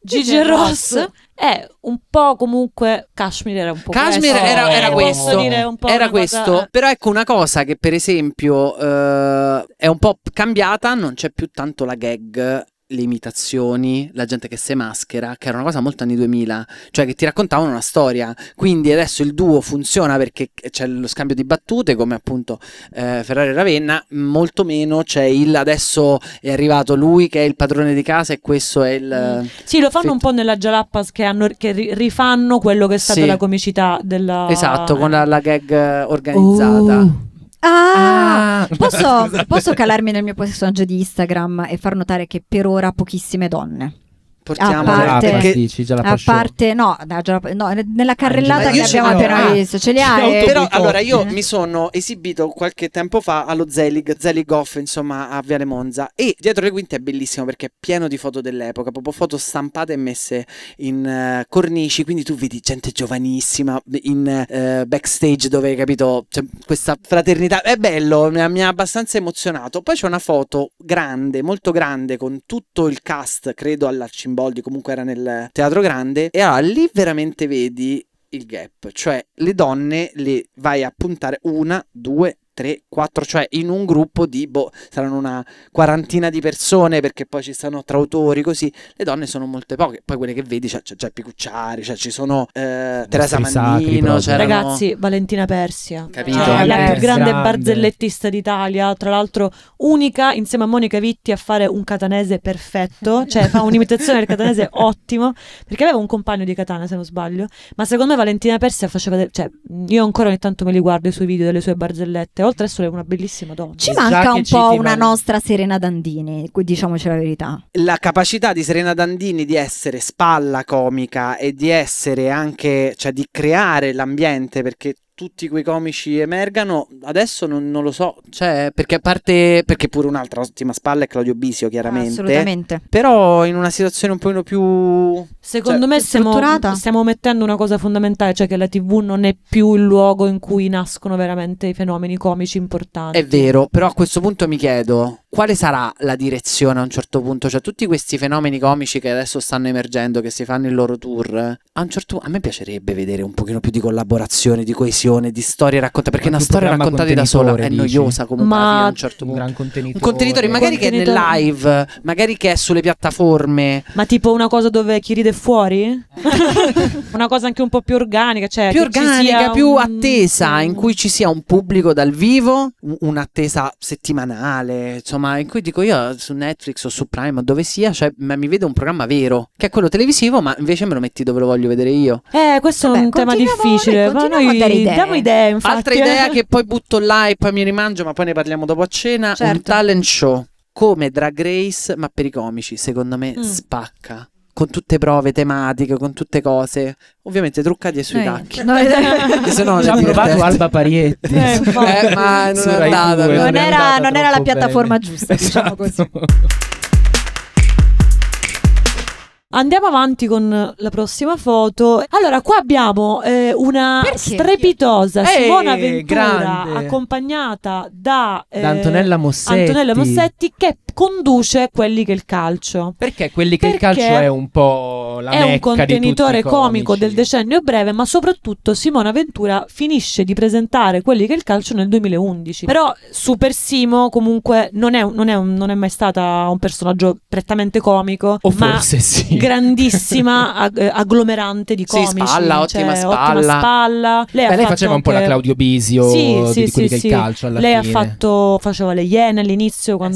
Speaker 2: Gigi
Speaker 3: Gigi e
Speaker 2: Ross.
Speaker 3: Ross è un po' comunque Kashmir era un po'
Speaker 5: Kashmir
Speaker 3: questo.
Speaker 5: era- era
Speaker 3: Eh, posso
Speaker 5: questo.
Speaker 3: dire un po'
Speaker 5: Era
Speaker 3: una cosa- eh.
Speaker 5: questo, però ecco una cosa che per esempio eh, è un po' cambiata, non c'è più tanto la gag, le imitazioni, la gente che si maschera, che era una cosa molto anni 2000, cioè che ti raccontavano una storia, quindi adesso il duo funziona perché c'è lo scambio di battute come appunto eh, Ferrari e Ravenna, molto meno c'è il adesso è arrivato lui che è il padrone di casa e questo è il...
Speaker 3: Sì, lo fanno
Speaker 5: Fit-
Speaker 3: un po' nella Jalappas che, hanno, che ri- rifanno quello che è stata
Speaker 5: Sì.
Speaker 3: la comicità della...
Speaker 5: Esatto, con la, la gag eh, organizzata.
Speaker 2: Oh. Ah!
Speaker 4: Ah.
Speaker 2: Uh. Posso,
Speaker 4: Scusate.
Speaker 2: posso calarmi nel mio personaggio di Instagram e far notare che per ora pochissime donne.
Speaker 5: portiamo
Speaker 2: Ah, A
Speaker 4: Già la
Speaker 2: parte-
Speaker 4: pas-
Speaker 5: perché
Speaker 4: dici, già la
Speaker 2: A
Speaker 4: pas-
Speaker 2: parte, no, da- già- no, nella carrellata
Speaker 5: Eh, Ma io
Speaker 2: che
Speaker 5: ce
Speaker 2: abbiamo
Speaker 5: li ho.
Speaker 2: appena
Speaker 5: Ah.
Speaker 2: visto, ce li
Speaker 4: Ce li
Speaker 2: hai?
Speaker 4: ho
Speaker 5: Però
Speaker 4: Tutti
Speaker 5: allora io
Speaker 4: forti.
Speaker 5: mi sono esibito qualche tempo fa allo Zelig, Zelig Off insomma a Viale Monza e dietro le quinte è bellissimo perché è pieno di foto dell'epoca, proprio foto stampate e messe in eh, cornici, quindi tu vedi gente giovanissima in eh, backstage dove capito c'è questa fraternità, è bello, mi ha, mi ha abbastanza emozionato. Poi c'è una foto grande, molto grande con tutto il cast, credo all'Arcimboldi, comunque era nel Teatro Grande e allora lì veramente vedi il gap, cioè le donne le vai a puntare una, due, tre, quattro, cioè in un gruppo di boh, saranno una quarantina di persone perché poi ci stanno autori così, le donne sono molte poche, poi quelle che vedi c'è, c'è Geppi Cucciari, cioè ci sono eh, Teresa
Speaker 4: nostri sacri
Speaker 5: Mannino,
Speaker 4: proprio.
Speaker 5: c'erano...
Speaker 3: Ragazzi, Valentina Persia.
Speaker 5: Capito?
Speaker 3: Cioè, la
Speaker 2: Valentina
Speaker 3: più grande
Speaker 4: Persia.
Speaker 3: barzellettista d'Italia, tra l'altro unica insieme a Monica Vitti a fare un catanese perfetto, cioè fa un'imitazione del catanese ottimo, perché aveva un compagno di catana se non sbaglio, ma secondo me Valentina Persia faceva, de- cioè io ancora ogni tanto me li guardo i suoi video delle sue barzellette, oltre a essere una bellissima donna.
Speaker 2: Ci
Speaker 4: Già
Speaker 2: manca
Speaker 4: che
Speaker 2: un
Speaker 4: ci
Speaker 2: po'
Speaker 4: ti
Speaker 2: una
Speaker 4: man-
Speaker 2: nostra Serena Dandini, que- diciamoci la verità.
Speaker 5: la capacità di Serena Dandini di essere spalla comica e di essere anche, cioè di creare l'ambiente perché tutti quei comici emergano, adesso non, non lo so, cioè, perché a parte, perché pure un'altra ottima spalla è Claudio Bisio chiaramente,
Speaker 2: Assolutamente.
Speaker 5: però in una situazione un pochino più...
Speaker 3: Secondo
Speaker 5: Cioè,
Speaker 3: me
Speaker 2: più strutturata?
Speaker 3: stiamo, stiamo mettendo una cosa fondamentale, cioè che la TV non è più il luogo in cui nascono veramente i fenomeni comici importanti.
Speaker 5: È vero, però a questo punto mi chiedo quale sarà la direzione a un certo punto, cioè tutti questi fenomeni comici che adesso stanno emergendo, che si fanno il loro tour, a un certo punto a me piacerebbe vedere un pochino più di collaborazione, di coesione, di storie raccontate, perché
Speaker 4: Ma
Speaker 5: una
Speaker 4: più
Speaker 5: storia
Speaker 4: programma
Speaker 5: raccontata da sola è
Speaker 4: contenitore, dici?
Speaker 5: noiosa comunque alla
Speaker 3: Ma-
Speaker 5: fine, a un certo
Speaker 4: un
Speaker 5: punto.
Speaker 4: gran contenitore.
Speaker 5: Un contenitore, magari che è
Speaker 3: Contenitore.
Speaker 5: nel live, magari che è sulle piattaforme,
Speaker 3: Ma tipo una cosa dove chi ride è fuori? una cosa anche un po' più organica, cioè
Speaker 5: più
Speaker 3: che ci sia
Speaker 5: organica, più
Speaker 3: un-
Speaker 5: attesa, in cui ci sia un pubblico dal vivo, un- un'attesa settimanale, insomma, in cui dico io su Netflix o su Prime o dove sia, cioè ma mi vedo un programma vero, che è quello televisivo, ma invece me lo metti dove lo voglio vedere io.
Speaker 3: Eh, questo è
Speaker 2: Vabbè,
Speaker 3: un tema
Speaker 2: continuiamo-
Speaker 3: difficile,
Speaker 2: noi
Speaker 3: ma
Speaker 2: continuiamo
Speaker 3: noi
Speaker 2: a dare idee.
Speaker 3: diamo idee, infatti.
Speaker 5: Altra idea che poi butto là e poi mi rimangio, ma poi ne parliamo dopo a cena, un
Speaker 2: Certo.
Speaker 5: talent show come Drag Race, ma per i comici, secondo me
Speaker 3: Mm.
Speaker 5: spacca. Con tutte prove tematiche, con tutte cose, ovviamente truccati e sui
Speaker 2: Noi-
Speaker 5: tacchi.
Speaker 2: noi-
Speaker 5: Perché se no
Speaker 4: Ci ha
Speaker 5: non
Speaker 4: provato
Speaker 5: è divertente.
Speaker 4: Diciamo Alba Parietti.
Speaker 3: Eh, infatti.
Speaker 5: Eh, ma non
Speaker 4: Su
Speaker 5: è
Speaker 4: Rai
Speaker 5: andata,
Speaker 4: due,
Speaker 5: non
Speaker 2: non
Speaker 5: è
Speaker 2: era,
Speaker 4: andata
Speaker 2: non era la
Speaker 4: troppo
Speaker 2: piattaforma
Speaker 4: bene.
Speaker 2: giusta, diciamo così.
Speaker 4: Esatto.
Speaker 3: Andiamo avanti con la prossima foto. Allora, qua abbiamo eh, una
Speaker 2: Perché?
Speaker 3: strepitosa
Speaker 4: Eh,
Speaker 3: Simona Ventura
Speaker 4: grande.
Speaker 3: accompagnata da, eh,
Speaker 4: Da Antonella Mossetti.
Speaker 3: Antonella Mossetti che conduce quelli che è il calcio.
Speaker 4: Perché quelli che il
Speaker 3: Perché
Speaker 4: calcio è un po' la
Speaker 3: è
Speaker 4: mecca
Speaker 3: un contenitore
Speaker 4: di tutti i
Speaker 3: comico del
Speaker 4: comici.
Speaker 3: decennio breve, ma soprattutto Simona Ventura finisce di presentare quelli che è il calcio nel 2011. Però Super Simo comunque non è, un- non è un- non è mai stata un personaggio prettamente comico,
Speaker 4: O
Speaker 3: ma
Speaker 4: forse sì.
Speaker 3: grandissima ag- eh, agglomerante di
Speaker 5: Sì,
Speaker 3: comici.
Speaker 5: spalla, ottima
Speaker 3: cioè,
Speaker 5: spalla.
Speaker 3: Ottima spalla. Lei, ha
Speaker 4: Beh, lei
Speaker 3: fatto
Speaker 4: faceva un po'
Speaker 3: anche-
Speaker 4: la Claudio Bisio
Speaker 3: Sì,
Speaker 4: di
Speaker 3: sì, sì,
Speaker 4: quelli che
Speaker 3: sì.
Speaker 4: il calcio alla
Speaker 3: Lei ha
Speaker 4: fine. Eh
Speaker 3: fatto, faceva le Iene all'inizio quando,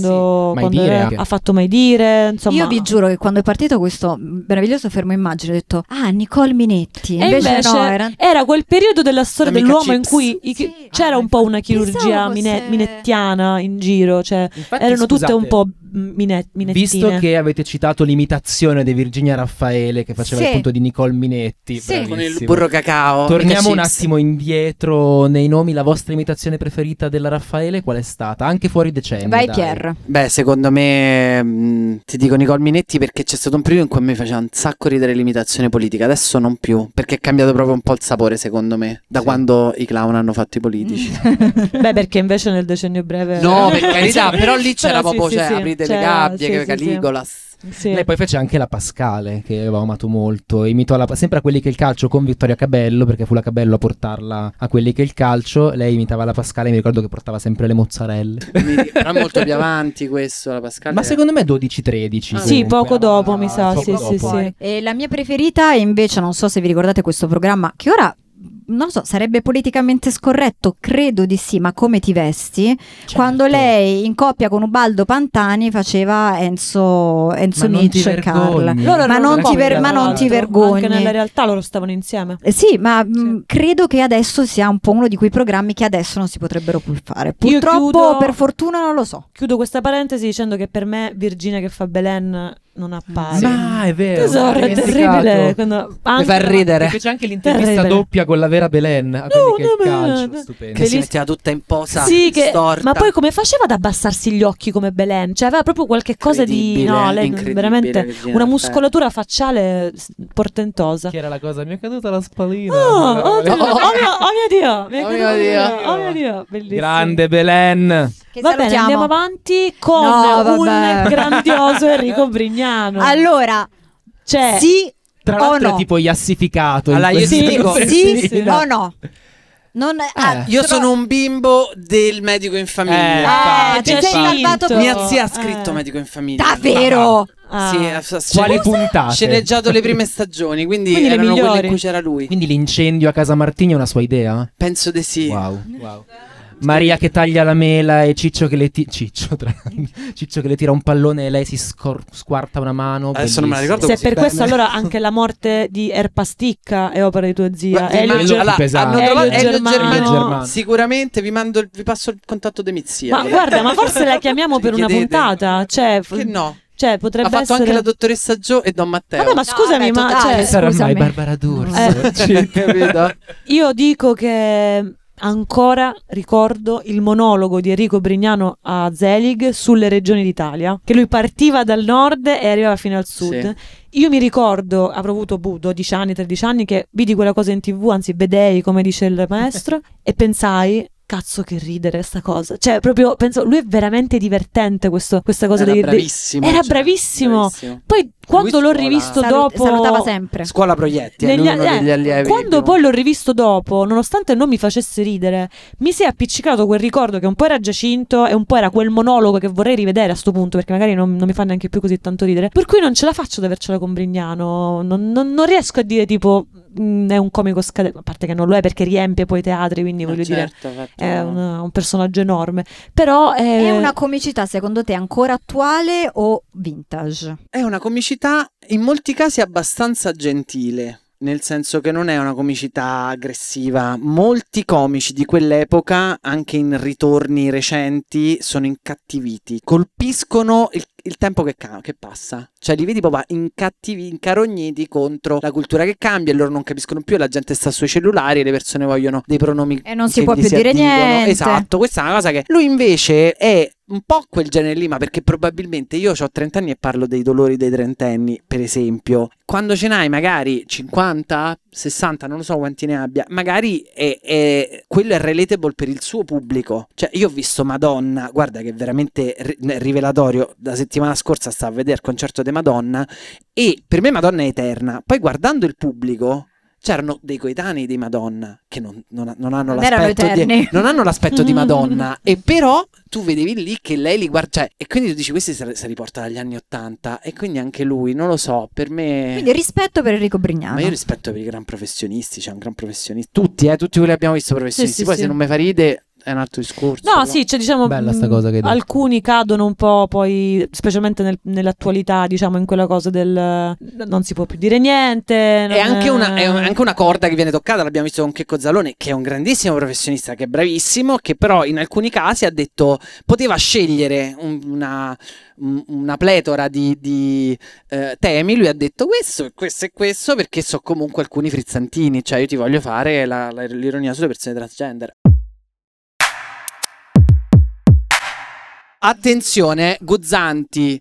Speaker 4: sì, Mai
Speaker 3: quando
Speaker 4: Dire
Speaker 3: era-
Speaker 4: anche.
Speaker 3: ha fatto mai dire. Insomma,
Speaker 2: Io vi giuro che quando è partito questo meraviglioso fermo immagine ho detto "Ah, Nicole Minetti".
Speaker 3: E invece,
Speaker 2: no, era
Speaker 3: era... quel periodo della storia
Speaker 5: Amica
Speaker 3: dell'uomo in
Speaker 5: Chips.
Speaker 3: cui i-
Speaker 2: Sì,
Speaker 3: c'era
Speaker 2: ah,
Speaker 3: un po' una
Speaker 2: pensavo
Speaker 3: chirurgia
Speaker 2: fosse-
Speaker 3: mine- minettiana in giro, cioè
Speaker 4: Infatti,
Speaker 3: erano tutte
Speaker 4: scusate,
Speaker 3: un po' mine- minettine.
Speaker 4: Visto che avete citato l'imitazione di Virginia Raffaele che faceva
Speaker 2: Sì.
Speaker 4: il punto di Nicole Minetti,
Speaker 2: Sì.
Speaker 5: Con il
Speaker 4: bravissima.
Speaker 5: burro cacao.
Speaker 4: Torniamo
Speaker 5: mica
Speaker 4: un
Speaker 5: chips.
Speaker 4: attimo indietro nei nomi, la vostra imitazione preferita della Raffaele qual è stata? Anche fuori decenni.
Speaker 2: Vai
Speaker 4: dai.
Speaker 2: Pierre.
Speaker 5: Beh, secondo me mh, ti dico Nicole Minetti perché c'è stato un periodo in cui a me faceva un sacco ridere l'imitazione politica, adesso non più, perché è cambiato proprio un po' il sapore, secondo me, da
Speaker 4: Sì.
Speaker 5: quando i clown hanno fatto i politici.
Speaker 3: Mm, Beh, perché invece nel decennio breve.
Speaker 5: No, per carità, però lì c'era
Speaker 3: Però sì,
Speaker 5: proprio,
Speaker 3: sì,
Speaker 5: cioè,
Speaker 3: sì,
Speaker 5: aprite le
Speaker 3: c'era-
Speaker 5: gabbie,
Speaker 3: sì,
Speaker 5: che
Speaker 3: sì,
Speaker 5: Caligola.
Speaker 3: sì. Sì.
Speaker 4: Lei poi fece anche la Pascale, che aveva amato molto. Imitò la- sempre a quelli che il calcio con Vittoria Cabello, perché fu la Cabello a portarla a quelli che il calcio. Lei imitava la Pascale, mi ricordo che portava sempre le mozzarelle.
Speaker 5: Mi- Però è molto più avanti questo, la Pascal.
Speaker 4: Ma secondo me 12-13.
Speaker 5: Ah.
Speaker 3: Sì,
Speaker 4: comunque,
Speaker 3: poco
Speaker 4: era-
Speaker 3: dopo, mi sa, sì,
Speaker 4: poco
Speaker 3: sì,
Speaker 4: dopo. eh.
Speaker 3: sì.
Speaker 2: E la mia preferita è invece, non so se vi ricordate questo programma, che ora non lo so, sarebbe politicamente scorretto, credo di sì, ma come ti vesti?
Speaker 4: Certo.
Speaker 2: Quando lei in coppia con Ubaldo Pantani faceva Enzo, Enzo
Speaker 4: Ma non ti
Speaker 2: Nietzsche e Carla.
Speaker 4: vergogni.
Speaker 3: Loro
Speaker 2: Ma
Speaker 3: erano
Speaker 2: non ti
Speaker 3: comiche,
Speaker 2: ver-
Speaker 3: tra
Speaker 2: ma non ti
Speaker 3: l'altro.
Speaker 2: vergogni.
Speaker 3: Anche nella realtà loro stavano insieme.
Speaker 2: Eh Sì, ma mh, credo che adesso sia un po' uno di quei programmi che adesso non si potrebbero più fare. Purtroppo,
Speaker 3: chiudo-
Speaker 2: per fortuna, non lo so.
Speaker 3: Chiudo questa parentesi dicendo che per me Virginia che fa Belen non
Speaker 4: Sì.
Speaker 3: appare.
Speaker 4: Ma è vero.
Speaker 3: Tesoro,
Speaker 4: mi
Speaker 3: è
Speaker 4: dimenticato.
Speaker 3: terribile. Quando...
Speaker 1: Mi
Speaker 3: anche-
Speaker 1: fa ridere.
Speaker 4: Perché c'è anche l'intervista
Speaker 3: Terribile.
Speaker 4: doppia con la vera Belen. A quelli
Speaker 3: No,
Speaker 4: che è il
Speaker 3: no, ma-
Speaker 4: calcio,
Speaker 3: no.
Speaker 4: stupendo.
Speaker 5: Che si
Speaker 3: Bellissimo.
Speaker 5: metteva tutta in posa
Speaker 3: Sì, che-
Speaker 5: storta.
Speaker 3: ma poi come faceva ad abbassarsi gli occhi come Belen? Cioè, aveva proprio qualche cosa di.
Speaker 5: Incredibile,
Speaker 3: No, lei
Speaker 5: incredibile,
Speaker 3: veramente
Speaker 5: Regina cioè.
Speaker 3: una
Speaker 5: Laffer.
Speaker 3: muscolatura facciale s- portentosa.
Speaker 1: Che era la cosa, mi è caduta la spalina.
Speaker 3: Oh, oh, Dio, oh mio,
Speaker 1: Oh,
Speaker 3: oh mio Dio! mi è
Speaker 1: Oh
Speaker 3: caduto
Speaker 1: mio Dio.
Speaker 3: Oh mio Dio! Bellissimo.
Speaker 1: Grande Belen.
Speaker 2: Che
Speaker 3: Va bene,
Speaker 2: salutiamo.
Speaker 3: andiamo avanti con
Speaker 2: No, vabbè.
Speaker 3: un grandioso Enrico Brignano.
Speaker 2: Allora,
Speaker 3: Cioè,
Speaker 2: sì
Speaker 4: Tra
Speaker 2: Oh,
Speaker 4: l'altro
Speaker 2: no.
Speaker 4: è tipo iassificato.
Speaker 5: Allora,
Speaker 4: in
Speaker 5: io
Speaker 4: questo
Speaker 5: ti dico-
Speaker 4: senso.
Speaker 2: sì,
Speaker 3: sì, sì.
Speaker 2: o no? Non, ah,
Speaker 5: Eh. Io
Speaker 2: però-
Speaker 5: sono un bimbo del medico in
Speaker 3: Eh,
Speaker 5: famiglia. cioè,
Speaker 2: Ah,
Speaker 3: ti
Speaker 2: ti sei
Speaker 3: cioè, sei
Speaker 2: salvato
Speaker 3: vinto.
Speaker 2: per-
Speaker 5: Mia zia ha scritto
Speaker 3: Eh.
Speaker 5: medico in famiglia.
Speaker 2: Davvero?
Speaker 3: Ah.
Speaker 5: Sì, ha- ha-
Speaker 4: Quali
Speaker 5: scene-
Speaker 4: puntate?
Speaker 5: sceneggiato le prime stagioni, quindi,
Speaker 3: Quindi le
Speaker 5: erano quelle
Speaker 3: migliori.
Speaker 5: in cui c'era lui.
Speaker 4: Quindi l'incendio a casa Martini è una sua idea?
Speaker 5: Penso di sì.
Speaker 4: Wow. Maria che taglia la mela e Ciccio che le, ti- Ciccio, tra- Ciccio che le tira un pallone e lei si scor- squarta una mano.
Speaker 5: Adesso non me
Speaker 4: bellissimo.
Speaker 5: la ricordo
Speaker 3: se
Speaker 5: così
Speaker 3: per
Speaker 5: bene.
Speaker 3: questo allora anche la morte di Erpasticca è opera di tua zia.
Speaker 5: Ma- vi
Speaker 3: Elio
Speaker 5: mangio-
Speaker 3: Ger-
Speaker 5: allora,
Speaker 4: pesante.
Speaker 5: hanno trovato
Speaker 3: Elio
Speaker 5: Elio
Speaker 3: Germano.
Speaker 5: Germano.
Speaker 4: Elio Germano.
Speaker 5: Sicuramente vi, mando il- vi passo il contatto di mia zia.
Speaker 3: Ma guarda, ma forse la chiamiamo per una
Speaker 5: Chiedete.
Speaker 3: puntata. Cioè, f-
Speaker 5: Che no.
Speaker 3: cioè, potrebbe
Speaker 5: Ha fatto
Speaker 3: essere.
Speaker 5: anche la dottoressa Gio e Don Matteo.
Speaker 3: Vabbè, ma scusami,
Speaker 2: vabbè,
Speaker 3: ma
Speaker 2: totale.
Speaker 3: cioè,
Speaker 4: Chi sarà mai
Speaker 2: Scusami.
Speaker 4: Barbara D'Urso?
Speaker 3: Eh.
Speaker 4: Cioè,
Speaker 5: Capito?
Speaker 3: io dico che ancora ricordo il monologo di Enrico Brignano a Zelig sulle regioni d'Italia, che lui partiva dal nord e arrivava fino al sud. Io mi ricordo, avrò avuto boh, 12 anni, 13 anni, che vidi quella cosa in tv, anzi vedei come dice il maestro, e pensai... Cazzo che ridere sta cosa. Cioè, proprio penso, lui è veramente divertente questo- questa cosa
Speaker 5: Era
Speaker 3: dei, dei-
Speaker 5: bravissimo.
Speaker 3: era
Speaker 5: cioè,
Speaker 3: bravissimo.
Speaker 5: bravissimo.
Speaker 3: Poi quando l'ho
Speaker 5: scuola.
Speaker 3: rivisto
Speaker 2: Salut-
Speaker 3: dopo
Speaker 2: salutava sempre.
Speaker 5: Scuola Proietti, è
Speaker 3: negli-
Speaker 5: Cioè, uno
Speaker 3: eh,
Speaker 5: degli allievi.
Speaker 3: quando
Speaker 5: tipo-
Speaker 3: poi l'ho rivisto dopo, nonostante non mi facesse ridere, mi si è appiccicato quel ricordo che un po' era Giacinto e un po' era quel monologo che vorrei rivedere a sto punto, perché magari non, non mi fa neanche più così tanto ridere. Per cui non ce la faccio ad avercela con Brignano. Non, non- non riesco a dire tipo "Mm, è un comico scadente, a parte che non lo è perché riempie poi i teatri, quindi
Speaker 5: Eh,
Speaker 3: voglio dire
Speaker 5: certo, ha fatto-
Speaker 3: è una- un personaggio enorme. Però eh, è,
Speaker 2: È una comicità secondo te ancora attuale o vintage?
Speaker 5: È una comicità in molti casi abbastanza gentile, nel senso che non è una comicità aggressiva. Molti comici di quell'epoca, anche in ritorni recenti, sono incattiviti, colpiscono il, il tempo che, ca- che passa. Cioè li vedi proprio incattivi, incarogniti contro la cultura che cambia e loro non capiscono più, la gente sta sui cellulari, le persone vogliono dei pronomi
Speaker 2: E non si
Speaker 5: che
Speaker 2: può
Speaker 5: gli
Speaker 2: più dire
Speaker 5: addicono.
Speaker 2: niente.
Speaker 5: Esatto, questa è una cosa che lui invece è un po' quel genere lì, ma perché probabilmente io ho 30 anni e parlo dei dolori dei trentenni, per esempio. Quando ce n'hai magari 50, 60, non lo so quanti ne abbia, magari è- è- quello è relatable per il suo pubblico. Cioè, io ho visto Madonna, guarda che è veramente ri- rivelatorio, la settimana scorsa stavo a vedere il concerto di Madonna e per me Madonna è eterna. Poi guardando il pubblico, c'erano dei coetanei di Madonna che non, non- non hanno,
Speaker 2: Non erano
Speaker 5: l'aspetto di,
Speaker 2: eterni.
Speaker 5: non hanno l'aspetto di Madonna. E però tu vedevi lì che lei li guarda. cioè, e quindi tu dici, questi se, se riporta dagli anni Ottanta. E quindi anche lui, non lo so, per me.
Speaker 2: Quindi rispetto per Enrico Brignano.
Speaker 5: Ma io rispetto per i gran professionisti, c'è un gran professionista. Tutti, eh, tutti quelli che abbiamo visto professionisti. Poi
Speaker 3: sì.
Speaker 5: se non mi fa ride è un altro discorso.
Speaker 3: No,
Speaker 5: però.
Speaker 3: sì, cioè, diciamo,
Speaker 4: Bella sta
Speaker 3: mh,
Speaker 4: cosa che hai detto.
Speaker 3: alcuni cadono un po', poi, specialmente nel- nell'attualità, diciamo, in quella cosa del eh, non si può più dire niente.
Speaker 5: È anche, una, Eh, è un- anche una corda che viene toccata, l'abbiamo visto con Checco Zalone, che è un grandissimo professionista, che è bravissimo, che però in alcuni casi ha detto poteva scegliere un- una, un- una pletora di, di, eh, temi, lui ha detto questo e questo e questo perché so comunque alcuni frizzantini, cioè io ti voglio fare la- la- l'ironia sulle persone transgender. Attenzione, Guzzanti,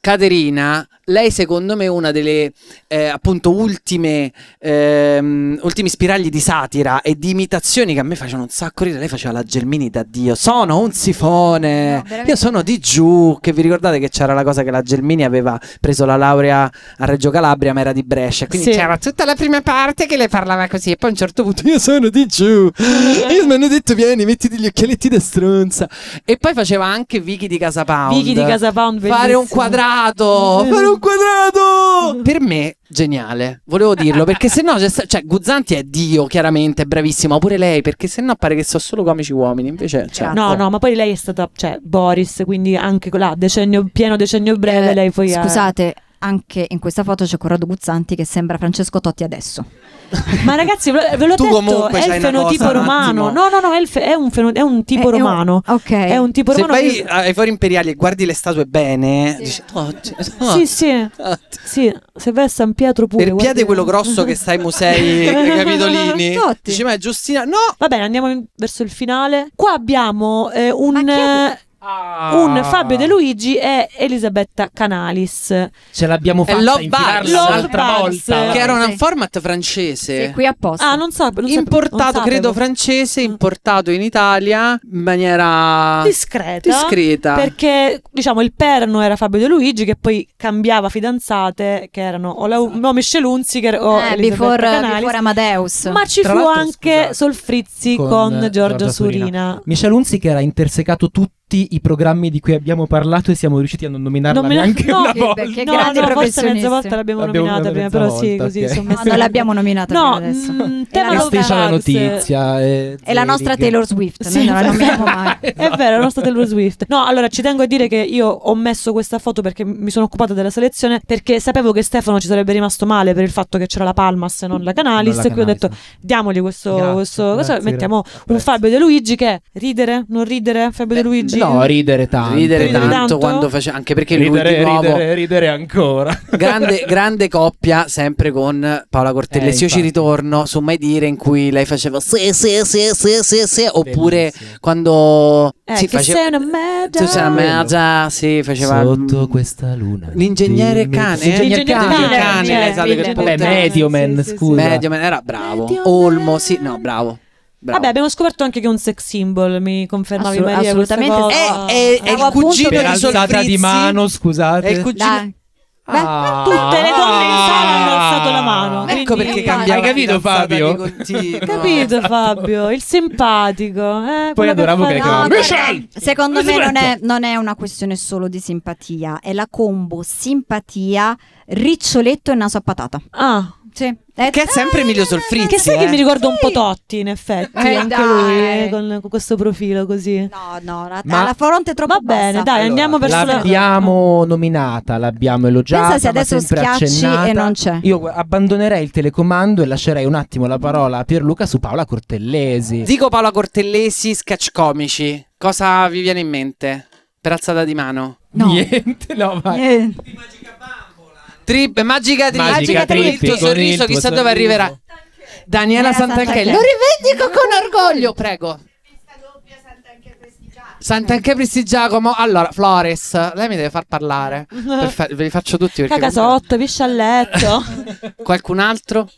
Speaker 5: Caterina, lei secondo me è una delle eh, appunto ultime, ehm, ultimi spiragli di satira e di imitazioni che a me facevano un sacco ridere. Lei faceva la Gelmini da Dio, sono un sifone,
Speaker 2: No, veramente.
Speaker 5: io sono di giù, che vi ricordate che c'era la cosa che la Gelmini aveva preso la laurea a Reggio Calabria ma era di Brescia, quindi
Speaker 3: Sì.
Speaker 5: c'era tutta la prima parte che le parlava così e poi a un certo punto io sono di giù, io mi hanno detto vieni mettiti gli occhialetti da stronza e poi faceva anche Vicky di Casa Pound.
Speaker 3: Vicky di Casa Pound,
Speaker 5: Fare
Speaker 3: bellissimo.
Speaker 5: un quadrato!
Speaker 3: Mm.
Speaker 5: Fare un quadrato! Per me, geniale. Volevo dirlo perché sennò c'è sta- cioè, Guzzanti è Dio, chiaramente, è bravissima. Pure lei, perché sennò pare che sono solo comici uomini. Invece, cioè,
Speaker 3: No, no, ma poi
Speaker 5: Eh,
Speaker 3: lei è stata, cioè, Boris, quindi anche là, decennio, pieno decennio breve, lei poi ha-
Speaker 2: Scusate, anche in questa foto c'è Corrado Guzzanti che sembra Francesco Totti adesso.
Speaker 3: Ma ragazzi, ve ve l'ho
Speaker 5: Tu
Speaker 3: detto,
Speaker 5: comunque
Speaker 3: è
Speaker 5: c'hai
Speaker 3: il
Speaker 5: una
Speaker 3: fenotipo
Speaker 5: cosa, un
Speaker 3: romano. No,
Speaker 5: attimo.
Speaker 3: no, no, è, il fe- è un, feno- è un tipo
Speaker 2: Eh, è un-
Speaker 3: romano.
Speaker 2: Ok.
Speaker 3: È un tipo
Speaker 5: Se
Speaker 3: romano.
Speaker 5: vai
Speaker 3: che-
Speaker 5: ai fori imperiali e guardi le statue bene, dici, "Oh, c- oh,
Speaker 3: Sì, sì,
Speaker 5: oh, t-
Speaker 3: sì, se vai a San Pietro pure.
Speaker 5: per piede
Speaker 3: guardi-
Speaker 5: quello grosso che sta ai musei ai Capitolini,
Speaker 2: Totti.
Speaker 5: dici, ma è Giustina? No!
Speaker 3: Va bene, andiamo in- verso il finale. Qua abbiamo eh, un,
Speaker 2: Ma chi è-
Speaker 4: Ah.
Speaker 3: un Fabio De Luigi e Elisabetta Canalis.
Speaker 4: Ce l'abbiamo
Speaker 5: È
Speaker 4: fatta
Speaker 5: Love Bugs.
Speaker 4: infilarla un'altra
Speaker 3: Love Bugs.
Speaker 4: volta.
Speaker 5: Che era un
Speaker 2: Sì.
Speaker 5: format francese.
Speaker 2: Sì, qui apposta.
Speaker 3: Ah, non so. non sapevo-
Speaker 5: importato,
Speaker 3: non
Speaker 5: credo
Speaker 3: sapevo. Mm.
Speaker 5: francese, importato in Italia in maniera
Speaker 3: Discreta.
Speaker 5: discreta.
Speaker 3: Perché diciamo il perno era Fabio De Luigi che poi cambiava fidanzate che erano o, la, o Michelle Hunziker o
Speaker 2: Esatto. Eh,
Speaker 3: Elisabetta
Speaker 2: before,
Speaker 3: Canalis.
Speaker 2: before Amadeus.
Speaker 3: Ma ci
Speaker 4: Tra
Speaker 3: fu
Speaker 4: l'altro,
Speaker 3: anche
Speaker 4: scusate,
Speaker 3: Solfrizzi con,
Speaker 4: con, eh,
Speaker 3: Giorgia,
Speaker 4: Giorgia
Speaker 3: Surina.
Speaker 4: Surina. Michel Unzi che era intersecato tutti i programmi di cui abbiamo parlato e siamo riusciti a non nominarla
Speaker 3: Non me la-
Speaker 4: neanche
Speaker 3: no,
Speaker 4: una
Speaker 3: che-
Speaker 4: volta.
Speaker 2: che grandi
Speaker 3: no, no, forse
Speaker 2: professionisti.
Speaker 3: mezza volta l'abbiamo
Speaker 4: L'abbiamo
Speaker 3: nominata prima,
Speaker 4: mezza
Speaker 3: però sì,
Speaker 4: volta,
Speaker 3: così
Speaker 4: ok.
Speaker 3: insomma.
Speaker 2: No, non l'abbiamo nominata
Speaker 3: No,
Speaker 2: fino adesso.
Speaker 3: mm,
Speaker 2: È
Speaker 3: tema
Speaker 2: la
Speaker 4: E
Speaker 2: nostra-
Speaker 4: striscia la
Speaker 3: Bugs.
Speaker 4: notizia. eh, e
Speaker 2: È la nostra
Speaker 4: Zelig.
Speaker 2: Taylor Swift,
Speaker 3: Sì,
Speaker 2: noi non la nominiamo
Speaker 3: esatto.
Speaker 2: mai.
Speaker 3: È vero, la nostra Taylor Swift. No, allora ci tengo a dire che io ho messo questa foto perché mi sono occupata della selezione perché sapevo che Stefano ci sarebbe rimasto male per il fatto che c'era la Palmas e non la Canalis.
Speaker 4: Non la
Speaker 3: e quindi ho detto
Speaker 4: Canalis.
Speaker 3: diamogli questo,
Speaker 4: Grazie,
Speaker 3: questo cosa,
Speaker 4: grazie,
Speaker 3: mettiamo
Speaker 4: grazie.
Speaker 3: un Fabio De Luigi che ridere, non ridere, Fabio
Speaker 5: Eh,
Speaker 3: De Luigi.
Speaker 4: No, ridere tanto.
Speaker 5: Ridere
Speaker 3: Ridere
Speaker 5: tanto,
Speaker 3: tanto?
Speaker 5: quando faceva anche perché lui di
Speaker 4: ridere,
Speaker 5: nuovo
Speaker 4: ridere, ridere ancora.
Speaker 5: grande, grande coppia sempre con Paola Cortellesi.
Speaker 4: Eh,
Speaker 5: Io ci
Speaker 4: infatti.
Speaker 5: ritorno su Mai Dire in cui lei faceva sì, sì, sì, sì, sì, sì, oppure
Speaker 4: Bellissimo.
Speaker 5: quando
Speaker 3: Eh,
Speaker 5: si
Speaker 3: che
Speaker 5: faceva
Speaker 3: sei una merda.
Speaker 5: tu sei una mezza, sì, faceva
Speaker 4: Sotto questa luna.
Speaker 5: "Mm, L'ingegnere
Speaker 4: Dimmi-
Speaker 5: cane? eh,
Speaker 4: L'ingegnere
Speaker 3: L'ingegnere
Speaker 4: cane. esatto,
Speaker 5: cane, cane,
Speaker 3: eh,
Speaker 5: lei sa che
Speaker 3: l'ingegnere
Speaker 5: punto
Speaker 4: Beh,
Speaker 5: è.
Speaker 3: cane,
Speaker 4: Medioman,
Speaker 3: sì, sì, sì.
Speaker 4: scusa.
Speaker 5: medio, ma era bravo.
Speaker 3: Medio
Speaker 5: Olmo,
Speaker 3: man.
Speaker 5: sì, no, bravo. bravo.
Speaker 3: Vabbè, abbiamo scoperto anche che è un sex symbol, mi confermavi
Speaker 2: Assolut-
Speaker 3: Maria questa
Speaker 2: assolutamente
Speaker 3: cosa.
Speaker 5: sì. Eh, È- è- è il
Speaker 3: Stavo appunto
Speaker 5: cugino
Speaker 4: per
Speaker 5: di
Speaker 3: pensando-
Speaker 4: alzata
Speaker 5: Solfrizzi.
Speaker 4: di mano, scusate.
Speaker 5: È il cugino-
Speaker 2: Dai.
Speaker 4: Ah.
Speaker 3: Tutte le donne in sala hanno alzato la mano.
Speaker 5: Ecco
Speaker 3: quindi-
Speaker 5: perché
Speaker 2: Hai
Speaker 5: cambiava
Speaker 4: capito,
Speaker 5: fidanzata di
Speaker 4: Fabio?
Speaker 5: continuo.
Speaker 3: Capito Fabio, il simpatico. Eh,
Speaker 4: Poi
Speaker 3: quello
Speaker 4: adoravo
Speaker 3: per
Speaker 4: che le
Speaker 3: fare-
Speaker 4: chiamavano
Speaker 2: guarda,
Speaker 4: Michelle!
Speaker 2: secondo me
Speaker 4: Miss
Speaker 2: non è,
Speaker 4: Bretton!
Speaker 2: non è una questione solo di simpatia, è la combo simpatia, riccioletto e naso a patata. Eh,
Speaker 3: Ah,
Speaker 2: Sì. È-
Speaker 5: Che è sempre Emilio Solfrizzi,
Speaker 3: che sai che
Speaker 5: eh?
Speaker 3: mi ricorda un po'
Speaker 2: Sì.
Speaker 3: Totti, in effetti.
Speaker 2: Eh,
Speaker 3: anche
Speaker 2: dai.
Speaker 3: lui eh, con, con questo profilo così.
Speaker 2: No, no, la,
Speaker 4: Ma-
Speaker 2: la fronte è troppo
Speaker 3: Va bene,
Speaker 2: bassa.
Speaker 3: dai, andiamo verso la.
Speaker 4: L'abbiamo nominata, l'abbiamo elogiata.
Speaker 2: Pensa se
Speaker 4: ma
Speaker 2: adesso
Speaker 4: sempre
Speaker 2: schiacci
Speaker 4: accennata.
Speaker 2: e non c'è.
Speaker 4: Io gu- abbandonerei il telecomando e lascerei un attimo la parola a Pierluca su Paola Cortellesi.
Speaker 5: Dico Paola Cortellesi, sketch comici. Cosa vi viene in mente? Per alzata di mano.
Speaker 2: No.
Speaker 4: Niente, no, vai.
Speaker 2: Eh,
Speaker 5: Trip, magica trip.
Speaker 2: Magica
Speaker 5: con il
Speaker 2: Trippi,
Speaker 4: con
Speaker 5: tuo
Speaker 4: il
Speaker 5: sorriso,
Speaker 4: tuo
Speaker 5: chissà
Speaker 4: sorriso.
Speaker 5: dove arriverà. Daniela
Speaker 2: Daniela
Speaker 5: Santanchè.
Speaker 2: Santanchè.
Speaker 5: Lo rivendico con orgoglio, prego. Sant'Anche Prestigiacomo. Allora, Flores, lei mi deve far parlare. Perfetto, ve li faccio tutti perché
Speaker 3: Caca
Speaker 5: comunque-
Speaker 3: sotto, piscia a letto.
Speaker 5: Qualcun altro?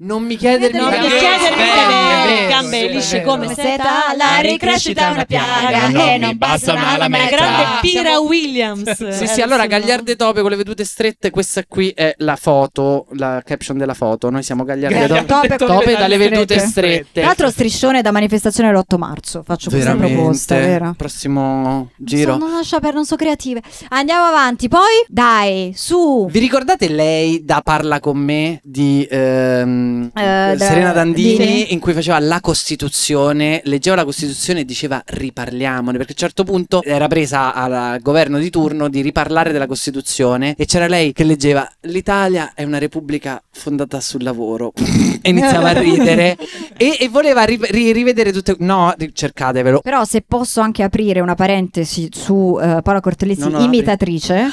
Speaker 5: Non mi chiedermi
Speaker 3: Non mi
Speaker 5: perché-
Speaker 3: chiedermi
Speaker 5: Eh,
Speaker 3: perché
Speaker 5: eh,
Speaker 3: le gambe
Speaker 5: eh,
Speaker 3: lisce
Speaker 5: eh,
Speaker 3: come
Speaker 5: eh,
Speaker 3: seta, la ricrescita è una piaga
Speaker 4: Non
Speaker 3: e
Speaker 4: mi
Speaker 3: non
Speaker 4: basta
Speaker 3: passa
Speaker 4: una
Speaker 3: una
Speaker 4: lametta.
Speaker 3: grande Pira
Speaker 5: Siamo-
Speaker 3: Williams.
Speaker 2: Eh,
Speaker 5: Sì, sì, allora Gagliarde Tope con le vedute strette, questa qui è la foto, la caption della foto. Noi siamo Gagliarde
Speaker 2: Gagliarde
Speaker 5: Tope,
Speaker 2: Tope con
Speaker 5: Tope
Speaker 2: le
Speaker 5: dalle
Speaker 2: vedute
Speaker 5: vedute
Speaker 4: strette.
Speaker 5: strette.
Speaker 2: Tra l'altro striscione da manifestazione l'8 marzo, faccio questa proposta, vero?
Speaker 5: Prossimo giro.
Speaker 2: Sono una sciaper, non so creative. Andiamo avanti, poi dai, su.
Speaker 5: Vi ricordate lei da Parla con me di ehm,
Speaker 2: Eh, da-
Speaker 5: Serena Dandini
Speaker 2: Dini?
Speaker 5: in cui faceva la Costituzione, leggeva la Costituzione e diceva riparliamone perché a un certo punto era presa al governo di turno di riparlare della Costituzione e c'era lei che leggeva l'Italia è una repubblica fondata sul lavoro e iniziava a ridere e, e voleva ri- ri- rivedere tutte... No, ri- cercatevelo.
Speaker 2: Però se posso anche aprire una parentesi su eh, Paola Cortellesi,
Speaker 5: No, no,
Speaker 2: imitatrice,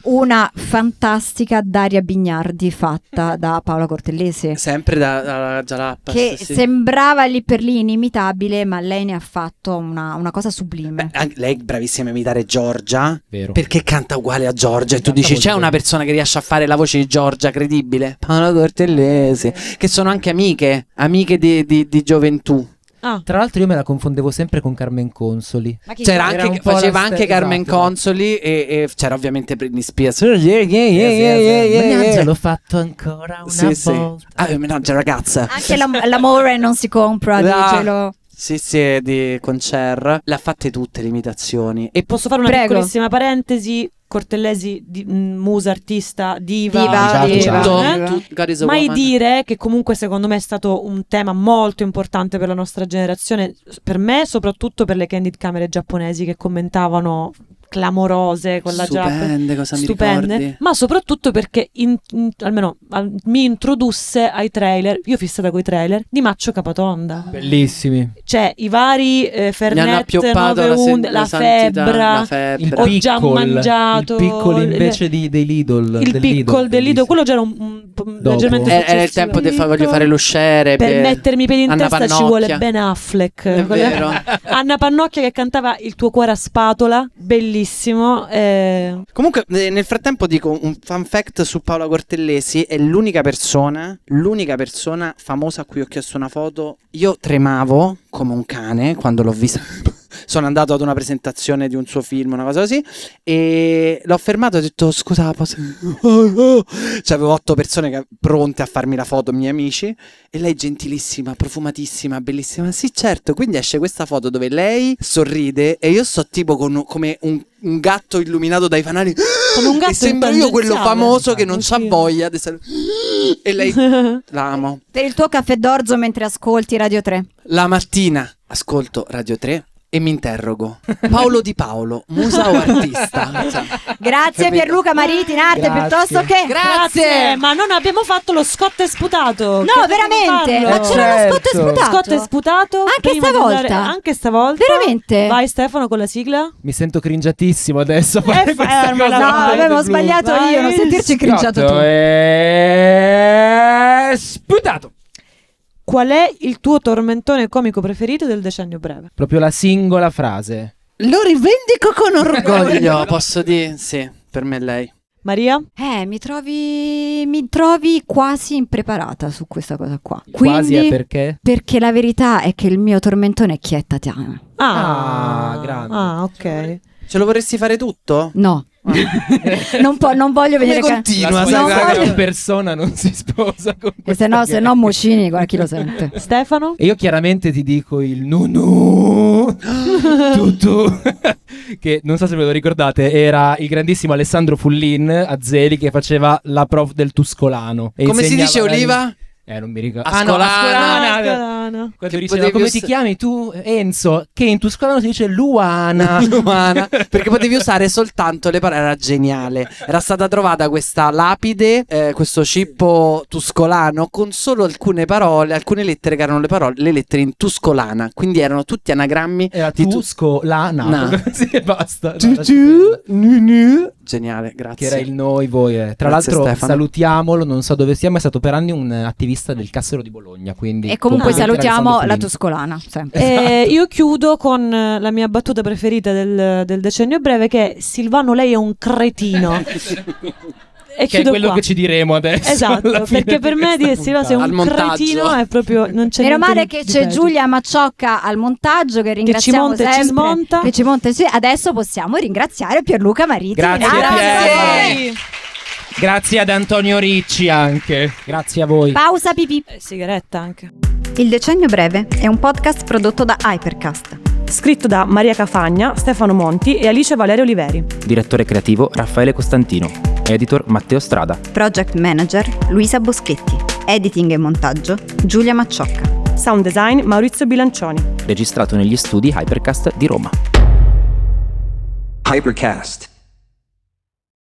Speaker 2: una fantastica Daria Bignardi fatta da Paola Cortellesi.
Speaker 5: Sempre da, da Gialappa.
Speaker 2: Che
Speaker 5: sì, sì.
Speaker 2: sembrava lì per lì inimitabile, ma lei ne ha fatto una, una cosa
Speaker 5: Beh,
Speaker 2: sublime.
Speaker 5: anche lei è bravissima a imitare Giorgia.
Speaker 4: Vero.
Speaker 5: Perché canta uguale a Giorgia e tu
Speaker 4: Canta
Speaker 5: dici
Speaker 4: molto
Speaker 5: c'è una
Speaker 4: bene.
Speaker 5: persona che riesce a fare la voce di Giorgia credibile? Paola Cortellesi, che sono anche amiche, amiche di, di- di gioventù.
Speaker 3: Ah,
Speaker 4: Tra l'altro io me la confondevo sempre con Carmen Consoli.
Speaker 2: Ma chi-
Speaker 5: C'era
Speaker 4: Era
Speaker 5: anche,
Speaker 4: un po' la
Speaker 5: faceva
Speaker 4: ste-
Speaker 5: anche Carmen
Speaker 4: esatto.
Speaker 5: Consoli e, e c'era ovviamente Britney Spears. Yeah, yeah, yeah, yeah, yeah, yeah, yeah.
Speaker 4: Mannaggia, l'ho fatto ancora una
Speaker 5: Sì, sì.
Speaker 4: volta.
Speaker 5: Ah, mannaggia ragazza.
Speaker 4: Ah.
Speaker 2: Anche l'am- l'amore non si compra,
Speaker 5: Ah.
Speaker 2: dicelo.
Speaker 5: Sì, sì, di Concer. L'ha fatte tutte le imitazioni. E
Speaker 3: e posso fare una
Speaker 2: Prego.
Speaker 3: piccolissima parentesi? Cortellesi, di- mh, musa, artista, diva.
Speaker 2: Diva,
Speaker 4: Già,
Speaker 2: diva.
Speaker 5: tutto,
Speaker 3: Eh?
Speaker 5: tu- God is a
Speaker 3: Mai
Speaker 5: woman.
Speaker 3: dire che comunque secondo me è stato un tema molto importante per la nostra generazione, per me soprattutto per le candid camere giapponesi che commentavano clamorose con la giacca.
Speaker 5: Stupende, cosa mi
Speaker 3: Stupende,
Speaker 5: ricordi?
Speaker 3: ma soprattutto perché in- in- almeno al- mi introdusse ai trailer, io fissata coi trailer, di Maccio Capatonda.
Speaker 4: Bellissimi.
Speaker 3: Cioè i vari eh,
Speaker 5: Mi hanno
Speaker 3: Fernet,
Speaker 5: appioppato
Speaker 3: 9
Speaker 5: la, sen-
Speaker 3: Unde, la,
Speaker 5: santità,
Speaker 3: febbra,
Speaker 5: la
Speaker 4: Il
Speaker 5: febbre.
Speaker 3: Ho già
Speaker 4: piccolo,
Speaker 3: mangiato
Speaker 4: Il piccolo
Speaker 3: le-
Speaker 4: invece di, dei Lidl.
Speaker 3: il
Speaker 4: del
Speaker 3: piccolo
Speaker 4: Lidl,
Speaker 3: del Lido,
Speaker 4: bellissimo.
Speaker 3: quello già era un, un po'
Speaker 4: Dopo.
Speaker 3: leggermente
Speaker 5: Era, era il
Speaker 3: successivo.
Speaker 5: tempo di fa- voglio fare lo share
Speaker 3: per mettermi i piedi in
Speaker 5: Anna
Speaker 3: testa ci
Speaker 5: Pannocchia.
Speaker 3: vuole Ben Affleck.
Speaker 5: È
Speaker 3: Quella-
Speaker 5: vero.
Speaker 3: Anna Pannocchia che cantava Il tuo cuore a spatola, bellissimo. eh.
Speaker 5: Comunque, eh, nel frattempo dico un fun fact su Paola Cortellesi, è l'unica persona, l'unica persona famosa a cui ho chiesto una foto. Io tremavo come un cane quando l'ho vista. Sono andato ad una presentazione di un suo film, una cosa così, e l'ho fermato e ho detto scusa, posso... c'avevo otto persone che- pronte a farmi la foto, miei amici, e lei gentilissima, profumatissima, bellissima. Sì, certo. Quindi esce questa foto dove lei sorride e io sto tipo con- come un, un gatto illuminato dai fanali.
Speaker 3: Come un gatto
Speaker 5: e sembra io quello
Speaker 3: intangenziale.
Speaker 5: famoso che non
Speaker 3: Sì.
Speaker 5: c'ha voglia di sal- E lei l'amo.
Speaker 2: Per il tuo caffè d'orzo mentre ascolti Radio 3.
Speaker 5: La mattina ascolto Radio 3 e mi interrogo. Paolo Di Paolo, musa o artista? Cioè,
Speaker 2: Grazie
Speaker 5: capito?
Speaker 2: Pierluca Mariti in arte
Speaker 4: Grazie.
Speaker 2: piuttosto che...
Speaker 3: Eh, Grazie, ma non abbiamo fatto lo scotto e sputato.
Speaker 2: No, veramente! Ma
Speaker 4: farlo.
Speaker 2: c'era uno spot
Speaker 4: Certo.
Speaker 2: sputato.
Speaker 3: Scotto e sputato.
Speaker 2: Anche
Speaker 3: prima di
Speaker 2: stavolta.
Speaker 3: andare- anche stavolta.
Speaker 2: Veramente?
Speaker 3: Vai Stefano con la sigla.
Speaker 4: Mi sento cringiatissimo adesso a fare
Speaker 3: Eh,
Speaker 4: questa
Speaker 3: fermala,
Speaker 4: cosa.
Speaker 2: No,
Speaker 3: vai,
Speaker 2: avevo
Speaker 4: Blu.
Speaker 2: sbagliato
Speaker 3: Vai.
Speaker 2: io, non sentirci cringiato
Speaker 4: Scotto eh.
Speaker 2: tu.
Speaker 4: E... Sputato.
Speaker 3: Qual è il tuo tormentone comico preferito del decennio breve?
Speaker 4: Proprio la singola frase.
Speaker 5: Lo rivendico con orgoglio, posso dire? Sì, per me è lei.
Speaker 3: Maria?
Speaker 2: Eh, mi trovi, mi trovi quasi impreparata su questa cosa qua.
Speaker 4: Quasi
Speaker 2: Quindi,
Speaker 4: eh, è perché?
Speaker 2: perché la verità è che il mio tormentone è chi è Tatiana.
Speaker 4: Ah, grande.
Speaker 3: Ah, ok.
Speaker 5: Ce lo vorresti fare tutto?
Speaker 2: No, non, po- non voglio vedere...
Speaker 5: Come
Speaker 2: Che...
Speaker 5: continua
Speaker 4: la
Speaker 5: sta
Speaker 2: sposa-
Speaker 5: cosa?
Speaker 4: sposa
Speaker 2: voglio-
Speaker 4: in persona non si sposa con
Speaker 2: E
Speaker 4: questa
Speaker 2: se no, se
Speaker 4: gag.
Speaker 2: no, Mucini, guarda chi lo sente.
Speaker 3: Stefano?
Speaker 4: E io chiaramente ti dico il nu nu tu tu che non so se ve lo ricordate era il grandissimo Alessandro Fullin a Zeli che faceva la prof del Tuscolano E
Speaker 5: Come si
Speaker 4: insegnava
Speaker 5: dice
Speaker 4: la-
Speaker 5: Oliva?
Speaker 4: Eh non mi ricordo
Speaker 5: Ascolana.
Speaker 4: Ascolana.
Speaker 3: Ascolana.
Speaker 4: Quando
Speaker 5: ecco. Che
Speaker 4: diceva,
Speaker 5: potevi
Speaker 4: come
Speaker 5: usa-
Speaker 4: ti chiami tu Enzo che in Tuscolano si dice Luana
Speaker 5: umana perché potevi usare soltanto le parole era geniale era stata trovata questa lapide eh, questo cippo tuscolano con solo alcune parole alcune lettere che erano le parole le lettere in tuscolana quindi erano tutti anagrammi
Speaker 4: era
Speaker 5: Di tu-
Speaker 4: Tuscolana
Speaker 5: Na.
Speaker 4: sì e basta No,
Speaker 5: Tu-
Speaker 4: la-
Speaker 5: tu- nu- nu. geniale
Speaker 4: che
Speaker 5: grazie
Speaker 4: era il noi voi. eh. Tra
Speaker 5: Grazie,
Speaker 4: l'altro
Speaker 5: Stefano.
Speaker 4: salutiamolo, non so dove sia, ma è stato per anni un eh, attivista del Cassero di Bologna. Quindi
Speaker 2: E comunque
Speaker 4: complimenti
Speaker 2: salutiamo la
Speaker 4: Alessandro Fulini.
Speaker 2: Tuscolana. sempre.
Speaker 3: Eh, io chiudo con eh, la mia battuta preferita del, del decennio breve che è Silvano lei è un cretino. e
Speaker 4: Che è
Speaker 3: chiudo
Speaker 4: quello
Speaker 3: qua.
Speaker 4: che ci diremo adesso. alla
Speaker 3: Esatto,
Speaker 4: fine
Speaker 3: perché per
Speaker 4: di
Speaker 3: me dire
Speaker 4: questa
Speaker 3: Silvano sei
Speaker 5: Al
Speaker 3: un
Speaker 5: montaggio.
Speaker 3: cretino è proprio non c'è
Speaker 2: Meno
Speaker 3: niente
Speaker 2: male
Speaker 3: di-
Speaker 2: che
Speaker 3: di
Speaker 2: c'è
Speaker 3: peggio.
Speaker 2: Giulia Macciocca al montaggio che ringraziamo
Speaker 3: monta e ci
Speaker 2: sempre.
Speaker 3: smonta.
Speaker 2: Che ci monta e ci- Adesso possiamo ringraziare Pierluca Mariti.
Speaker 4: Grazie,
Speaker 2: in arte.
Speaker 4: Pier. puntata. Grazie ad Antonio Ricci anche. Grazie a voi.
Speaker 2: Pausa pipì.
Speaker 3: Eh, Sigaretta anche.
Speaker 2: Il decennio breve è un podcast prodotto da Hypercast.
Speaker 3: Scritto da Maria Cafagna, Stefano Monti e Alice Valerio Oliveri.
Speaker 6: Direttore creativo Raffaele Costantino. Editor Matteo Strada.
Speaker 2: Project manager Luisa Boschetti. Editing e montaggio Giulia Macciocca.
Speaker 3: Sound design Maurizio Bilancioni.
Speaker 6: Registrato negli studi Hypercast di Roma.
Speaker 7: Hypercast.